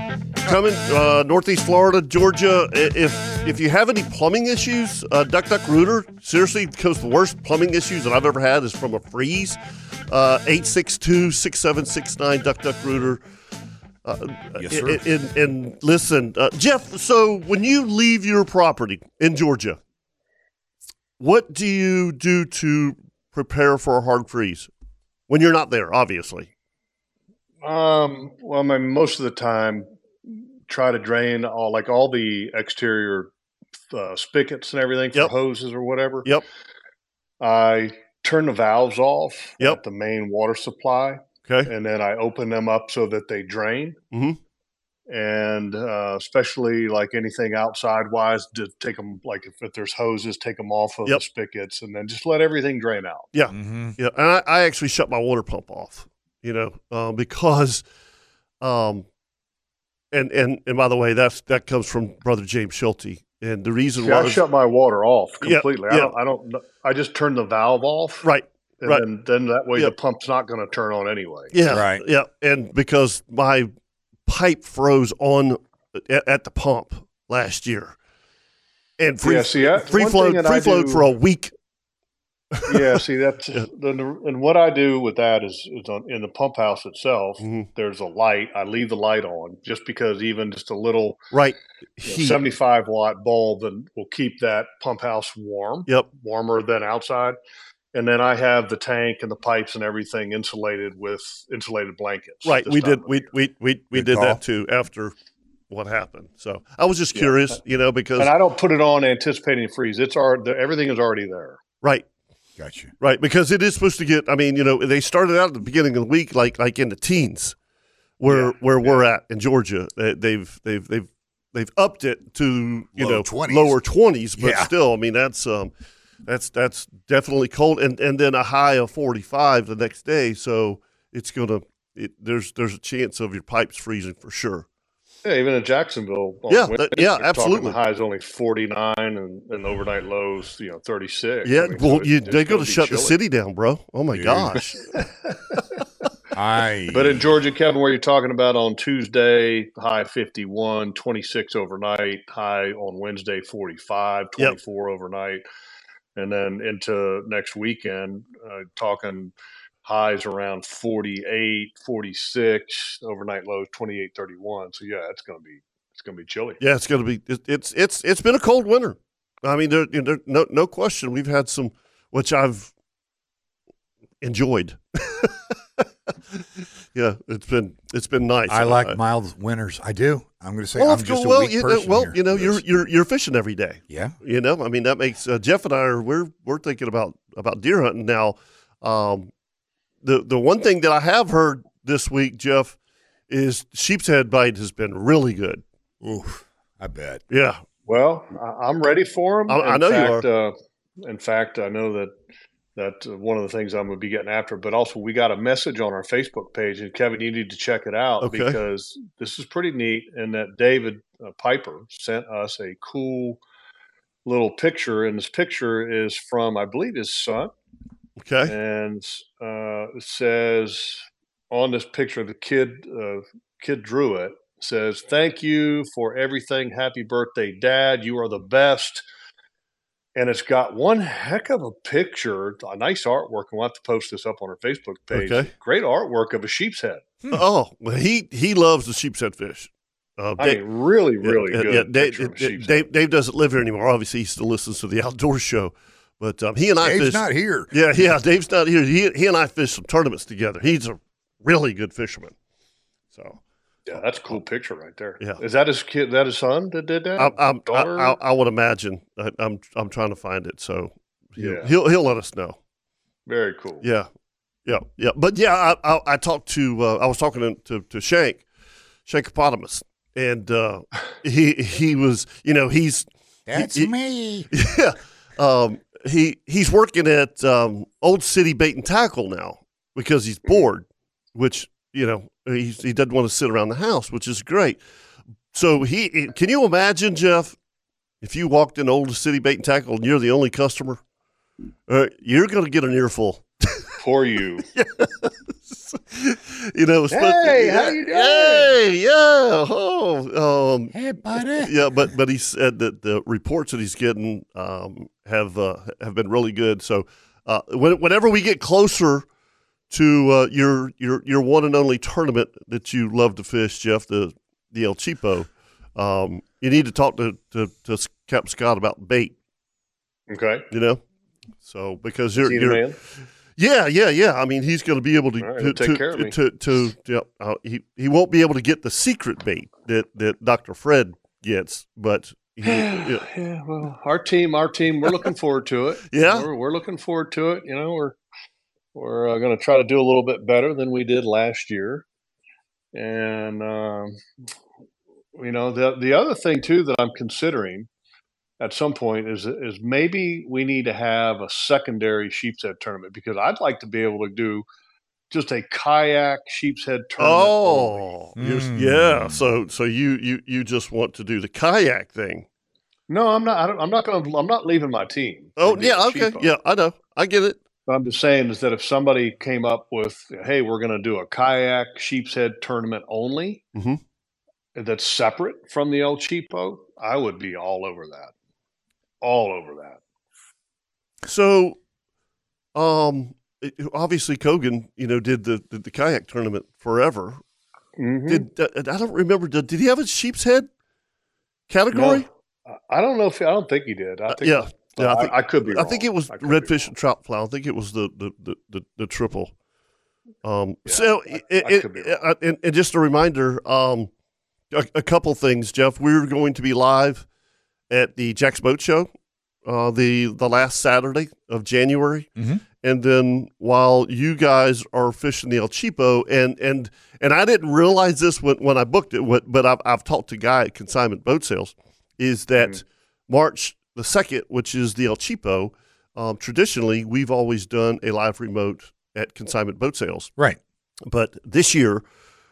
S2: coming. Uh, Northeast Florida, Georgia. I- If if you have any plumbing issues, uh, Duck Duck Rooter seriously because the worst plumbing issues that I've ever had is from a freeze. Uh, Eight six two six seven six nine Duck Duck Rooter. Uh,
S6: yes,
S2: I-
S6: sir.
S2: I- And, and listen, uh, Jeff. So when you leave your property in Georgia, what do you do to prepare for a hard freeze when you're not there? Obviously.
S5: Um, well, I mean, most of the time, try to drain all like all the exterior uh, spigots and everything
S2: Yep.
S5: for hoses or whatever.
S2: Yep.
S5: I turn the valves off
S2: Yep.
S5: at the main water supply,
S2: Okay.
S5: and then I open them up so that they drain.
S2: Mhm.
S5: And uh, especially like anything outside wise, to take them like if, if there's hoses, take them off of
S2: Yep.
S5: the spigots, and then just let everything drain out.
S6: hmm
S2: Yeah, and I, I actually shut my water pump off, you know, uh, because, um, and and and by the way, that's that comes from Brother James Schulte, and the reason
S5: See,
S2: why
S5: I shut my water off
S2: Yeah,
S5: completely.
S2: yeah.
S5: I, don't, I don't. kn- I just turn the valve off,
S2: right,
S5: And
S2: right.
S5: Then, then that way
S2: Yeah.
S5: the pump's not going to turn on anyway.
S2: yeah,
S6: Right.
S2: yeah, and because my pipe froze on at, at the pump last year, and free
S5: yeah, see, that,
S2: free
S5: one thing
S2: flowed
S5: that
S2: free
S5: I
S2: flowed
S5: do-
S2: for a week.
S5: yeah, see that's
S2: Yeah.
S5: then the- and what I do with that is, is on, in the pump house itself.
S2: Mhm.
S5: There's a light. I leave the light on just because even just a little
S2: Right,
S5: you know,
S2: Heat.
S5: 75 watt bulb and will keep that pump house warm,
S2: Yep.
S5: warmer than outside. And then I have the tank and the pipes and everything insulated with insulated blankets.
S2: Right,
S5: this
S2: we
S5: time
S2: did
S5: of
S2: we
S5: year.
S2: we we we
S6: Good
S2: did
S6: call.
S2: that too after what happened. So I was just
S5: Yeah.
S2: curious, you know, because
S5: and I don't put it on anticipating a freeze. It's already everything is already there.
S2: right.
S6: Gotcha.
S2: Right, because it is supposed to get. I mean, you know, they started out at the beginning of the week like like in the teens, where
S5: Yeah,
S2: where we're at in Georgia. They, they've they've they've they've upped it to you
S6: Low
S2: know
S6: 20s.
S2: lower twenties, but
S6: Yeah.
S2: still, I mean, that's um, that's that's definitely cold, and and then a high of forty five the next day. So it's gonna it, there's there's a chance of your pipes freezing for sure.
S5: Yeah, even in Jacksonville. on
S2: Yeah, that-
S5: Wednesday,
S2: yeah,
S5: they're talking
S2: absolutely.
S5: The high is only 49 and, and overnight lows, you know, 36.
S2: Yeah,
S5: I mean, so
S2: well,
S5: it-
S2: you,
S5: it's
S2: they're gonna
S5: be
S2: shut the
S5: chilly.
S2: city down, bro. Oh my
S6: Dude.
S2: gosh,
S6: I.
S5: But in Georgia, Kevin, where you're talking about on Tuesday, high 51, 26 overnight, high on Wednesday, 45, 24 overnight. And then into next weekend, uh, talking highs around 48, 46, overnight lows 28, 31. So yeah, it's going to be, it's going to be chilly.
S2: Yeah, it's going to be. It, it's it's it's been a cold winter. I mean, there, you know, there no no question. We've had some, which I've enjoyed. yeah, it's been it's been nice.
S6: I like mild winters. I do. I'm going to say
S2: well,
S6: I'm
S2: if
S6: just
S2: you-
S6: a
S2: well,
S6: weak
S2: you, know,
S6: person
S2: well,
S6: here.
S2: you know, you're you're you're fishing every day.
S6: Yeah.
S2: You know, I mean that makes uh, Jeff and I are we're we're thinking about about deer hunting now. Um, the the one thing that I have heard this week, Jeff, is sheep's head bite has been really good.
S6: Oof, I bet.
S2: Yeah,
S5: Well, I, I'm ready for them.
S2: I- I know you
S5: fact, Uh, in fact, I know that that uh, one of the things I'm going to be getting after. But also, we got a message on our Facebook page, and Kevin, you need to check it out
S2: Okay.
S5: because this is pretty neat. And that David uh, Piper sent us a cool little picture, and this picture is from, I believe, his son
S2: okay,
S5: and uh, it says on this picture the kid uh, kid drew it says thank you for everything happy birthday dad you are the best and it's got one heck of a picture a nice artwork and we'll have to post this up on our facebook page
S2: Okay.
S5: great artwork of a sheep's head
S2: Oh, well, he he loves the sheep's head fish. Uh,
S5: i mean really
S2: Yeah,
S5: really
S2: yeah,
S5: good
S2: yeah,
S5: picture
S2: Dave,
S5: of a sheep's head.
S2: Dave, Dave doesn't live here anymore. Obviously, he still listens to the outdoor show, but um, he and I
S6: Dave's
S2: fish.
S6: not here.
S2: yeah, yeah, Dave's not here. He, he and I fish some tournaments together. He's a really good fisherman. So uh,
S5: yeah that's a cool picture right there
S2: Yeah. Uh,
S5: is that his kid that his son that did that
S2: I'm, I'm, I,
S5: Uh, Daughter?
S2: I, I would imagine. I, I'm I'm trying to find it. So he'll,
S5: Yeah.
S2: he'll he'll let us know.
S5: very cool
S2: Yeah, yeah, yeah. But yeah, I I, I talked to uh, I was talking to to, to Shank Shankopotamus, and uh, he he was you know he's
S6: That's
S2: you-
S6: me.
S2: yeah. Um, he he's working at um, Old City Bait and Tackle now because
S6: Mm-hmm.
S2: he's bored, which you know he he doesn't want to sit around the house, which is great. So he can you imagine Jeff if you walked in Old City Bait and Tackle and you're the only customer, uh, you're going to get an earful.
S5: for you
S2: you know,
S5: Hey, how you doing?
S2: Hey, yeah, oh, um,
S6: Hey, buddy.
S2: yeah, but but he said that the reports that he's getting um, have uh, have been really good. So uh, when, whenever we get closer to uh, your your your one and only tournament that you love to fish, Jeff, the the El Chipo, um, you need to talk to to, to Cap Scott about bait.
S5: okay
S2: You know, so because
S5: See
S2: you're,
S5: the
S2: you're
S5: man?
S2: yeah, yeah, yeah. I mean, he's going to be able to
S5: All right,
S2: to,
S5: he'll take
S2: to,
S5: care of me.
S2: to, to, yeah, uh, he he won't be able to get the secret bait that that Doctor Fred gets, but he, yeah,
S5: yeah, well, our team, our team, we're looking forward to it.
S2: Yeah.
S5: we're, we're looking forward to it. You know, we're we're uh, going to try to do a little bit better than we did last year, and um, you know, the the other thing too that I'm considering at some point is is maybe we need to have a secondary sheep's head tournament because I'd like to be able to do just a kayak sheep's head tournament. only.
S2: oh, you're-
S6: Mm.
S2: yeah. So so you you you just want to do the kayak thing?
S5: no, I'm not. I don't, I'm not going. to I'm not leaving my team. to
S2: Oh
S5: be
S2: yeah,
S5: a
S2: okay,
S5: sheepdog.
S2: yeah. I know, I get it.
S5: What I'm just saying is that if somebody came up with, hey, we're going to do a kayak sheep's head tournament only,
S2: Mhm.
S5: that's separate from the El Cheapo, I would be all over that. All over that.
S2: So, um, it- obviously Kogan, you know, did the the, the kayak tournament forever.
S5: Mm-hmm.
S2: Did uh, I don't remember? Did, did he have a sheep's head category?
S5: No, I I don't know if I don't think he did. I
S2: Uh,
S5: think
S2: yeah, yeah, I
S5: I,
S2: think-
S5: I could be.
S2: I think
S5: wrong.
S2: it was
S5: I could be
S2: redfish
S5: wrong.
S2: and trout flow. I think it was the the the, the, the triple. Um,
S5: Yeah,
S2: so
S5: I-
S2: it-
S5: I
S2: it-
S5: could be
S2: uh, and, and just a reminder, um, a, a couple things, Jeff. We're going to be live at the Jack's Boat Show, uh, the the last Saturday of January,
S6: Mhm.
S2: and then while you guys are fishing the El Chipo, and and and I didn't realize this when, when I booked it, what- but I've I've talked to Guy at Consignment Boat Sales, is that March the second, which is the El Chipo. Um, traditionally, we've always done a live remote at Consignment Boat Sales.
S6: Right.
S2: But this year,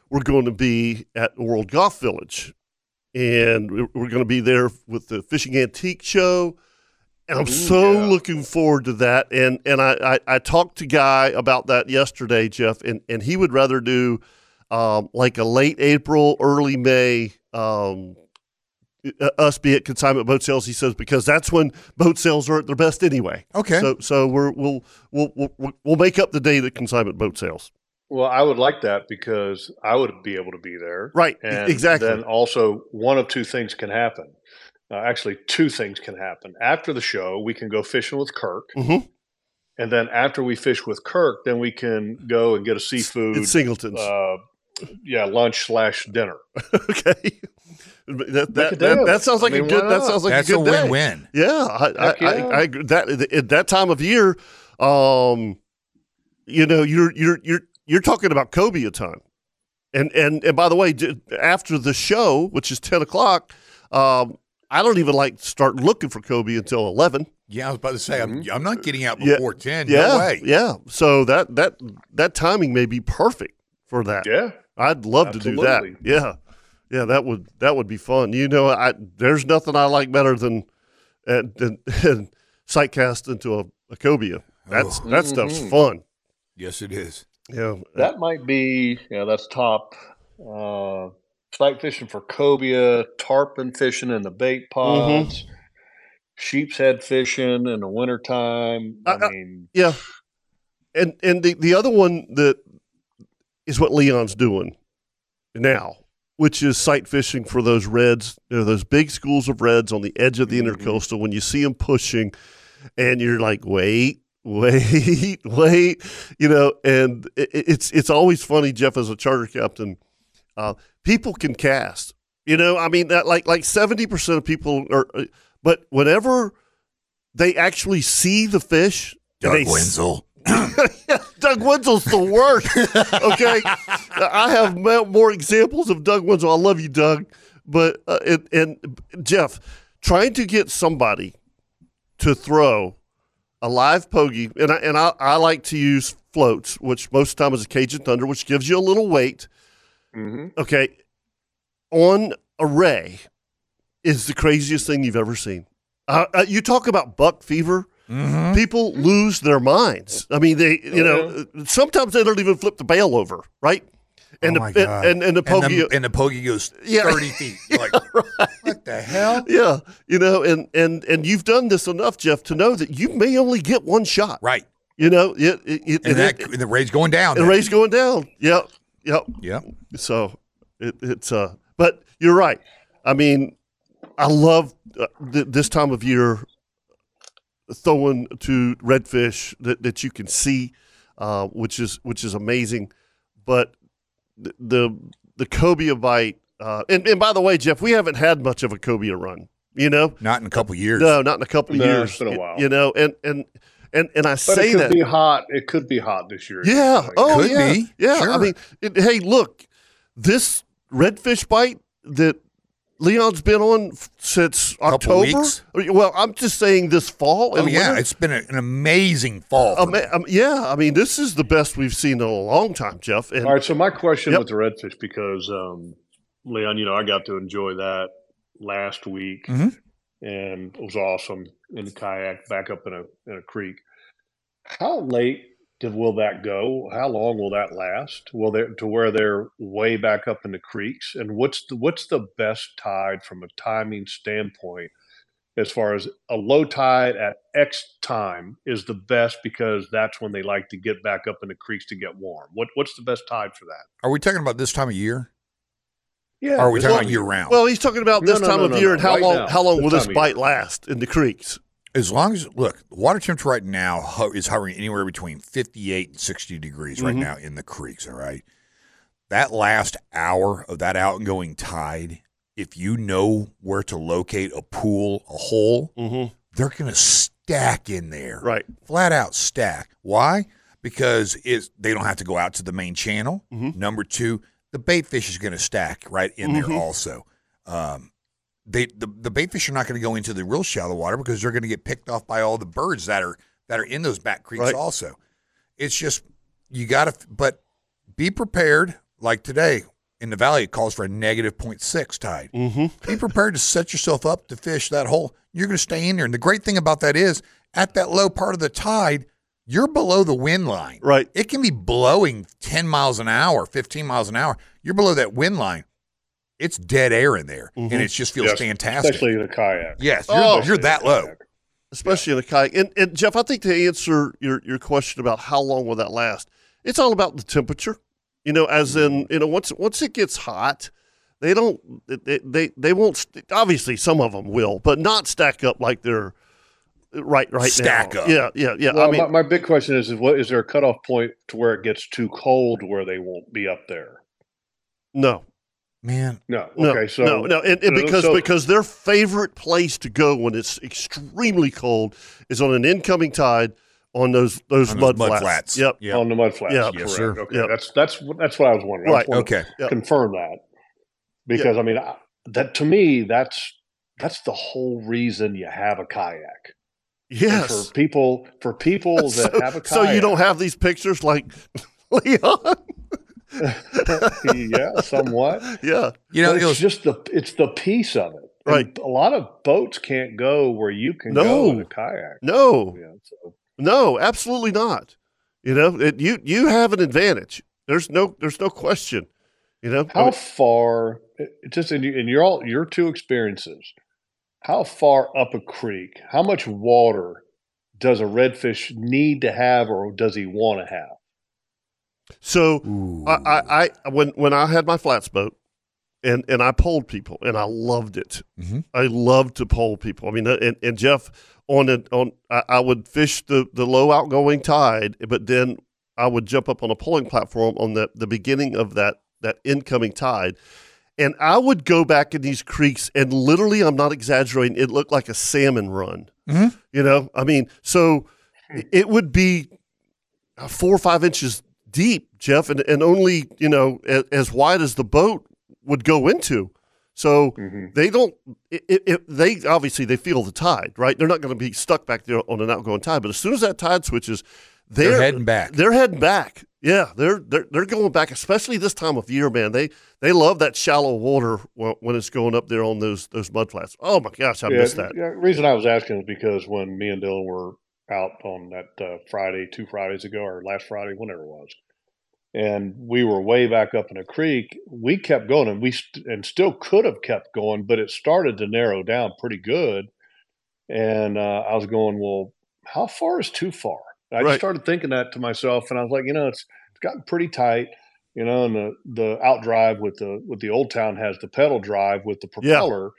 S2: we're going to be at World Golf Village, and we- we're going to be there with the Fishing Antique Show. And I'm
S5: Ooh,
S2: so
S5: yeah.
S2: looking forward to that. And and I, I, I talked to Guy about that yesterday, Jeff, and, and he would rather do um, like a late April, early May um, uh, us be at consignment boat sales. He says because that's when boat sales are at their best anyway.
S6: Okay.
S2: So so we're, we'll, we'll we'll we'll make up the day that consignment boat sales.
S5: Well, I would like that because I would be able to be there.
S2: Right, e-
S5: And
S2: exactly.
S5: Then also, one of two things can happen. Uh, actually, two things can happen. After the show, we can go fishing with Kirk,
S2: Mhm.
S5: and then after we fish with Kirk, then we can go and get a seafood.
S2: It's Singletons.
S5: Uh, yeah, lunch slash dinner.
S2: okay. That
S5: Make a
S2: that,
S5: day
S2: that,
S5: of
S2: that
S5: it.
S2: sounds like
S5: I
S2: a
S5: mean,
S2: good.
S5: why
S2: That
S5: not?
S2: sounds like
S6: That's
S2: a
S6: a
S2: good day.
S6: win-win.
S2: Yeah, I, I,
S5: Heck yeah.
S2: I, I agree. That at that time of year, um, you know, you're you're you're you're talking about Kobe a ton, and and and by the way, j- after the show, which is ten o'clock, um, I don't even like to start looking for Kobe until eleven.
S6: Yeah, I was about to say, I'm, I'm not getting out
S2: Mm-hmm. Yeah.
S6: before 10.
S2: yeah,
S6: No way.
S2: yeah. So that that that timing may be perfect for that.
S5: Yeah.
S2: I'd love to do that.
S5: Absolutely.
S2: Yeah. Yeah, that would that would be fun. You know, I there's nothing I like better than and than, than sightcast into a, a cobia. That's that stuff's fun.
S6: Yes, it is.
S2: Yeah.
S5: That might be, yeah, that's top. Uh, sight fishing for cobia, tarpon fishing in the
S2: Mm-hmm.
S5: bait pods, sheep's head fishing in the wintertime. I,
S2: I- I-
S5: mean,
S2: Yeah. And and the, the other one that is what Leon's doing now, which is sight fishing for those reds, you know, those big schools of reds on the edge of the intercoastal when you see them pushing and you're like, wait, wait, wait, you know, and it, it's it's always funny, Jeff, as a charter captain, uh, people can cast. You know, I mean that like like seventy percent of people are uh, but whenever they actually see the fish
S6: Doug
S2: they
S6: Wenzel.
S2: Doug Wenzel's the worst. Okay, I have mo- more examples of Doug Wenzel. I love you, Doug, but uh, and, and Jeff trying to get somebody to throw a live pogie, and I, and I, I like to use floats, which most of the time is a Cajun Thunder, which gives you a little weight. Okay, on a ray is the craziest thing you've ever seen. Uh, uh, you talk about buck fever
S6: Mm-hmm.
S2: people lose their minds. I mean, they you know sometimes they don't even flip the bail over, right? And
S6: oh my
S2: the and-
S6: God.
S2: and, and the pokey,
S6: And the, and the pokey goes
S2: Yeah.
S6: 30 feet. You're like, what the hell?
S2: yeah, you know, and and and you've done this enough, Jeff, to know that you may only get one shot.
S6: Right.
S2: You know, it, it, it,
S6: And,
S2: and
S6: that,
S2: it-
S6: and the rate's going down.
S2: the
S6: then.
S2: ray's going down. Yep, yep.
S6: Yep.
S2: So it, it's uh, but you're right. I mean, I love uh, th- this time of year throwing to redfish that, that you can see, uh, which is which is amazing. But th- the the cobia bite, uh, and and by the way, Jeff, we haven't had much of a cobia run. You know,
S6: Not in a couple years.
S2: no, not in a couple of
S5: No,
S2: years.
S5: it's been a while.
S2: You know, and and and and I
S5: but
S2: say
S5: it could
S2: that
S5: be hot. It could be hot this year.
S2: yeah.
S5: Like,
S2: oh,
S6: could
S2: yeah.
S6: be.
S2: Yeah. I
S6: Sure.
S2: mean, it, hey, look, this redfish bite that Leon's been on f- since
S6: Couple
S2: October.
S6: weeks.
S2: Well, I'm just saying this fall.
S6: Oh,
S2: and
S6: yeah.
S2: winter-
S6: It's been a, an amazing fall. for
S2: Ama-
S6: me.
S2: um, yeah. I mean, this is the best we've seen in a long time, Jeff. And
S5: All right. So my question
S2: Yep.
S5: with the redfish, because um, Leon, you know, I got to enjoy that last week,
S2: Mm-hmm.
S6: Mhm.
S5: and it was awesome in the kayak back up in a in a creek. How late did, will that go? How long will that last? Will they to where they're way back up in the creeks? And what's the, what's the best tide from a timing standpoint? As far as a low tide at X time is the best because that's when they like to get back up in the creeks to get warm. What what's the best tide for that?
S6: Are we talking about this time of year?
S5: Yeah.
S6: Or are we
S5: this
S6: talking
S5: time.
S6: about year round?
S2: well, he's talking about
S5: No,
S2: this
S5: no,
S2: time
S5: no,
S2: of
S5: no,
S2: year
S5: no.
S2: and how
S5: Right
S2: long
S5: now.
S2: how long will this
S5: This time of
S2: bite
S5: year.
S2: last in the creeks?
S6: As long as look, the water temperature right now ho- is hovering anywhere between 58 and 60 degrees
S2: Mm-hmm.
S6: right now in the creeks. All right, that last hour of that outgoing tide, if you know where to locate a pool, a hole,
S2: Mm-hmm.
S6: they're going to stack in there,
S2: Right.
S6: flat out stack. Why? Because it's they don't have to go out to the main channel. Number two, the bait fish is going to stack right in there also. Um, they the, the bait fish are not going to go into the real shallow water because they're going to get picked off by all the birds that are that are in those back creeks
S2: Right.
S6: also. It's just you got to, but be prepared. Like today in the valley, it calls for a negative 0.6 tide
S2: Mm-hmm.
S6: be prepared to set yourself up to fish that hole. You're going to stay in there. And the great thing about that is, at that low part of the tide, you're below the wind line.
S2: Right.
S6: It can be blowing 10 miles an hour, 15 miles an hour. You're below that wind line. It's dead air in there, and it just feels
S5: Mm-hmm. Yes,
S6: fantastic.
S5: especially in a kayak.
S6: yes, you're,
S2: Oh.
S6: you're that low.
S2: especially in a kayak. And, and Jeff, I think to answer your, your question about how long will that last, it's all about the temperature. You know, as in,
S6: Mm-hmm.
S2: you know, once once it gets hot, they don't they they, they won't st- obviously some of them will, but not stack up like they're right right
S6: Stack
S2: now.
S6: up.
S2: Yeah, yeah, yeah.
S5: Well,
S2: I mean,
S5: my, my big question is, is what is there a cutoff point to where it gets too cold where they won't be up there?
S2: no,
S6: Man,
S5: No.
S2: no,
S5: okay. So
S2: no, no, and, and
S5: so-
S2: because
S5: so-
S2: because their favorite place to go when it's extremely cold is on an incoming tide on those those,
S6: on those
S2: mud,
S6: mud
S2: flats.
S6: flats.
S2: Yep.
S6: Yeah.
S5: on the mud flats.
S2: Yeah.
S5: correct.
S6: Yes, sir.
S5: Okay.
S2: Yeah.
S5: That's that's wh- that's what I was wondering. I
S2: Right.
S5: just wanted to
S6: Okay.
S2: Yeah.
S5: Confirm that because I mean I, that to me that's that's the whole reason you have a kayak. And
S2: Yes.
S5: For people for people that
S2: so,
S5: have a kayak.
S2: so you don't have these pictures like Leon.
S5: yeah, somewhat.
S2: yeah.
S6: You know,
S5: But
S6: it
S5: it's
S6: was,
S5: just the it's the piece of it. And
S2: Right.
S5: a lot of boats can't go where you can go in
S2: No.
S5: a kayak.
S2: No.
S5: Yeah, so
S2: No, absolutely not. You know, it, you you have an advantage. There's no there's no question. You know, I
S5: how
S2: mean,
S5: far it- it just in, your- in your all your two experiences how far up a creek how much water does a redfish need to have or does he want to have
S2: so
S6: Ooh.
S2: I, I, I when when I had my flats boat, and and I polled people, and I loved it.
S6: Mhm.
S2: I loved to poll people. I mean, uh, and, and Jeff on a, on I, I would fish the the low outgoing tide, but then I would jump up on a polling platform on the the beginning of that that incoming tide. And I would go back in these creeks, and literally, I'm not exaggerating. It looked like a salmon run.
S6: Mhm.
S2: You know, I mean, so it would be uh, four or five inches deep, Jeff, and, and only you know as, as wide as the boat would go into. So
S5: Mm-hmm.
S2: they don't. It, it, it, they obviously they feel the tide, right? They're not going to be stuck back there on an outgoing tide. But as soon as that tide switches, they're,
S6: They're heading back.
S2: They're heading back. Yeah, they're they're they're going back, especially this time of year, man. They they love that shallow water wh- when it's going up there on those those mud flats. Oh my gosh, I
S5: yeah,
S2: missed that.
S5: yeah, reason i was asking is because when me and dylan were out on that uh, friday two fridays ago or last friday whenever it was and we were way back up in a creek we kept going and we st- and still could have kept going but it started to narrow down pretty good and uh, i was going well how far is too far i
S2: Right.
S5: just started thinking that to myself and i was like you know it's it's gotten pretty tight you know and the the out drive with the with the old town has the pedal drive with the
S2: Yeah.
S5: propeller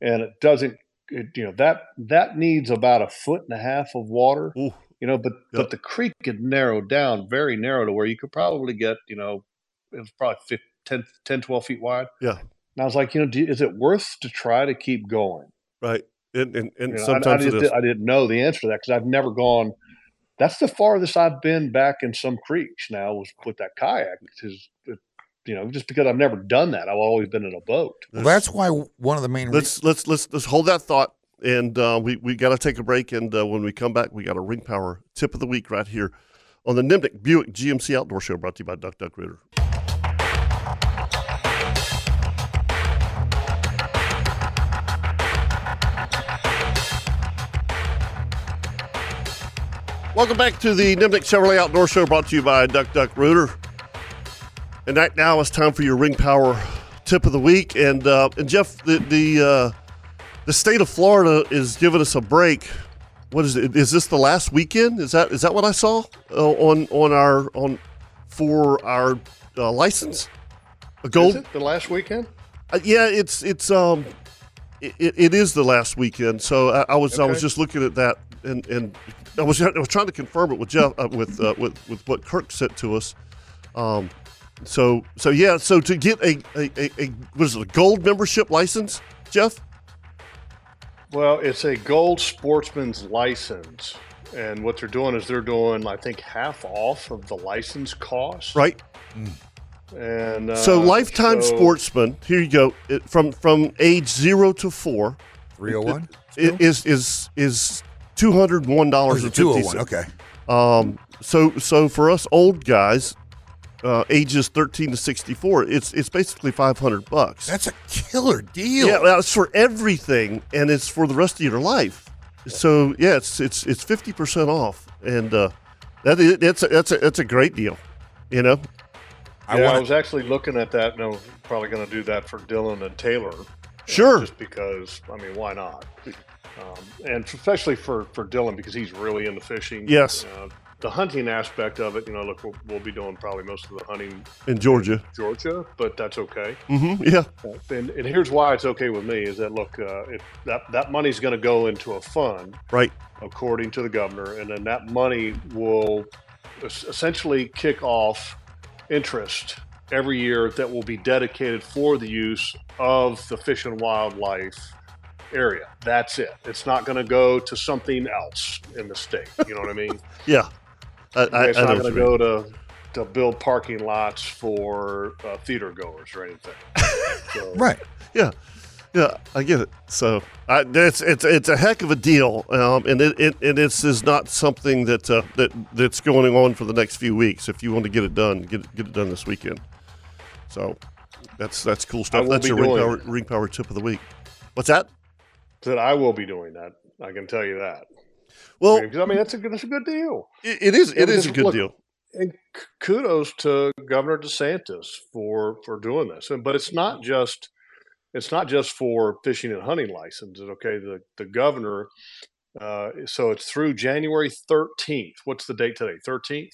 S5: and it doesn't it, you know that that needs about a foot and a half of water
S2: Ooh.
S5: you know but but the creek had narrowed down very narrow to where you could probably get you know it was probably 15, 10, 10 12 feet wide
S2: Yeah.
S5: and i was like you know do, is it worth to try to keep going
S2: Right, and and, and
S5: You know, I- I,
S2: sometimes it
S5: just
S2: is.
S5: di- I didn't know the answer to that because i've never gone that's the farthest i've been back in some creeks now was with that kayak is you know just because i've never done that i've always been in a boat
S6: well, that's why one of the main. reasons
S2: let's let's let's let's hold that thought and uh, we we got to take a break and uh, when we come back we got a ring power tip of the week right here on the Nimnik Buick GMC Outdoor Show brought to you by Duck Duck Rooter. Welcome back to the Nimnik Chevrolet Outdoor Show brought to you by Duck Duck Rooter. And right now it's time for your ring power tip of the week. And uh, and Jeff, the the, uh, the state of Florida is giving us a break. What is it? Is this the last weekend? Is that is that what I saw uh, on on our on for our uh, license? A
S5: is
S2: gold?
S5: it the last weekend
S2: Uh, yeah, it's it's um. It, it- it is the last weekend, so I, I was I was
S5: Okay.
S2: just looking at that, and, and I was I was trying to confirm it with Jeff uh, with uh, with with what Kirk sent to us. Um, so so yeah, so to get a a, a, a was it a gold membership license, Jeff?
S5: Well, it's a gold sportsman's license. And what they're doing is they're doing, I think, half off of the license cost.
S2: Right.
S5: And uh,
S2: so lifetime
S5: so-
S2: sportsman. Here you go. It, from from age zero to four
S6: three hundred one.
S2: i- is is is two hundred one dollars and
S6: two
S2: fifty
S6: hundred one.
S2: cents.
S6: Okay.
S2: Um, so so for us old guys, uh, ages thirteen to sixty four, it's it's basically five hundred bucks.
S6: That's a killer deal.
S2: yeah, that's for everything, and it's for the rest of your life. So yeah, it's it's it's fifty percent off, and uh, that is, that's a, that's a that's a great deal, you know.
S6: I
S5: yeah, I
S6: want.
S5: was actually looking at that. No, probably going to do that for Dylan and Taylor.
S2: Sure,
S5: just because I mean, why not? Um, and especially for for Dylan because he's really into fishing.
S2: Yes.
S5: Uh, the hunting aspect of it, you know, look, we'll, we'll be doing probably most of the hunting in
S2: in Georgia.
S5: Georgia, but that's okay.
S2: hmm Yeah.
S5: And, and here's why it's okay with me is that look, uh, if that that money's going to go into a fund,
S2: Right.
S5: according to the governor, and then that money will es- essentially kick off interest every year that will be dedicated for the use of the fish and wildlife area. That's it. It's not going to go to something else in the state. You know what I mean?
S2: Yeah. I, I,
S5: it's
S2: I know
S5: not
S2: what
S5: going to
S2: you mean.
S5: go to to build parking lots for uh, theater goers or anything. So,
S11: Right.
S2: Yeah, yeah, I get it. So I, it's it's it's a heck of a deal, um, and it, it and this is not something that uh, that that's going on for the next few weeks. If you want to get it done, get it, get it done this weekend. So that's that's cool stuff.
S5: will
S2: That's your
S5: be
S2: ring
S5: doing
S2: power,
S5: it.
S2: ring power tip of the week. What's that?
S5: That I will be doing that. I can tell you that.
S2: Well,
S5: Because, I mean, that's a good, that's a good deal.
S2: it, it is it
S5: was
S2: is a
S5: just-
S2: good
S5: look,
S2: deal.
S5: and k- kudos to Governor DeSantis for for doing this. And but it's not just it's not just for fishing and hunting licenses. Okay, the the governor. Uh, so it's through January thirteenth. What's the date today? Thirteenth.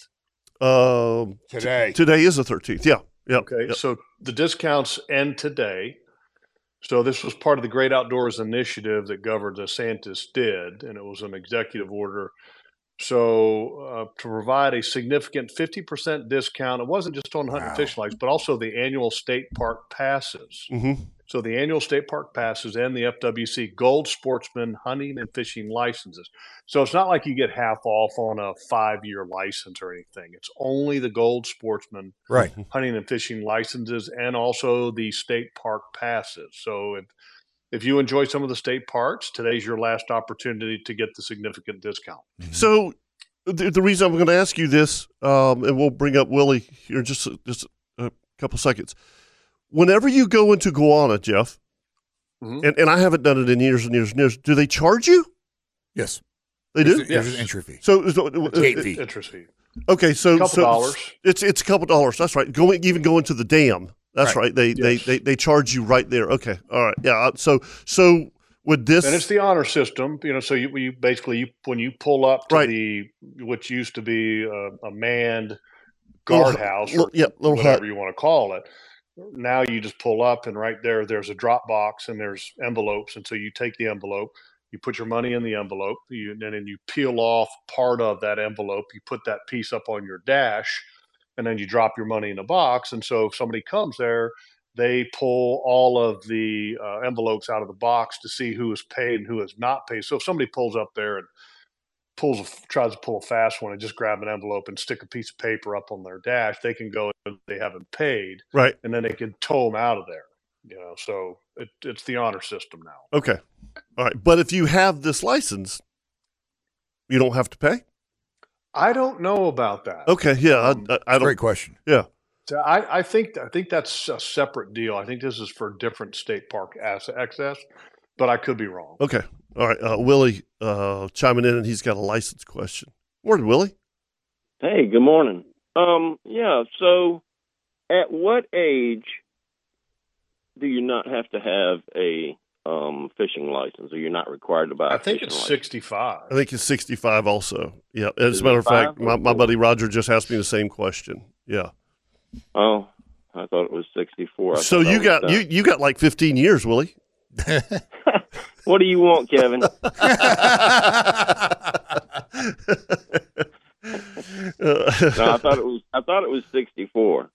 S2: Um,
S11: Today.
S2: today is the thirteenth. Yeah, yeah.
S5: Okay, so the discounts end today. So this was part of the Great Outdoors initiative that Governor DeSantis did, and it was an executive order. So uh, to provide a significant fifty percent discount, it wasn't just on hunting
S11: Wow.
S5: and fishing lights, but also the annual state park passes.
S2: hmm
S5: So the annual state park passes and the FWC Gold Sportsman hunting and fishing licenses. So it's not like you get half off on a five-year license or anything. It's only the Gold Sportsman
S11: Right.
S5: hunting and fishing licenses and also the state park passes. So if if you enjoy some of the state parks, today's your last opportunity to get the significant discount.
S2: So the, the reason I'm going to ask you this, um, and we'll bring up Willie here in just just a couple seconds. Whenever you go into Guana, Jeff,
S11: Mm-hmm.
S5: Mhm.
S2: and, and I haven't done it in years and years and years, do they charge you?
S11: Yes.
S2: They
S11: There's
S2: do.
S11: an- There's
S5: Yes.
S11: an entry fee.
S2: So, so
S11: Gate fee.
S5: Interesting.
S2: okay, so
S5: Couple
S2: so
S5: dollars.
S2: It's it's a couple dollars. That's right. Going even going to the dam. That's right.
S11: Right.
S2: They,
S5: Yes.
S2: they they they charge you right there. Okay. All right. Yeah. uh, So so with this,
S5: And it's the honor system, you know. So you, you basically you, when you pull up to
S2: Right.
S5: the what used to be a, a manned
S2: little-
S5: guardhouse,
S2: li-
S5: or
S2: yeah, little
S5: whatever
S2: hut.
S5: you want to call it. Now you just pull up, and right there, there's a drop box and there's envelopes. And so you take the envelope, you put your money in the envelope, you, and then you peel off part of that envelope. You put that piece up on your dash, and then you drop your money in a box. And so if somebody comes there, they pull all of the uh, envelopes out of the box to see who is paid and who is not paid. So if somebody pulls up there and pulls a, tries to pull a fast one and just grab an envelope and stick a piece of paper up on their dash, they can go and they haven't paid,
S2: Right.
S5: and then they can tow them out of there. You know, so it, it's the honor system now.
S2: Okay. All right. But if you have this license, you don't have to pay.
S5: I don't know about that.
S2: Okay. Yeah. I-
S5: Um,
S2: I, I don't.
S11: Great question.
S5: So I, I think I think that's a separate deal. I think this is for different state park as- access, but I could be wrong.
S2: Okay. All right. Uh, Willie uh, chiming in, and he's got a license question. Morning, Willie.
S12: Hey, good morning. Um, yeah, so at what age do you not have to have a um fishing license or you're not required to buy a
S5: I think
S12: fishing
S5: it's
S12: license?
S5: sixty-five.
S2: I think he's 65 also. Yeah. As a matter of
S12: 65?
S2: fact, my, my buddy Roger just asked me the same question. Yeah.
S12: Oh, I thought it was 64. I
S2: So
S12: thought I
S2: you
S12: was
S2: got
S12: done.
S2: you you got like 15 years, Willie.
S12: What do you want, Kevin? No, I thought it was I thought it was 64.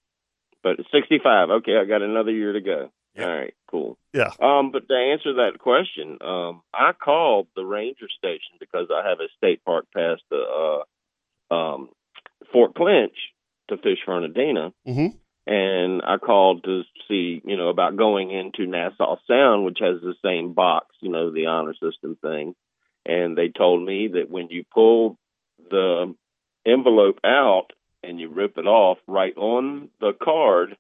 S12: But it's 65. Okay, I got another year to go. All right, cool.
S2: Yeah.
S12: Um but to answer that question, um I called the ranger station because I have a state park pass to uh um Fort Clinch to fish Fernandina.
S6: Mm-hmm.
S2: Mhm.
S12: And I called to see, you know, about going into Nassau Sound, which has the same box, you know, the honor system thing. And they told me that when you pull the envelope out and you rip it off right on the card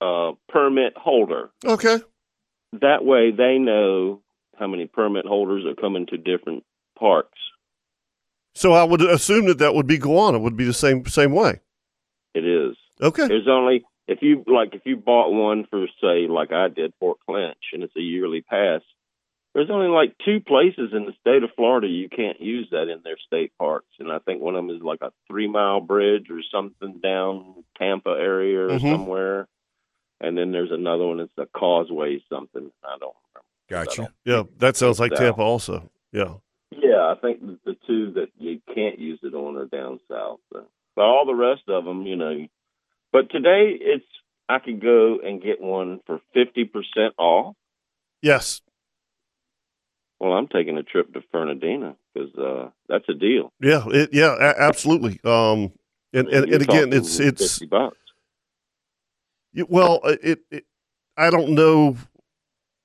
S12: uh, permit holder.
S2: okay.
S12: That way they know how many permit holders are coming to different parks.
S2: So I would assume that that would be Guana would be the same same way.
S12: It is.
S2: Okay.
S12: There's only if you like if you bought one for say like I did Fort Clinch and it's a yearly pass, There's only like two places in the state of Florida you can't use that in their state parks, and I think one of them is like a three mile bridge or something down Tampa area or
S2: Mhm.
S12: somewhere, and then there's another one. It's a causeway something. I don't
S6: Gotcha.
S2: Yeah, that sounds like
S12: Yeah.
S2: Tampa also. Yeah.
S12: Yeah, I think the, the two that you can't use it on are down south. But, but all the rest of them, you know. But today, it's I could go and get one for fifty percent off.
S2: Yes.
S12: Well, I'm taking a trip to Fernandina because uh, that's a deal.
S2: Yeah. It, yeah. A- absolutely. Um. And and,
S12: You're
S2: and again,
S12: talking
S2: it's it's
S12: 50 bucks.
S2: y- well, uh, it, it. I don't know.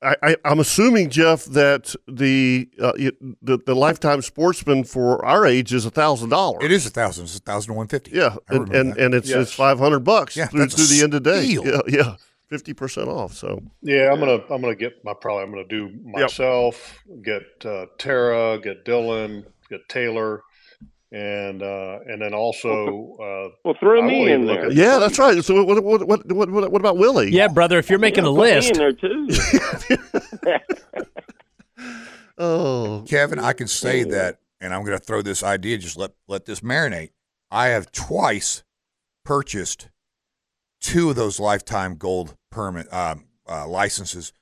S2: I, I I'm assuming Jeff that the uh, it, the the lifetime sportsman for our age is a thousand dollars.
S6: It is a thousand. It's a thousand one fifty.
S2: Yeah,
S6: I
S2: and
S6: remember
S2: and,
S6: that.
S2: and it's it's
S5: Yes.
S2: five hundred bucks
S6: Yeah,
S2: through,
S6: that's a
S2: through the end of the day.
S6: steal.
S2: Yeah, yeah, fifty percent off. So
S5: Yeah, I'm gonna I'm gonna get my probably I'm gonna do myself, get uh, Tara, get Dylan, get Taylor, and uh, and then also uh,
S12: Well, throw
S5: I
S12: me
S5: won't
S12: in
S5: even look
S12: there.
S5: at-
S2: yeah, that's right. So what what what what, what, what about Willie?
S4: Yeah, brother, if you're making
S12: Yeah,
S4: a
S12: put me
S4: list,
S12: in there too.
S2: Oh,
S6: Kevin, I can say that, and I'm going to throw this idea. Just let let this marinate. I have twice purchased two of those lifetime gold permit um, uh, licenses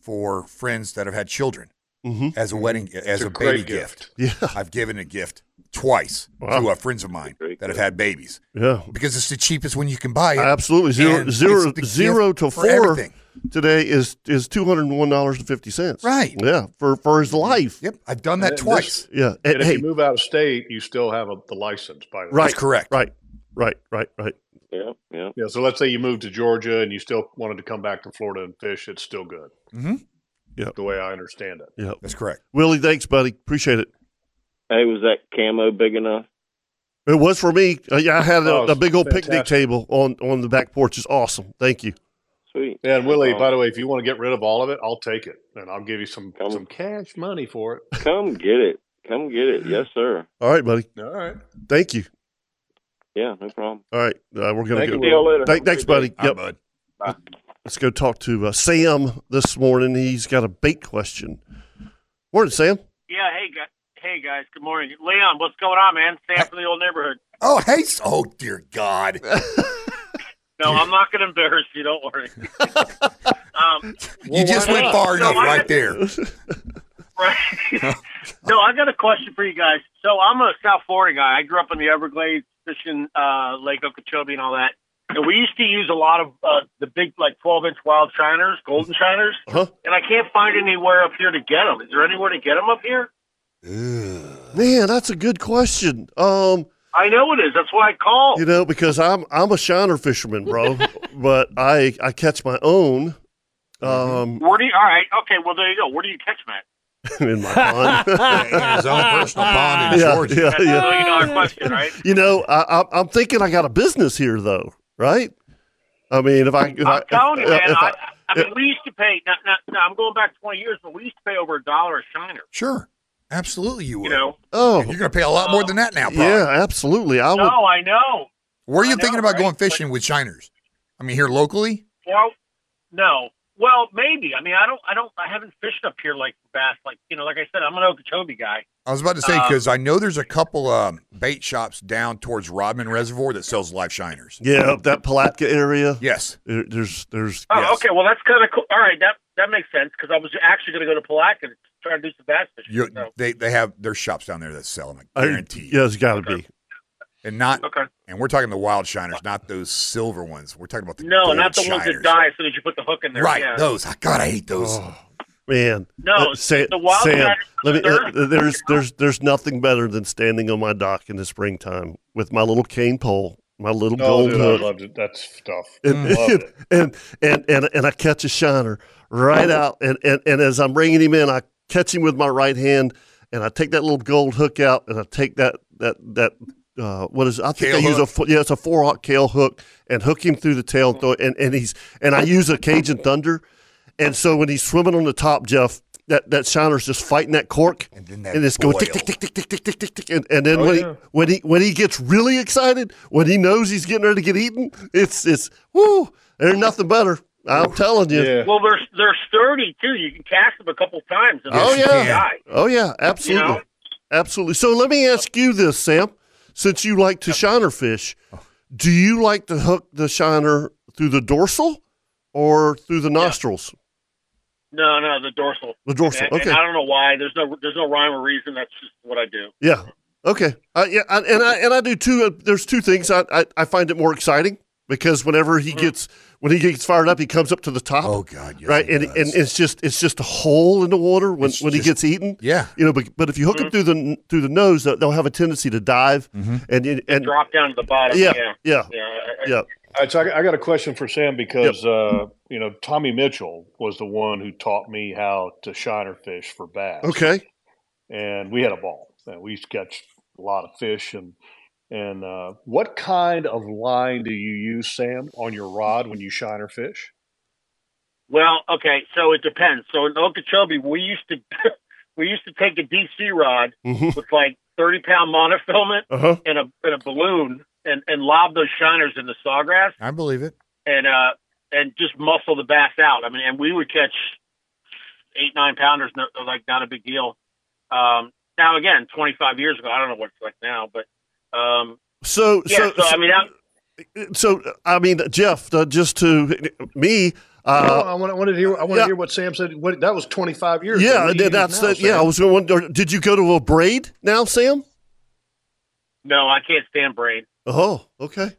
S6: for friends that have had children
S2: hmm
S6: as a
S12: Mm-hmm.
S6: wedding as
S5: it's
S6: a,
S5: great
S6: baby gift.
S2: yeah,
S6: I've given a gift twice
S2: Wow.
S6: to uh, friends of mine
S12: Great
S6: that have had babies
S2: yeah.
S6: because it's the cheapest one you can buy. It.
S2: Absolutely zero
S6: And it's
S2: zero
S6: the
S2: zero
S6: gift
S2: to
S6: for
S2: four
S6: everything.
S2: today is is two hundred and one dollars and fifty cents.
S6: Right.
S2: Yeah, for for his life.
S6: Yep, I've done
S5: And
S6: that
S5: this-
S6: twice.
S2: Yeah.
S5: And
S2: And,
S5: if
S2: hey,
S5: you move out of state, you still have a, the license by the way.
S2: right.
S6: That's correct.
S2: Right. Right. Right. Right.
S12: yeah, yeah.
S5: Yeah, so let's say you moved to Georgia and you still wanted to come back to Florida and fish, it's still good.
S6: Mhm.
S2: Yeah.
S5: The way I understand it.
S2: Yeah.
S6: That's correct.
S2: Willie, thanks, buddy. Appreciate it.
S12: Hey, was that camo big enough?
S2: It was for me. Uh, yeah, I had a,
S5: Oh,
S2: a big old picnic
S5: fantastic.
S2: table on on the back porch. It's awesome. Thank you.
S12: Sweet.
S5: Yeah, and Willie,
S12: Um,
S5: by the way, if you want to get rid of all of it, I'll take it and I'll give you some
S12: Come-
S5: some cash money for it.
S12: Come get it. Come get it. Yes, sir.
S2: All right, buddy.
S5: All right.
S2: Thank you.
S12: Yeah, no problem.
S2: All right, uh, we're gonna
S5: Thank
S2: go.
S5: you,
S12: See y'all later.
S2: Thank-
S12: Have a
S2: thanks,
S12: great day.
S2: buddy.
S6: All right,
S2: Yep.
S6: bud.
S2: Let's go talk to uh, Sam this morning. He's got a bait question. Morning, Sam.
S10: Yeah, hey guys. Hey guys, good morning, Leon. What's going on, man? Sam from the old neighborhood.
S6: Oh, hey. s- Oh, dear God.
S10: No, I'm not going to embarrass you. Don't worry. um,
S6: you just
S5: why
S6: went
S5: not?
S6: far enough
S10: I-
S6: right there.
S10: right. no, I got a question for you guys. So I'm a South Florida guy. I grew up in the Everglades, fishing uh, Lake Okeechobee and all that. And we used to use a lot of uh, the big, like 12 inch wild shiners, golden shiners.
S2: Huh?
S10: And I can't find anywhere up here to get them. Is there anywhere to get them up here?
S2: Man, that's a good question. Um,
S10: I know it is. That's why I called.
S2: you know, because I'm I'm a shiner fisherman, bro, but I I catch my own um
S10: Where do you? All right. Okay. Well, there you go. Where do you catch them at?
S2: in my pond.
S6: In his own personal pond in
S2: yeah,
S6: Georgia.
S2: yeah,
S10: That's a
S2: yeah.
S10: million dollar question, right?
S2: You know, I, I, I'm thinking I got a business here, though, right? I mean, if I if I-
S10: I'm telling you,
S2: if-
S10: man.
S2: if
S10: I, I mean,
S2: if-
S10: we used to pay. Not, not, no, I'm going back 20 years, but we used to pay over a dollar a shiner.
S6: Sure. Absolutely, you would.
S10: You know?
S6: And
S2: oh
S6: You're going to pay a lot more than that now, probably.
S2: yeah, absolutely, I would.
S10: No, I know.
S6: Where are you
S10: I know,
S6: thinking about
S10: right?
S6: going fishing with shiners? I mean, here locally?
S10: Well, no. Well, maybe. I mean, I don't. I don't. I haven't fished up here like bass. Like you know, like I said, I'm an Okeechobee guy.
S6: I was about to
S10: Uh,
S6: say, because I know there's a couple um, bait shops down towards Rodman Reservoir that sells live shiners.
S2: Yeah, up that Palatka area.
S6: Yes.
S2: There, there's there's
S10: Oh,
S6: Yes.
S10: okay. Well, that's kind of cool. All right, that that makes sense because I was actually going to go to Palatka to try to do some bass fishing.
S6: You,
S10: so,
S6: they, they have their shops down there that sell them, I
S2: I-
S6: guarantee.
S2: Yeah, it's got to be.
S6: And not,
S10: okay.
S6: and we're talking the wild shiners, not those silver ones. We're talking about the
S10: No,
S6: gold
S10: not the ones that
S6: shiners.
S10: die as soon as you put the hook in there.
S6: Right,
S10: Yeah.
S6: those. God, I hate those.
S2: Man,
S10: No,
S2: Uh, Sa-
S10: the wild
S2: Sam,
S10: shiners
S2: let me.
S10: are-
S2: uh, there's there's there's nothing better than standing on my dock in the springtime with my little cane pole, my little
S5: Oh,
S2: gold
S5: dude,
S2: hook,
S5: I loved it. That's stuff.
S2: and,
S6: Mm.
S2: and,
S5: Loved it.
S2: and and and and I catch a shiner right out, and, and and as I'm bringing him in, I catch him with my right hand, and I take that little gold hook out, and I take that that that uh, what is it? I think
S6: Kale
S2: I use a
S6: hook?
S2: fo- yeah, it's a four aught kale hook, and hook him through the tail, and, throw it, and and he's and I use a Cajun thunder, and so when he's swimming on the top, Jeff. That, that shiner's just fighting that cork,
S6: And then that
S2: and it's going
S6: boil.
S2: tick tick tick tick tick tick tick tick tick, and, and then
S5: Oh,
S2: when he
S5: yeah.
S2: when he when he gets really excited, when he knows he's getting ready to get eaten, it's it's whoo. There's nothing better. I'm telling you.
S10: Well, they're they're sturdy too. You can cast them a couple times. And
S2: Oh
S10: they'll
S2: yeah.
S10: die.
S2: Oh yeah. Absolutely.
S10: You know?
S2: Absolutely. So let me ask you this, Sam. Since you like to shiner fish, do you like to hook the shiner through the dorsal or through the nostrils?
S10: No, no, the dorsal.
S2: The dorsal,
S10: And- and
S2: okay.
S10: I don't know why. There's no there's no rhyme or reason. That's just what I do.
S2: Yeah. Okay. I yeah, I, and I and I do too. Uh, there's two things I, I I find it more exciting because whenever he gets when he gets fired up, he comes up to the top. Oh
S6: God!
S2: right. And and it's just it's just a hole in the water when, when he gets eaten.
S6: Yeah.
S2: You know, but but if you hook him through the through the nose, they'll, they'll have a tendency to dive and and, and
S10: Drop down to the bottom.
S2: Yeah,
S10: Yeah.
S2: yeah.
S10: I- I-
S2: yeah.
S5: All right, so I, I got a question for Sam because uh, you know Tommy Mitchell was the one who taught me how to shiner fish for bass.
S2: Okay.
S5: and we had a ball, and we used to catch a lot of fish. And and uh, what kind of line do you use, Sam, on your rod when you shiner fish?
S10: Well, okay, so it depends. So in Okeechobee, we used to we used to take a DC rod
S2: Mhm.
S10: with like thirty pound monofilament
S2: Uh-huh.
S10: and a and a balloon and and lob those shiners in the sawgrass
S6: I believe it.
S10: and uh and just muscle the bass out. I mean, and we would catch eight nine pounders, no, like not a big deal. Um, now again, twenty five years ago, I don't know what it's like now, but um,
S2: So
S10: yeah. So,
S2: so
S10: I mean, that,
S2: so I mean Jeff, uh, just to me. Uh,
S5: oh, I want, I want to hear. I want to
S2: yeah.
S5: hear what Sam said. What, that was twenty five years. ago.
S2: yeah,
S5: What do you use
S2: that's
S5: now,
S2: that. Yeah, I
S5: Sam?
S2: was going. to wonder, Did you go to a braid now, Sam?
S10: no, I can't stand braid.
S2: Oh, okay.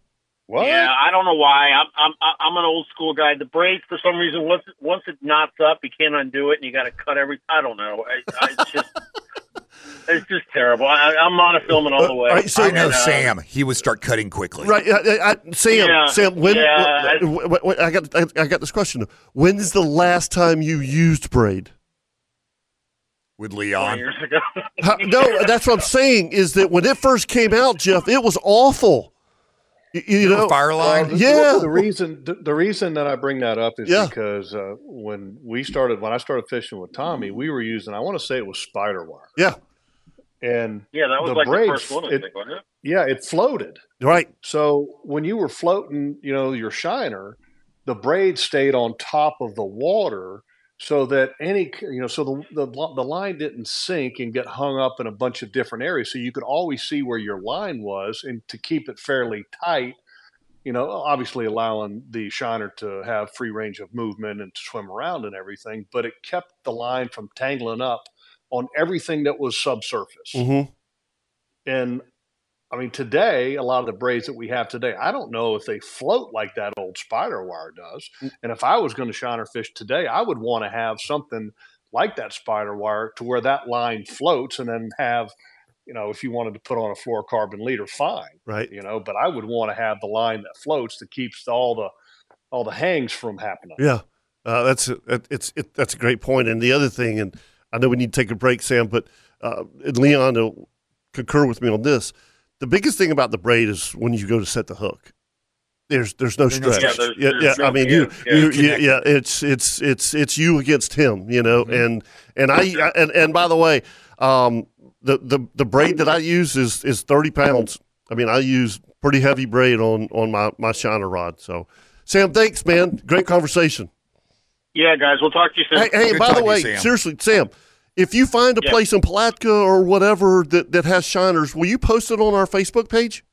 S10: Yeah, I don't know why. I'm I'm I'm an old school guy. The braid, for some reason, once once it knots up, you can't undo it, and you got to cut every. I don't know. I, I it's just it's just terrible. I, I'm monofilament all the way.
S2: all right, so-
S6: I know
S2: And, uh,
S6: Sam. He would start cutting quickly.
S2: Right, uh, I, I, I, Sam.
S10: Yeah,
S2: Sam, when
S10: yeah,
S2: wh- wh- wh- I got I, I got this question. When's the last time you used braid?
S6: with
S10: Twenty
S6: Leon.
S10: years ago.
S2: How- no, that's what I'm saying. Is that when it first came out, Jeff? It was awful. Y- You, know,
S5: Well,
S6: Fireline.
S5: Uh, the-
S2: Yeah.
S5: The, reason the, the reason that I bring that up is
S2: Yeah.
S5: because uh, when we started when I started fishing with Tommy, we were using I want to say it was spider wire,
S2: Yeah,
S5: and
S10: yeah, that was
S5: The
S10: like
S5: braid,
S10: the first one, I
S5: it-
S10: think, wasn't it?
S5: yeah, it floated.
S2: right.
S5: So when you were floating, you know your shiner, the braid stayed on top of the water so that any you know so the, the the line didn't sink and get hung up in a bunch of different areas so you could always see where your line was and to keep it fairly tight you know obviously allowing the shiner to have free range of movement and to swim around and everything but it kept the line from tangling up on everything that was subsurface
S2: Mm-hmm.
S5: and I mean, today, a lot of the braids that we have today, I don't know if they float like that old spider wire does.
S2: Mm.
S5: And if I was going to shiner fish today, I would want to have something like that spider wire to where that line floats and then have, you know, if you wanted to put on a fluorocarbon leader, fine,
S2: Right.
S5: you know, but I would want to have the line that floats that keeps all the, all the hangs from happening.
S2: Yeah, uh, that's a, that- it's it, that's a great point. And the other thing, and I know we need to take a break, Sam, but uh, and Leon will concur with me on this. The biggest thing about the braid is when you go to set the hook. There's there's no
S6: There's no
S2: stretch.
S10: stretch.
S2: yeah,
S10: Yeah, there's-
S2: yeah,
S10: there's
S2: I mean
S10: no-
S2: you,
S10: yeah,
S2: you,
S6: yeah.
S2: you yeah it's it's it's it's you against him, you know.
S6: Mm-hmm.
S2: And and I and and by the way, um, the the the braid that I use is is thirty pounds. I mean, I use pretty heavy braid on on my my shiner rod. So, Sam, thanks, man. Great conversation.
S10: Yeah, guys, we'll talk to you
S2: Hey,
S10: soon.
S2: hey
S6: Good
S2: by the
S6: talking to
S2: way,
S6: you, Sam.
S2: seriously, Sam, if you find a
S10: Yeah.
S2: place in Palatka or whatever that, that has shiners, will you post it on our Facebook page?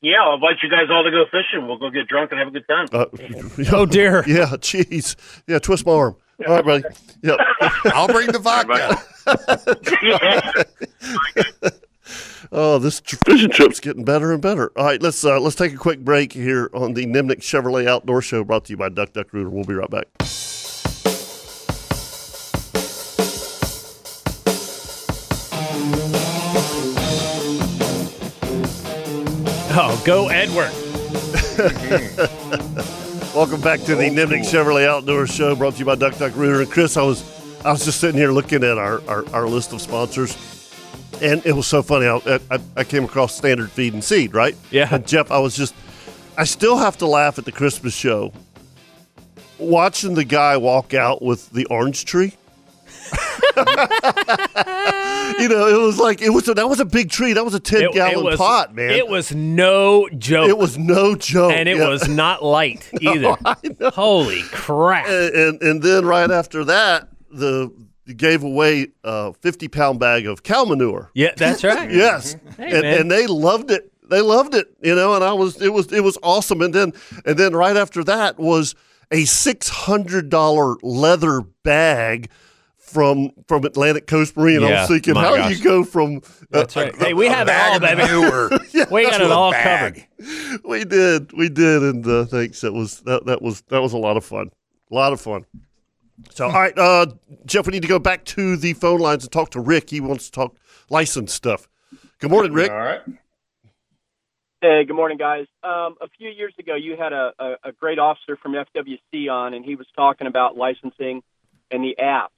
S10: Yeah, I'll invite you guys all to go fishing. We'll go get drunk and have a good time.
S2: Uh,
S4: Oh dear.
S2: yeah, jeez. Yeah, twist my arm. All right, buddy. Yep.
S6: I'll bring the vodka.
S2: Oh, this tr- fishing trip's getting better and better. All right, let's uh, let's take a quick break here on the Nimnik Chevrolet Outdoor Show, brought to you by Duck Duck Rooter. We'll be right back.
S4: Oh, go Edward.
S2: Welcome back to the Nimnik Chevrolet Outdoor Show, brought to you by Duck Duck Rooter and Chris. I was I was just sitting here looking at our, our, our list of sponsors, and it was so funny. I, I, I came across Standard Feed and Seed, right?
S4: Yeah.
S2: And Jeff, I was just I still have to laugh at the Christmas show, watching the guy walk out with the orange tree. you know, it was like it was a, that was a big tree. That was a ten
S4: It- it
S2: gallon
S4: was-
S2: pot, man.
S4: It was no joke.
S2: It was no joke,
S4: and it
S2: yeah.
S4: was not light either. Holy crap!
S2: and, and and then right after that, the they gave away a fifty pound bag of cow manure.
S4: Yeah, that's right. Mm-hmm.
S2: yes,
S4: Hey,
S2: and,
S4: man.
S2: and they loved it. They loved it, you know. And I was it was it was awesome. And then and then right after that was a six hundred dollar leather bag. From from Atlantic Coast Marine, I
S4: Yeah,
S2: was thinking,
S4: my
S2: how
S4: gosh.
S2: do you go from
S4: That's right. Hey, we
S6: A
S4: have it
S6: bag
S4: all,
S6: of
S4: baby.
S6: manure
S4: We got
S6: to
S4: it
S6: a
S4: all
S6: bag.
S4: covered.
S2: We did, we did, and uh, thanks. That was that, that was that was a lot of fun, a lot of fun. So, all right, uh, Jeff, we need to go back to the phone lines and talk to Rick. He wants to talk license stuff. Good morning, Rick.
S5: All right.
S13: Hey, good morning, guys. Um, a few years ago, you had a, a, a great officer from FWC on, and he was talking about licensing and the app.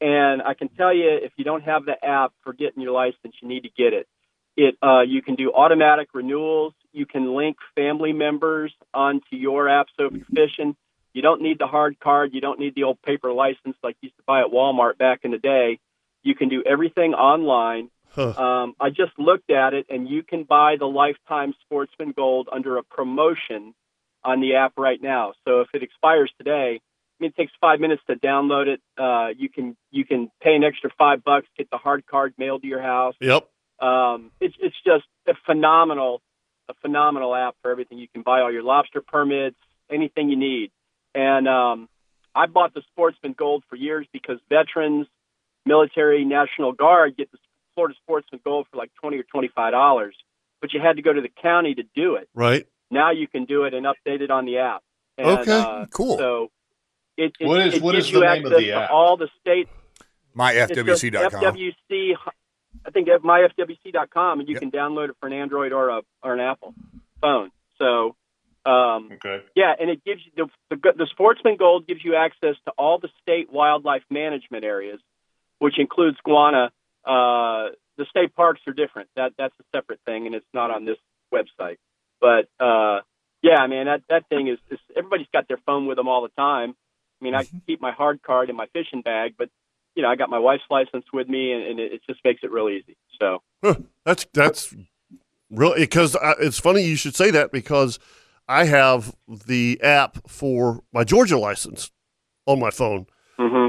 S13: And I can tell you, if you don't have the app for getting your license, you need to get it. It uh, you can do automatic renewals. You can link family members onto your app. So if you're fishing, you don't need the hard card. You don't need the old paper license like you used to buy at Walmart back in the day. You can do everything online. Um, I just looked at it, and you can buy the lifetime Sportsman Gold under a promotion on the app right now. So if it expires today, I mean, it takes five minutes to download it. Uh, you can you can pay an extra five bucks, get the hard card mailed to your house.
S2: Yep.
S13: Um, it's it's just a phenomenal, a phenomenal app for everything. You can buy all your lobster permits, anything you need. And um, I bought the Sportsman Gold for years because veterans, military, National Guard get the Florida Sportsman Gold for like twenty or twenty five dollars, but you had to go to the county to do it.
S2: Right.
S13: Now you can do it and update it on the app. And,
S2: Okay,
S13: uh,
S6: cool.
S13: So it, it,
S5: What is-
S13: it
S5: what
S13: gives
S5: is the
S13: you
S5: name of
S13: access
S5: the app?
S13: to all the state it's just
S6: MyFWC.com.
S13: FWC. I think at myfwc.com, and you
S6: Yep.
S13: can download it for an Android or a or an Apple phone. So, um,
S5: Okay.
S13: yeah, and it gives you the, the the Sportsman Gold gives you access to all the state wildlife management areas, which includes Guana. Uh, the state parks are different. That that's a separate thing, and it's not on this website. But uh, yeah, man, that that thing is, is everybody's got their phone with them all the time. I mean, I
S2: Mm-hmm.
S13: keep my hard card in my fishing bag, but you know, I got my wife's license with me, and, and it, it just makes it real easy. So
S2: Huh, That's that's real because I, it's funny you should say that because I have the app for my Georgia license on my phone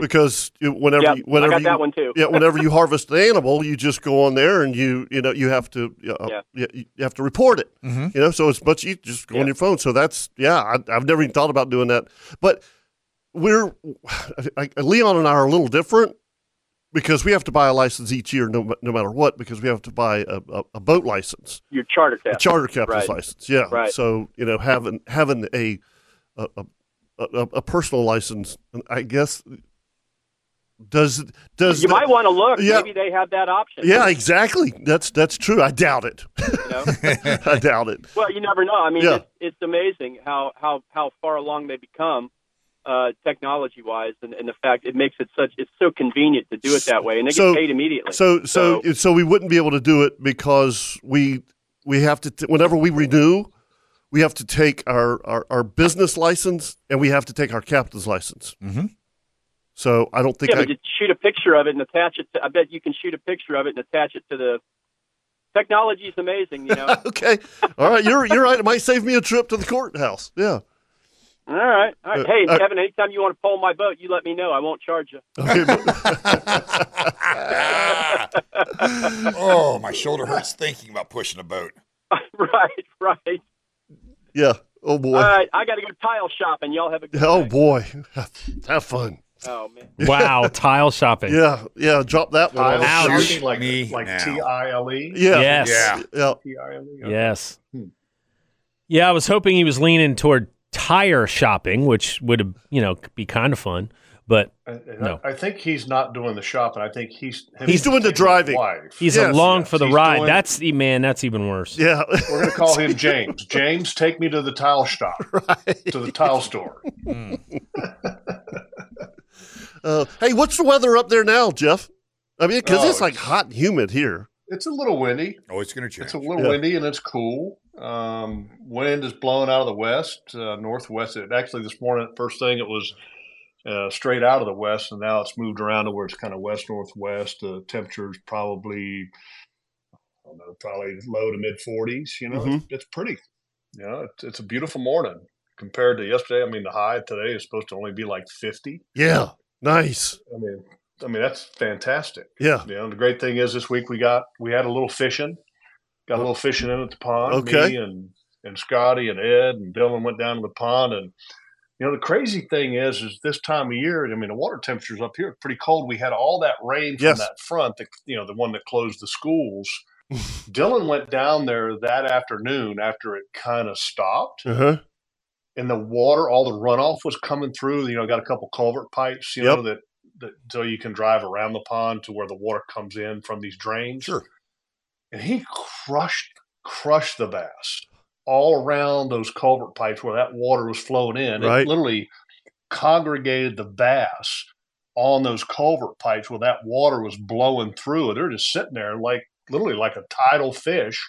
S2: because you- whenever
S13: Mm-hmm. Yep,
S2: you- whenever
S13: I got
S2: you,
S13: that one too.
S2: yeah, whenever you harvest the animal, you just go on there and you you know you have to uh, yeah. you, you have to report it. You know, so it's much easier just go on your phone. So that's yeah, I, I've never even thought about doing that. But we're I, I- Leon and I are a little different because we have to buy a license each year, no, ma- no matter what, because we have to buy a, a, a boat license,
S13: your charter
S2: a
S13: cap,
S2: charter captain's
S13: Right.
S2: license. Yeah,
S13: Right.
S2: So you know, having having a a, a, a, a personal license, I guess does does
S13: You
S2: the-
S13: might want to look.
S2: Yeah.
S13: Maybe they have that option.
S2: yeah, exactly. That's that's true. I doubt it.
S13: You know?
S2: I doubt it.
S13: Well, you never know. I mean,
S2: Yeah.
S13: it's, it's amazing how, how, how far along they become uh, technology wise, and, and the fact it makes it such it's so convenient to do it that way, and they
S2: So-
S13: get paid immediately.
S2: So so so, we wouldn't be able to do it because we we have to t- whenever we renew, we have to take our, our our business license and we have to take our captain's license.
S4: Mm-hmm.
S6: Mhm.
S2: So I don't think
S13: yeah,
S2: I,
S13: but just shoot a picture of it and attach it. to I bet you can shoot a picture of it and attach it to the technology is amazing. You know.
S2: okay. All right, you're you're right. It might save me a trip to the courthouse. Yeah.
S13: all right. All right.
S2: Uh,
S13: Hey,
S2: uh,
S13: Kevin. Anytime you want to pull my boat, you let me know. I won't charge you.
S2: Okay, but-
S6: oh, my shoulder hurts thinking about pushing a boat.
S13: right. Right.
S2: yeah. Oh boy.
S13: All right. I got to go tile shopping. Y'all have a good
S2: oh
S13: night.
S2: boy. Have fun.
S13: Oh man.
S4: Wow, tile shopping.
S2: Yeah. Yeah. Drop that one.
S4: Ouch.
S5: Tile
S4: Ouch.
S5: shopping, like
S6: Me
S5: like
S6: now.
S5: T I L E.
S2: Yeah.
S4: Yes.
S6: Yeah.
S2: Yeah.
S5: T I L E.
S4: Yes.
S5: Hmm.
S4: Yeah, I was hoping he was leaning toward tire shopping, which would you know be kind of fun, but No.
S5: I think he's not doing the shopping. I think he's
S2: He's doing the driving.
S5: Wife.
S4: he's
S2: Yes,
S4: along
S5: yes,
S4: for the
S5: he's
S4: ride.
S5: doing-
S4: that's e- man, that's even worse.
S2: Yeah.
S5: We're going to call him James. James, take me to the tile shop, to the tile store.
S2: Uh, hey, what's the weather up there now, Jeff? I mean, because
S5: Oh,
S2: it's like hot and humid here.
S5: It's a little windy.
S6: Oh, it's going to change.
S5: It's a little
S2: Yeah.
S5: windy and it's cool. Um, wind is blowing out of the west, uh, northwest. It, actually, this morning, first thing, it was uh, straight out of the west, and now it's moved around to where it's kind of west northwest. The temperature's probably, I don't know, probably low to mid 40s. You know, it's, it's pretty. You know, it's, it's a beautiful morning compared to yesterday. I mean, the high today is supposed to only be like 50.
S2: Yeah. Nice.
S5: I mean, I mean that's fantastic.
S2: Yeah.
S5: You know, the great thing is this week we got we had a little fishing, got a little fishing in at the pond.
S2: Okay.
S5: Me and and Scotty and Ed and Dylan went down to the pond, and you know the crazy thing is is this time of year. I mean, the water temperatures up here are pretty cold. We had all that rain from
S2: Yes.
S5: that front, that you know, the one that closed the schools. Dylan went down there that afternoon after it kind of stopped
S2: Uh huh.
S5: and the water, all the runoff was coming through. You know, got a couple culvert pipes, you
S2: Yep.
S5: know, that, that so you can drive around the pond to where the water comes in from these drains.
S6: Sure.
S5: And he crushed, crushed the bass all around those culvert pipes where that water was flowing in.
S2: Right.
S5: It literally congregated the bass on those culvert pipes where that water was blowing through. And they're just sitting there like literally like a tidal fish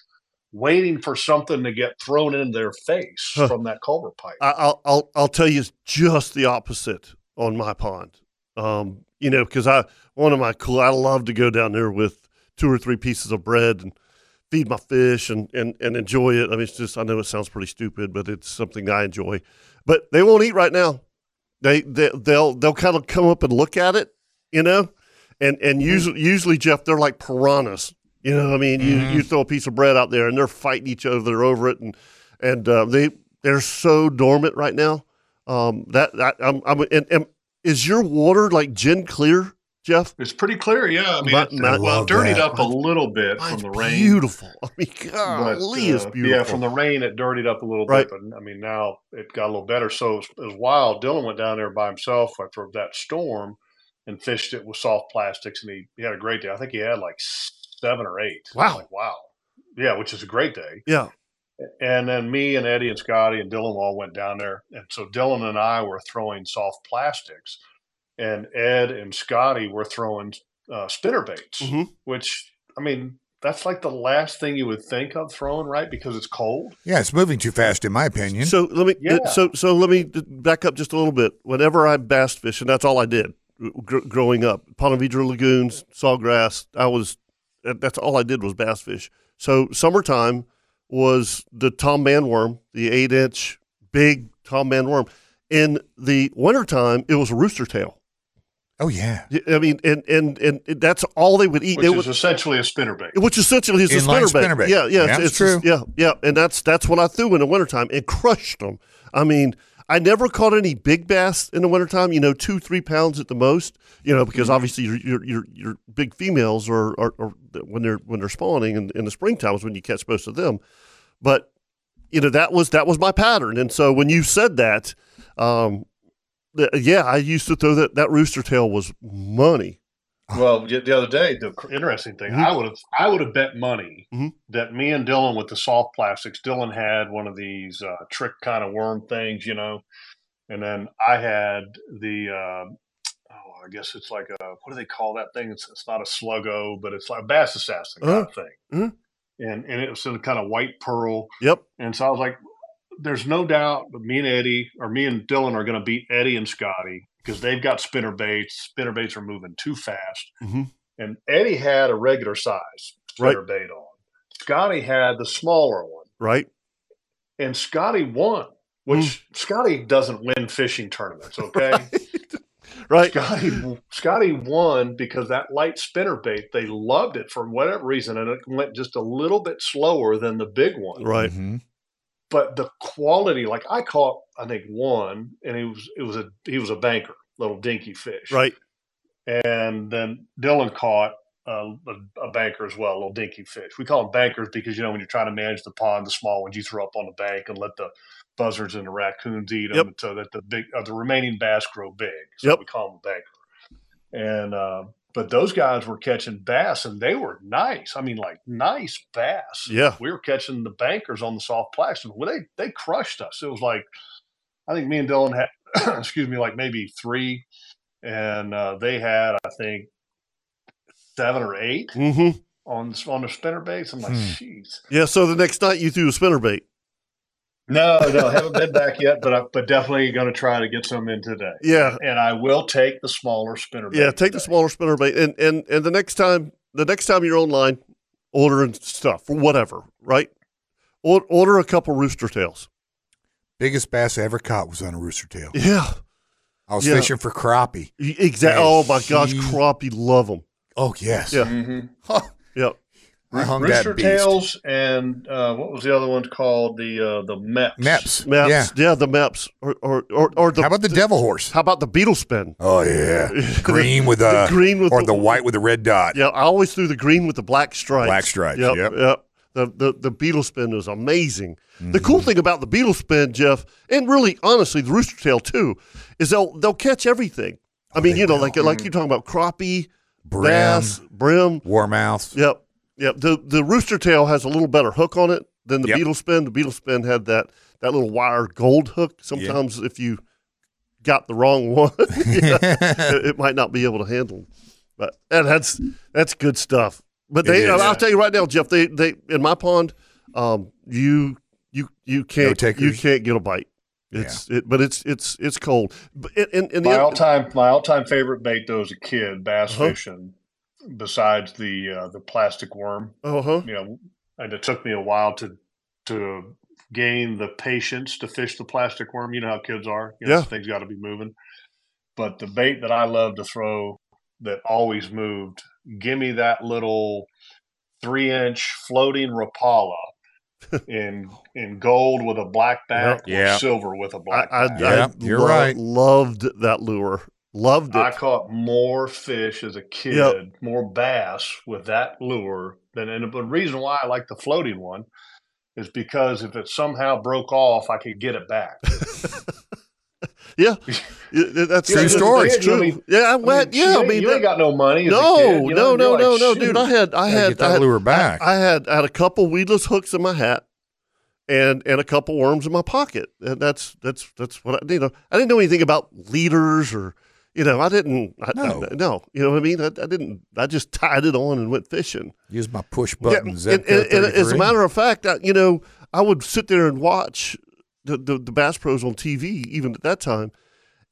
S5: waiting for something to get thrown in their face
S2: Huh.
S5: from that culvert pipe.
S2: I, I'll, I'll I'll tell you it's just the opposite on my pond. Um, you know, because I one of my cool I love to go down there with two or three pieces of bread and feed my fish and and and enjoy it. I mean, it's just I know it sounds pretty stupid, but it's something I enjoy. But they won't eat right now. They they they'll they'll kind of come up and look at it, you know, and and usually usually Jeff they're like piranhas. You know, what I mean, you you throw a piece of bread out there and they're fighting each other over it and and uh, they they're so dormant right now. Um, that, that I'm, I'm and, and is your water like gin clear, Jeff?
S5: It's pretty clear, yeah. I mean,
S2: My-
S5: it's,
S2: my-
S5: well,
S2: love
S5: dirtied
S2: that.
S5: up a little bit from the rain.
S2: Beautiful. I mean,
S5: but,
S2: golly, it's
S5: uh,
S2: beautiful.
S5: Yeah, from the rain, it dirtied up a little
S2: Right.
S5: bit. But I mean, now it got a little better. So it was, it was wild. Dylan went down there by himself after that storm and fished it with soft plastics, and he, he had a great day. I think he had like seven or eight.
S2: Wow.
S5: Like, wow. Yeah, which is a great day.
S2: Yeah.
S5: And then me and Eddie and Scotty and Dylan all went down there. And so Dylan and I were throwing soft plastics, and Ed and Scotty were throwing uh, spinner baits,
S6: Mm-hmm.
S2: Mhm.
S5: which, I mean, that's like the last thing you would think of throwing, right? Because it's cold.
S6: Yeah, it's moving too fast, in my opinion.
S2: So let me
S5: Yeah.
S2: uh, so so let me d- back up just a little bit. Whenever I bass fish, and that's all I did gr- growing up, Ponte Vedra lagoons, sawgrass. I was that- that's all I did was bass fish. So summertime was the tom man worm, the eight inch big tom man worm. In the wintertime, it was a rooster tail.
S6: oh yeah,
S2: Y- I mean, and and and that's all they would eat.
S5: Which
S2: They would-
S5: is essentially a spinner bait.
S2: which essentially is a
S6: Inline
S2: spinnerbait.
S6: spinnerbait.
S2: Yeah, yeah,
S6: That's
S2: it's, it's-
S6: true.
S2: Yeah, yeah, and that's that's what I threw in the wintertime and crushed them. I mean, I never caught any big bass in the wintertime. You know, two three pounds at the most. You know, because obviously your your your, your big females are, are, are when they're when they're spawning in, in the springtime is when you catch most of them. But you know that was that was my pattern, and so when you said that, um, th- yeah, I used to throw that that rooster tail was money.
S5: Well, the the other day, the cr- interesting thing,
S2: Mhm.
S5: I would have, I would have bet money
S2: Mhm.
S5: that me and Dylan with the soft plastics, Dylan had one of these uh, trick kind of worm things, you know, and then I had the, um oh, I guess it's like a, what do they call that thing? It's, it's not a sluggo, but it's like a bass assassin kind of thing,
S2: Mhm.
S5: and and it was in a kind of white pearl,
S2: Yep.
S5: and so I was like, there's no doubt that me and Eddie or me and Dylan are going to beat Eddie and Scotty because they've got spinner baits. Spinner baits are moving too fast.
S2: Mhm.
S5: And Eddie had a regular size
S2: Right.
S5: spinner bait on. Scotty had the smaller one.
S2: Right. Hmm.
S5: And Scotty won, which Scotty doesn't win fishing tournaments, okay?
S2: Right.
S5: Scotty Scotty won because that light spinner bait, they loved it for whatever reason, and it went just a little bit slower than the big one
S2: Right.
S6: Mhm.
S5: but the quality, like I caught, I think one, and he was it was a he was a banker, little dinky fish,
S2: Right.
S5: And then Dylan caught uh, a, a banker as well, a little dinky fish. We call them bankers because you know when you're trying to manage the pond, the small ones you throw up on the bank and let the buzzards and the raccoons eat them,
S2: Yep.
S5: so that the big uh, the remaining bass grow big. So
S2: Yep.
S5: we call them a banker. And uh, but those guys were catching bass, and they were nice. I mean, like nice bass
S2: Yeah.
S5: we were catching the bankers on the soft plastic. Well, they they crushed us. It was like I think me and Dylan had excuse me, like maybe three, and uh, they had I think seven or eight
S2: hmm
S5: on on their spinner baits. I'm like,
S6: Mm-hmm. Hmm.
S5: jeez,
S2: Yeah. So the next night you threw a spinnerbait.
S5: No, no, haven't been back yet, but I, but definitely going to try to get some in today.
S2: Yeah.
S5: and I will take the smaller spinner.
S2: Yeah, take the smaller spinner bait, and and and the next time, the next time you're online ordering stuff or whatever, right? Or, order a couple rooster tails.
S6: Biggest bass I ever caught was on a rooster tail.
S2: Yeah,
S6: I was
S2: Yeah.
S6: fishing for crappie.
S2: Exactly.
S6: And
S2: Oh my gosh,
S6: he-
S2: crappie love them.
S6: Oh yes.
S2: Yeah. Yep.
S6: I hung
S5: Mm-hmm. Rooster
S6: that beast.
S5: Tails and uh, what was the other one called? The uh, the Meps.
S6: Meps.
S2: Maps.
S6: Yeah.
S2: Yeah. the maps. Or or or, or the,
S6: How about the devil horse?
S2: How about the beetle spin?
S6: Oh yeah, green with
S2: the
S6: a
S2: green with
S6: or
S2: the-
S6: the, white with a red dot.
S2: Yeah, I always threw the green with the black stripes.
S6: Black stripes, yep.
S2: Yep. The, the the beetle spin is amazing. The cool
S6: Mm-hmm.
S2: thing about the beetle spin, Jeff, and really honestly the rooster tail too, is they'll they'll catch everything.
S6: Oh,
S2: I mean, you know, like like you're talking about crappie,
S6: Mm-hmm. Brim.
S2: bass, brim,
S6: warmouth.
S2: Yep. Yep. The the rooster tail has a little better hook on it than the
S6: Yep.
S2: beetle spin. The beetle spin had that that little wire gold hook. Sometimes if you got the wrong one, yeah, it, it might not be able to handle. 'em. But and that's that's good stuff. But
S6: It
S2: they,
S6: is.
S2: I'll tell you right now, Jeff. They they in my pond, um, you you you can't you
S6: takers?
S2: can't get a bite. It's it, but it's it's it's cold. But and, and, and the
S5: my
S2: other-
S5: all time my all time favorite bait though as a kid bass
S2: Uh-huh.
S5: fishing. Besides the uh, the plastic worm,
S2: Uh-huh.
S5: you know, and it took me a while to to gain the patience to fish the plastic worm. You know how kids are; you know,
S2: Yeah.
S5: things got to be moving. But the bait that I love to throw that always moved, give me that little three inch floating Rapala in in gold with a black back or
S6: Yeah.
S5: silver with a
S2: I,
S5: black
S2: I,
S5: back.
S2: I
S6: Yeah, you're
S2: lo-
S6: right.
S2: Loved that lure. Loved it.
S5: I caught more fish as a kid, more bass with that lure than and the reason why I like the floating one is because if it somehow broke off, I could get it back.
S2: Yeah, Yeah, that's
S5: Yeah,
S2: that's-
S5: True story.
S2: That's
S5: You know, I
S2: true.
S5: mean-
S2: Yeah, I
S5: mean,
S2: went. yeah,
S5: you
S2: I
S5: ain't-
S2: mean,
S5: you ain't
S2: that-
S5: got no money as a
S2: No,
S5: kid, you know,
S2: no,
S5: you're
S2: no,
S5: like,
S2: no, no,
S5: shoot.
S2: dude. I had, I
S6: Gotta
S2: had
S6: get that
S2: I had,
S6: lure back.
S2: I, I had, I had a couple weedless hooks in my hat, and and a couple worms in my pocket. And that's that's that's what I you know. I didn't know anything about leaders or you know. I didn't. I,
S6: No.
S2: I- no. You know what I mean? I, I didn't. I just tied it on and went fishing.
S6: Use my push
S2: Yeah,
S6: button.
S2: and, and- and as a matter of fact, I, you know, I would sit there and watch the, the, the Bass Pros on TV, even at that time,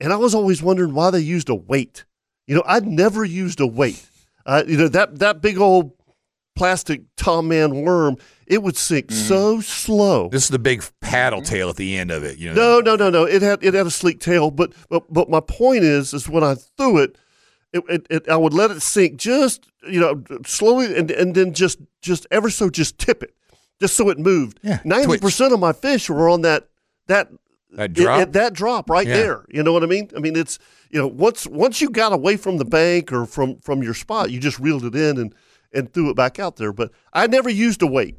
S2: and I was always wondering why they used a weight. You know, I'd never used a weight. Uh, you know that that big old plastic Tom Man worm, it would sink so slow.
S6: this is the big paddle tail at the end of it. You know,
S2: Mm-hmm. No, no, no, no. It had it had a sleek tail, but but but my point is is when I threw it, it, it, it I would let it sink just you know slowly and and then just just ever so just tip it, just so it moved.
S6: Yeah,
S2: ninety percent of my fish were on that that
S6: that
S2: it-
S6: drop.
S2: it- that drop right
S6: Yeah.
S2: there. You know what I mean? I mean it's you know once once you got away from the bank or from from your spot, you just reeled it in and and threw it back out there. But I never used a weight.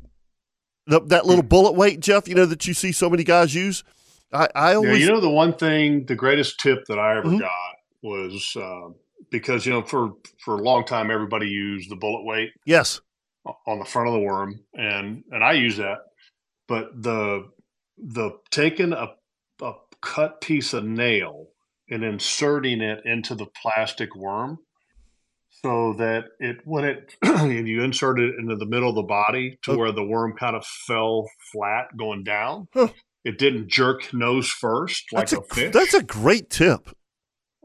S2: The, that
S5: Hmm.
S2: little bullet weight, Jeff, you know that you see so many guys use. I, I
S5: Now,
S2: always
S5: you know the one thing, the greatest tip that I ever
S2: Mhm.
S5: got was uh, because you know for for a long time everybody used the bullet weight
S2: yes.
S5: on the front of the worm, and and I use that. But the the taking a a cut piece of nail and inserting it into the plastic worm, so that it when it and you insert it into the middle of the body to
S2: Oh.
S5: where the worm kind of fell flat going down.
S2: Huh.
S5: It didn't jerk nose first like
S2: That's
S5: a,
S2: a,
S5: fish.
S2: that's a great tip.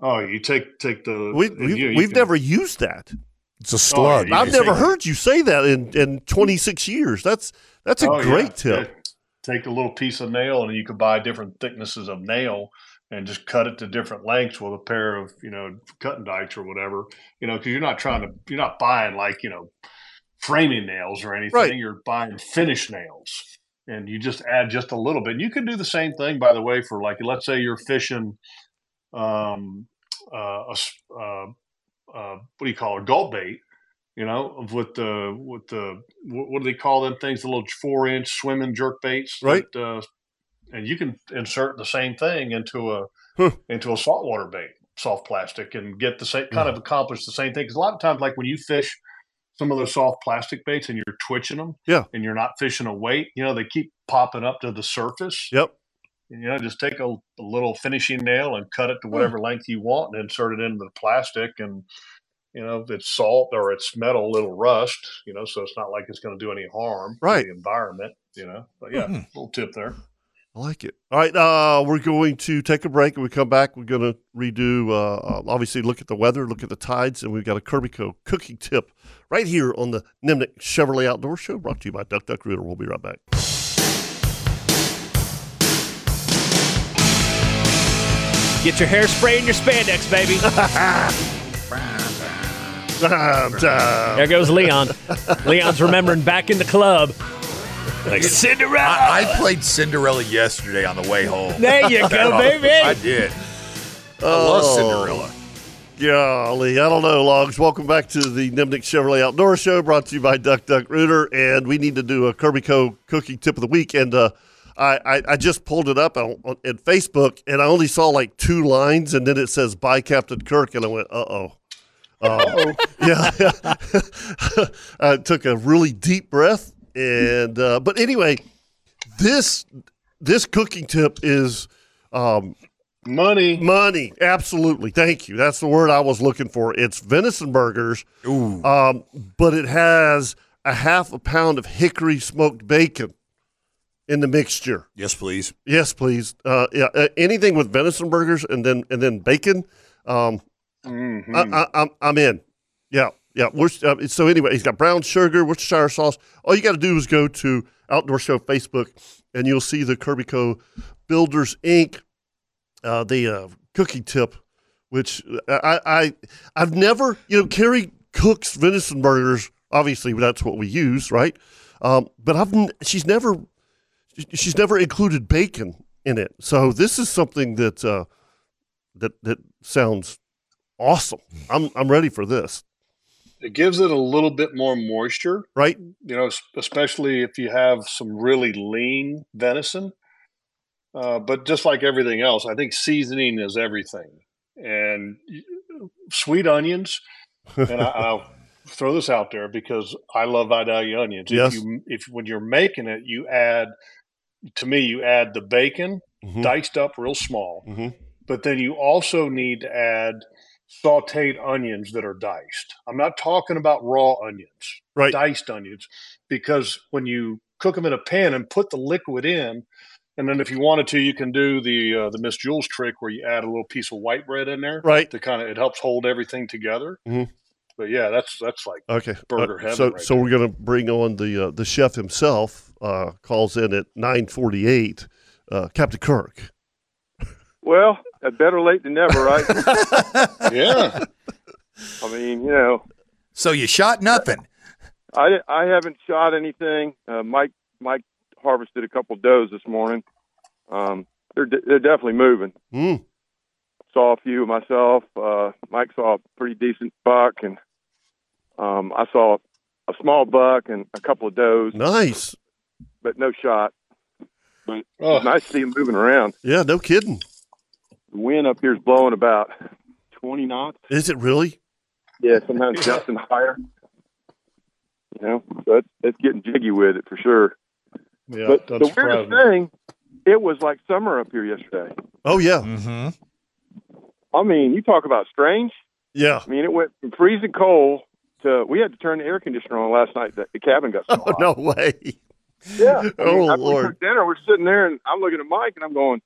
S5: Oh, you take take the
S2: We,
S5: and
S2: we've
S5: Uh, you- you
S2: we've
S5: can- Oh,
S2: never used that.
S6: it's a slug.
S5: yeah,
S2: I've
S5: can
S2: never
S5: take-
S2: heard you say that in, in 26 years. That's that's a
S5: Oh, yeah.
S2: great
S5: Yeah.
S2: tip.
S5: Take a little piece of nail, and you could buy different thicknesses of nail, and just cut it to different lengths with a pair of you know cutting dikes or whatever. You know, because you're not trying to you're not buying like you know framing nails or anything.
S2: Right.
S5: You're buying finish nails, and you just add just a little bit. And you can do the same thing, by the way, for like let's say you're fishing, um, uh, a s uh, uh, what do you call it, gold bait, you know, of with the with the what, what do they call them things? The little four inch swimming jerk baits,
S2: Right.
S5: That, uh, and you can insert the same thing into a
S2: Huh.
S5: into a saltwater bait, soft plastic, and get the same
S2: Hmm.
S5: kind of accomplish the same thing. Because a lot of times, like when you fish some of those soft plastic baits and you're twitching them,
S2: Yeah.
S5: and you're not fishing a weight, you know, they keep popping up to the surface.
S2: Yep.
S5: You know, just take a, a little finishing nail and cut
S2: Hmm.
S5: it to whatever length you want, and insert it into the plastic, and you know, if it's salt or it's metal, it'll rust, you know, so it's not like it's going to do any harm
S2: Right. Mm-hmm.
S5: to the environment, you know. But yeah, little tip there.
S2: I like it. All right, uh, we're going to take a break. When we come back, we're going to redo, uh, obviously, look at the weather, look at the tides, and we've got a Kirby Co. cooking tip right here on the Nimnik Chevrolet Outdoor Show, brought to you by Duck Duck Rooter. We'll be right back.
S4: Get your hairspray and your spandex, baby. there goes Leon. Leon's remembering back in the club. Like Cinderella.
S6: I, I played Cinderella yesterday on the way home.
S4: There you go, baby.
S6: I did. I
S2: Oh.
S6: love Cinderella.
S2: Golly, I don't know, Logs. Welcome back to the Nimnik Chevrolet Outdoor Show, brought to you by Duck Duck Rooter, and we need to do a Kirby Co. cooking tip of the week. And uh, I, I, I just pulled it up on, on at Facebook, and I only saw like two lines, and then it says "by Captain Kirk," and I went, "Uh oh." Uh, yeah, I took a really deep breath, and uh, but anyway, this this cooking tip is um,
S5: money,
S2: money. Absolutely, thank you. That's the word I was looking for. It's venison burgers,
S6: Ooh.
S2: Um, but it has a half a pound of hickory smoked bacon in the mixture.
S6: Yes, please.
S2: Yes, please. Uh, yeah, uh, anything with venison burgers and then and then bacon. Um, I,
S5: Mm-hmm.
S2: I, I'm I'm in. Yeah, yeah. Worc- uh, so anyway, he's got brown sugar, Worcestershire sauce. All you got to do is go to Outdoor Show Facebook, and you'll see the Kirby Co. Builders Inc. Uh, the uh, cookie tip, which uh, I, I I've never you know Carrie cooks venison burgers. Obviously, that's what we use, right? Um, but I've n- she's never she's never included bacon in it. So this is something that uh, that that sounds awesome. I'm I'm ready for this.
S5: It gives it a little bit more moisture,
S2: right?
S5: You know, es- especially if you have some really lean venison. Uh, but just like everything else, I think seasoning is everything. And y- sweet onions, and I, I'll throw this out there because I love Vidalia onions.
S2: Yes.
S5: If you if when you're making it, you add to me, you add the bacon
S2: Mhm.
S5: diced up real small,
S2: Mhm.
S5: but then you also need to add sauteed onions that are diced. I'm not talking about raw onions,
S2: Right.
S5: diced onions, because when you cook them in a pan and put the liquid in, and then if you wanted to, you can do the uh, the Miss Jules trick where you add a little piece of white bread in there,
S2: Right.
S5: To kind of it helps hold everything together.
S2: Mhm.
S5: But yeah, that's that's like
S2: Okay.
S5: burger
S2: Uh,
S5: heaven.
S2: so
S5: right
S2: so we're gonna bring on the uh, the chef himself. Uh, calls in at nine forty eight. Uh, Captain Kirk.
S14: Well, uh, better late than never, right?
S5: yeah.
S14: I mean, you know,
S6: So you shot nothing.
S14: I, I haven't shot anything. Uh, Mike Mike harvested a couple does this morning. Um, they're de- they're definitely moving.
S2: Mm.
S14: Saw a few myself. Uh, Mike saw a pretty decent buck, and um, I saw a small buck and a couple of does,
S2: Nice.
S14: but no shot. But
S5: Oh.
S14: it's nice to see them moving around.
S2: Yeah. No kidding.
S14: The wind up here is blowing about twenty knots.
S2: Is it really?
S14: Yeah, sometimes Justin higher. You know, so it's, it's getting jiggy with it for sure.
S5: Yeah,
S14: but
S5: don't
S14: the
S5: surprise
S14: weirdest
S5: me.
S14: thing, it was like summer up here yesterday.
S2: Oh yeah.
S6: Mm-hmm.
S14: I mean, you talk about strange.
S2: Yeah.
S14: I mean, it went from freezing cold to we had to turn the air conditioner on last night. The, the cabin got so
S2: Oh,
S14: hot.
S2: no way.
S14: Yeah. I mean,
S2: Oh,
S14: after we
S2: Lord.
S14: cooked dinner, we're sitting there, and I'm looking at Mike, and I'm going,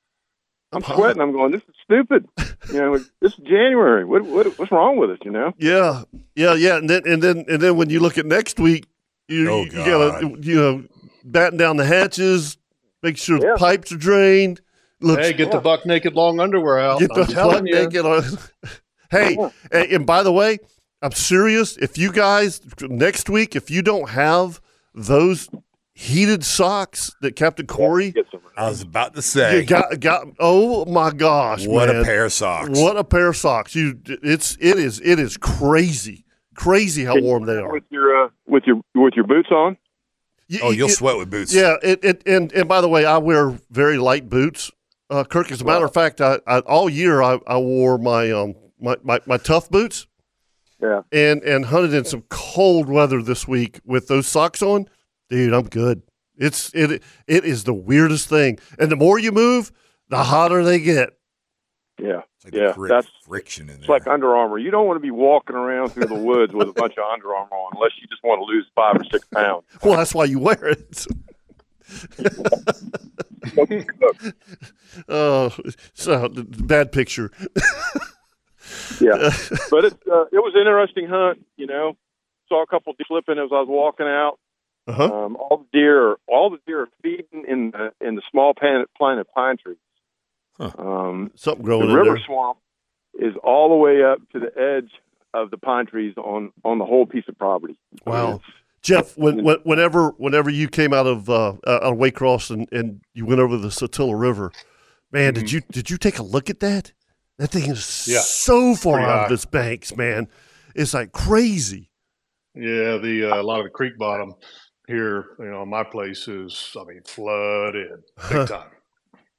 S14: I'm
S2: I'm hot.
S14: sweating. I'm going, this is stupid. You know, this is January. What, what what's wrong with us? You know.
S2: Yeah. Yeah. Yeah. And then and then and then when you look at next week, you
S6: Oh,
S2: you gotta you know batten down the hatches, make sure
S14: Yeah.
S2: the pipes are drained. Looks
S5: Hey, get the buck naked long underwear out.
S2: Get the
S5: I'm telling
S2: butt
S5: you.
S2: naked on. hey, and, and by the way, I'm serious. If you guys next week, if you don't have those heated socks that Captain Corey
S14: Get some.
S6: I was about to
S2: you
S6: say,
S2: got got, oh my gosh,
S6: what
S2: man.
S6: a pair of socks.
S2: What a pair of socks! You, it's it is it is crazy, crazy how warm they are.
S14: With your uh, with your with your boots on.
S2: You-
S6: Oh, you'll
S2: it-
S6: sweat with boots.
S2: Yeah, it, it and and by the way, I wear very light boots. Uh, Kirk, as a matter of fact, I, I all year I, I wore my um my, my, my tough boots.
S14: Yeah.
S2: And and hunted in some cold weather this week with those socks on, dude. I'm good. It's it it is the weirdest thing. And the more you move, the hotter they get.
S14: Yeah.
S6: It's like
S14: Yeah,
S6: fric-
S14: that's-
S6: friction in there.
S14: It's like Under Armour. You don't want to be walking around through the woods with a bunch of Under Armour on unless you just want to lose five or six pounds.
S2: Well, that's why you wear it. Oh, so bad picture.
S14: yeah. but it uh, it was an interesting hunt. You know, saw a couple deer flipping as I was walking out.
S2: Uh-huh.
S14: Um, all the deer, all the deer are feeding in the in the small pan, plant of pine trees. Um,
S2: Something growing
S14: the
S2: in
S14: river
S2: there.
S14: swamp is all the way up to the edge of the pine trees on on the whole piece of property.
S2: Wow. Jeff, when, when, whenever whenever you came out of uh, out of Waycross and, and you went over the Satilla River, man,
S14: Mm-hmm.
S2: did you did you take a look at that? That thing is
S5: Yeah.
S2: so far
S5: Pretty
S2: out of
S5: high.
S2: its banks, man. It's like crazy.
S5: Yeah, the uh, a lot of the creek bottom here, you know, my place is, I mean, flooded big time.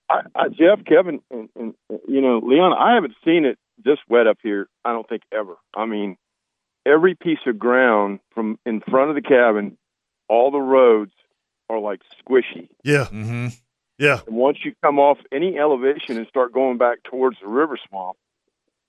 S14: I, I, Jeff, Kevin, and, and you know Leon, I haven't seen it this wet up here. I don't think ever. I mean, every piece of ground from in front of the cabin, all the roads are like squishy.
S2: Yeah.
S6: Mm-hmm.
S2: Yeah.
S14: And once you come off any elevation and start going back towards the river swamp,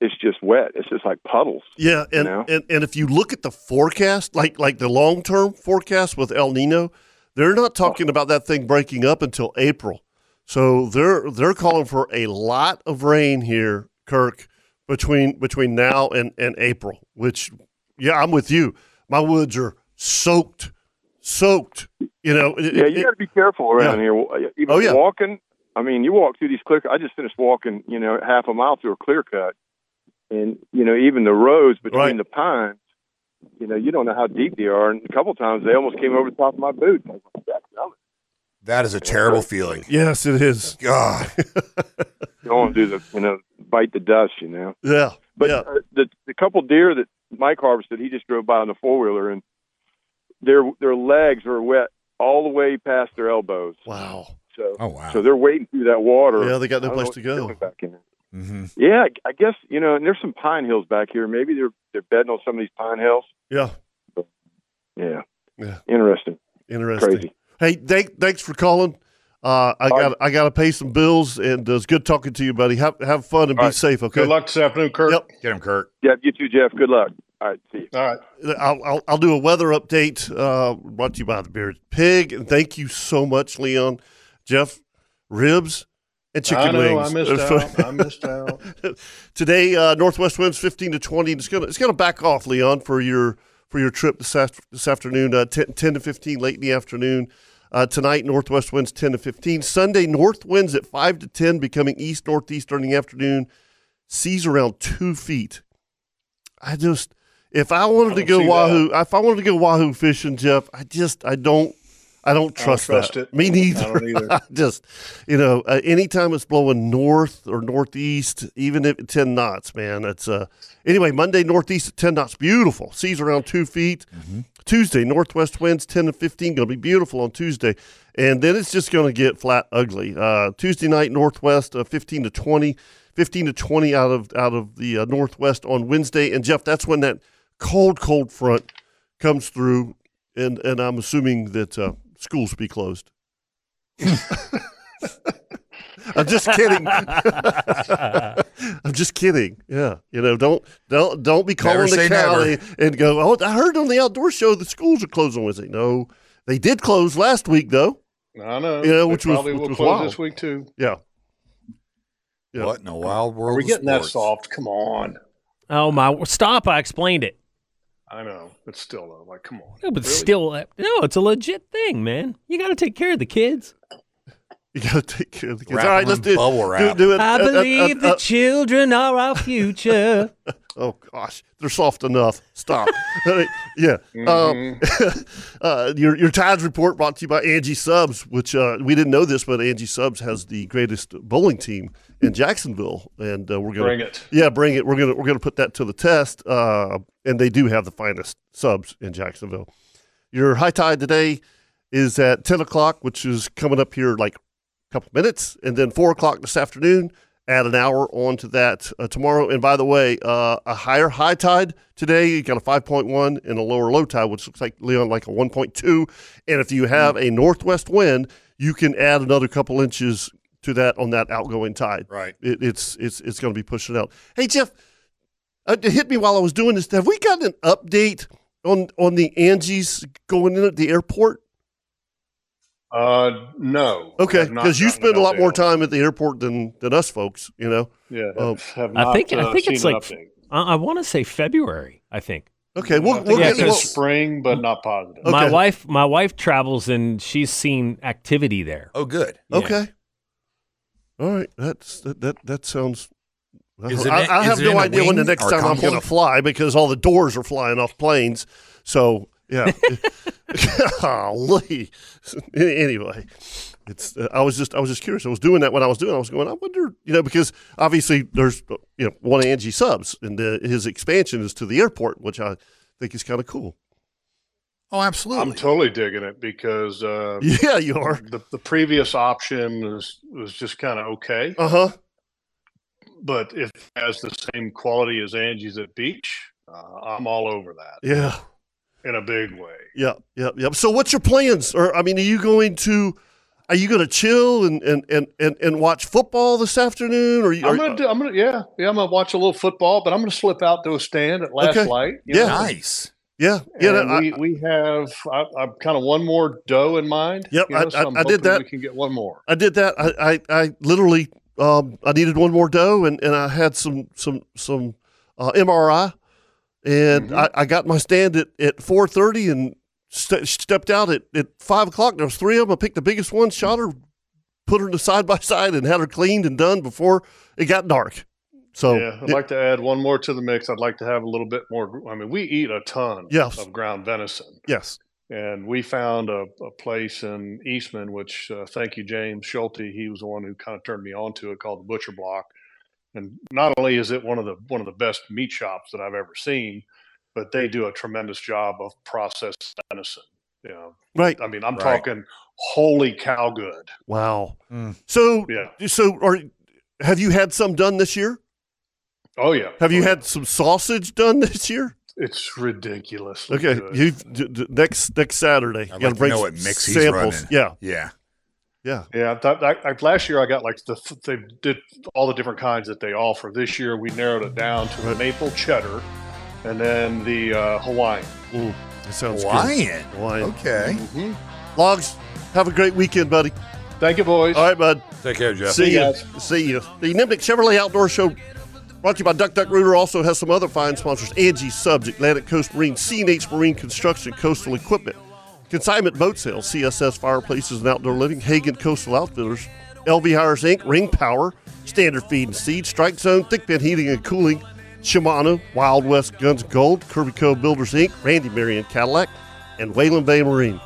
S14: it's just wet. It's just like puddles.
S2: Yeah,
S14: You
S2: and,
S14: know?
S2: and and if you look at the forecast, like like the long term forecast with El Nino, they're
S14: Oh.
S2: not talking about that thing breaking up until April. So they're they're calling for a lot of rain here, Kirk, between between now and, and April. Which, yeah, I'm with you. My woods are soaked, soaked. You know, Oh, it-
S14: yeah,
S2: it-
S14: you got to be careful around
S2: Yeah.
S14: here. Even
S2: Oh, yeah.
S14: walking. I mean, you walk through these clear. I just finished walking, you know, half a mile through a clear cut, and you know, even the roads between the pines. You know, you don't know how deep they are, and a couple times they almost came over the top of my boot. I was like, "That's nothing."
S6: That is a terrible feeling.
S2: yes, it is.
S6: God.
S14: You don't want to do the, you know, bite the dust, you know.
S2: Yeah,
S14: But uh, the the couple deer that Mike harvested, he just drove by on the four wheeler, and their their legs were wet all the way past their elbows.
S2: Wow.
S14: So
S6: oh wow.
S14: So they're wading through that water.
S2: Yeah, they got
S14: I
S2: no
S14: don't
S2: place
S14: know
S2: to
S14: what
S2: go.
S14: they're doing Back in there.
S6: Mm-hmm.
S14: Yeah, I guess you know, and there's some pine hills back here. Maybe they're they're bedding on some of these pine hills.
S2: yeah,
S14: Yeah,
S2: yeah.
S14: interesting.
S2: Interesting.
S14: Crazy.
S2: Hey, thank, thanks for calling. Uh, I got I got to pay some bills, and uh, it's good talking to you, buddy. Have have fun and be safe. Okay.
S5: Good luck this afternoon, Kirk.
S2: Yep.
S6: Get him, Kirk.
S14: Yeah, you too, Jeff. Good luck. All right, see you.
S5: All right.
S2: I'll, I'll, I'll do a weather update uh, brought to you by the Bearded Pig. And thank you so much, Leon, Jeff, ribs, and chicken
S5: I know,
S2: wings.
S5: I missed out. I missed out.
S2: Today, uh, northwest winds fifteen to twenty. It's gonna it's gonna back off, Leon, for your for your trip this af- this afternoon. Uh, 10, 10 to fifteen late in the afternoon. Uh, tonight, northwest winds ten to fifteen. Sunday, north winds at five to ten, becoming east northeast during the afternoon. Seas around two feet. I just if I wanted to
S5: don't
S2: go
S5: see
S2: wahoo, if I wanted to go wahoo fishing, Jeff, I just I don't I don't
S5: don't
S2: trust,
S5: trust
S2: that.
S5: it.
S2: Me
S5: I
S2: neither.
S5: don't either.
S2: just you know, uh, anytime it's blowing north or northeast, even if ten knots, man, it's uh anyway Monday northeast at ten knots, beautiful. Seas around two feet. Tuesday northwest winds ten to fifteen, going to be beautiful on Tuesday, and then it's just going to get flat ugly. Uh, Tuesday night northwest uh, fifteen to twenty. 15 to 20 out of out of the uh, northwest on Wednesday. And Jeff, that's when that cold, cold front comes through, and and I'm assuming that uh, schools will be closed. I'm just kidding. I'm just kidding. Yeah, you know, don't don't don't be
S6: Never
S2: calling the
S6: say
S2: county and go. Oh, I heard on the outdoor show the schools are closed on Wednesday. No, they did close last week though.
S5: I know.
S2: Yeah,
S5: They
S2: which was-
S5: probably
S2: which
S5: will
S2: was
S5: close
S2: wild.
S5: this week too.
S2: Yeah. Yeah.
S6: What in the wild world?
S5: Are we
S6: of
S5: getting that
S6: sports?
S5: soft? Come on.
S4: Oh my! Stop! I explained it.
S5: I know. It's still though. Like, come on.
S4: No, but still, uh, no, it's a legit thing, man. You got to take care of the kids.
S2: You gotta take care of the kids.
S6: Wrap
S2: All right,
S6: them
S2: let's
S6: in
S2: do
S6: bubble
S2: do,
S6: wrap.
S2: do it.
S4: I
S2: uh, uh, uh,
S4: believe
S2: uh,
S4: the children are our future.
S2: Oh gosh, they're soft enough. Stop. All right, yeah. Um,
S5: Mm-hmm.
S2: uh, your your tides report brought to you by Angie Subs, which uh, we didn't know this, but Angie Subs has the greatest bowling team in Jacksonville, and uh, we're gonna
S5: Bring it.
S2: Yeah, bring it. We're gonna we're gonna put that to the test. Uh, and they do have the finest subs in Jacksonville. Your high tide today is at ten o'clock, which is coming up here like couple minutes, and then four o'clock this afternoon. Add an hour onto that uh, tomorrow. And by the way, uh, a higher high tide today. You got a five point one and a lower low tide, which looks like Leon like a one point two. And if you have a northwest wind, you can add another couple inches to that on that outgoing tide.
S6: Right.
S2: It, it's it's it's going to be pushing out. Hey Jeff, uh, it hit me while I was doing this. Have we got an update on on the Angie's going in at the airport?
S5: Uh, no.
S2: Okay,
S5: I've not
S2: because you
S5: gotten
S2: spend
S5: an
S2: a lot more
S5: update.
S2: time at the airport than than us folks. You know.
S5: Yeah, uh,
S2: Um,
S4: I think I think it's like I, I want to say February. I think.
S2: Okay,
S5: we'll,
S4: we'll get-
S5: get
S4: we'll-
S5: spring, but not positive.
S4: My wife my wife travels and she's seen activity there.
S6: Oh, good.
S2: Okay. All right. That's that. That, that sounds.
S6: Is it
S2: I,
S6: in-
S2: I
S6: is
S2: have
S6: it in
S2: no
S6: a
S2: idea when the
S6: wing
S2: next
S6: or a
S2: time I'm going to
S6: convoy?
S2: fly because all the doors are flying off planes. So yeah. Golly. Any- anyway, it's. Uh, I was just. I was just curious. I was doing that when I was doing. it. I was going. I wonder. You know, because obviously there's. uh, You know, one Angie subs and uh, his expansion is to the airport, which I think is kind of cool.
S6: Oh, absolutely.
S5: I'm totally digging it because uh,
S2: Yeah, you are.
S5: The, the previous option was was just kind of okay.
S2: Uh huh.
S5: But if it has the same quality as Angie's at Beach, uh, I'm all over that
S2: Yeah.
S5: in a big way.
S2: Yep, yep, yep. So what's your plans? Or I mean, are you going to are you going to chill and and and and, and watch football this afternoon? Or you, uh,
S5: I'm
S2: are-
S5: gonna do. I'm gonna. Yeah, yeah. I'm gonna watch a little football, but I'm gonna slip out to a stand at last
S2: Okay.
S5: light. you
S2: Yeah.
S5: know?
S2: Nice. yeah, yeah.
S5: And
S2: that- I-
S5: we, we have. I, I've kind of one more dough in mind.
S2: Yep,
S5: you know,
S2: I-
S5: so
S2: I-
S5: I'm
S2: I did
S5: hoping
S2: that.
S5: We can get one more.
S2: I did that. I I, I literally um, I needed one more dough, and, and I had some some some uh, MRI, and
S5: Mm-hmm.
S2: I, I got my stand at at four thirty and st- stepped out at at five o'clock. There was three of them. I picked the biggest one, shot her, put her to side by side, and had her cleaned and done before it got dark. So
S5: yeah, I'd like to add one more to the mix. I'd like to have a little bit more. I mean, we eat a ton
S2: Yes.
S5: of ground venison,
S2: yes.
S5: and we found a, a place in Eastman, which uh, thank you, James Schulte. He was the one who kind of turned me on to it, called the Butcher Block. And not only is it one of the one of the best meat shops that I've ever seen, but they do a tremendous job of processed venison. You know,
S2: Right.
S5: I mean, I'm
S2: Right.
S5: talking holy cow good.
S2: Wow.
S5: Mm.
S2: So so are have you had some done this year?
S5: Oh yeah,
S2: Have you had some sausage done this year?
S5: it's ridiculous.
S2: Okay, you d- d- next next Saturday.
S5: I'd
S2: you
S5: like
S2: gotta
S5: to
S2: bring
S5: know
S2: s-
S5: what mix he's
S2: samples.
S5: running.
S2: Yeah,
S6: Yeah.
S2: yeah,
S5: Yeah, I thought I, I, last year I got like the f- they did all the different kinds that they offer. This year we narrowed it down to the maple cheddar, and then the uh, Hawaiian.
S2: Ooh, that sounds
S6: Hawaiian.
S2: Good. Hawaiian.
S6: Okay.
S2: Logs, have a great weekend, buddy.
S5: Thank you, boys.
S2: All right, bud.
S6: Take care, Jeff.
S2: See,
S6: See
S2: you.
S6: you
S2: See you. The Nimnik Chevrolet Outdoor Show, brought to you by Duck Duck Rooter, also has some other fine sponsors: Angie Subs, Atlantic Coast Marine, CNH Marine Construction, Coastal Equipment, Consignment Boat Sales, CSS Fireplaces and Outdoor Living, Hagen Coastal Outfitters, LV Hires Inc., Ring Power, Standard Feed and Seed, Strike Zone, Thick Bend Heating and Cooling, Shimano, Wild West Guns Gold, Kirby Co. Builders Inc., Randy Marion Cadillac, and Wayland Bay Marine.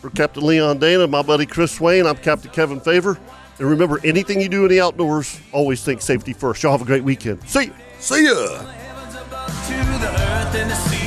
S2: For Captain Leon Dana, my buddy Chris Swain, I'm Captain Kevin Favor. And remember, anything you do in the outdoors, always think safety first. Y'all have a great weekend. See ya.
S6: See ya.
S3: to the earth and the sea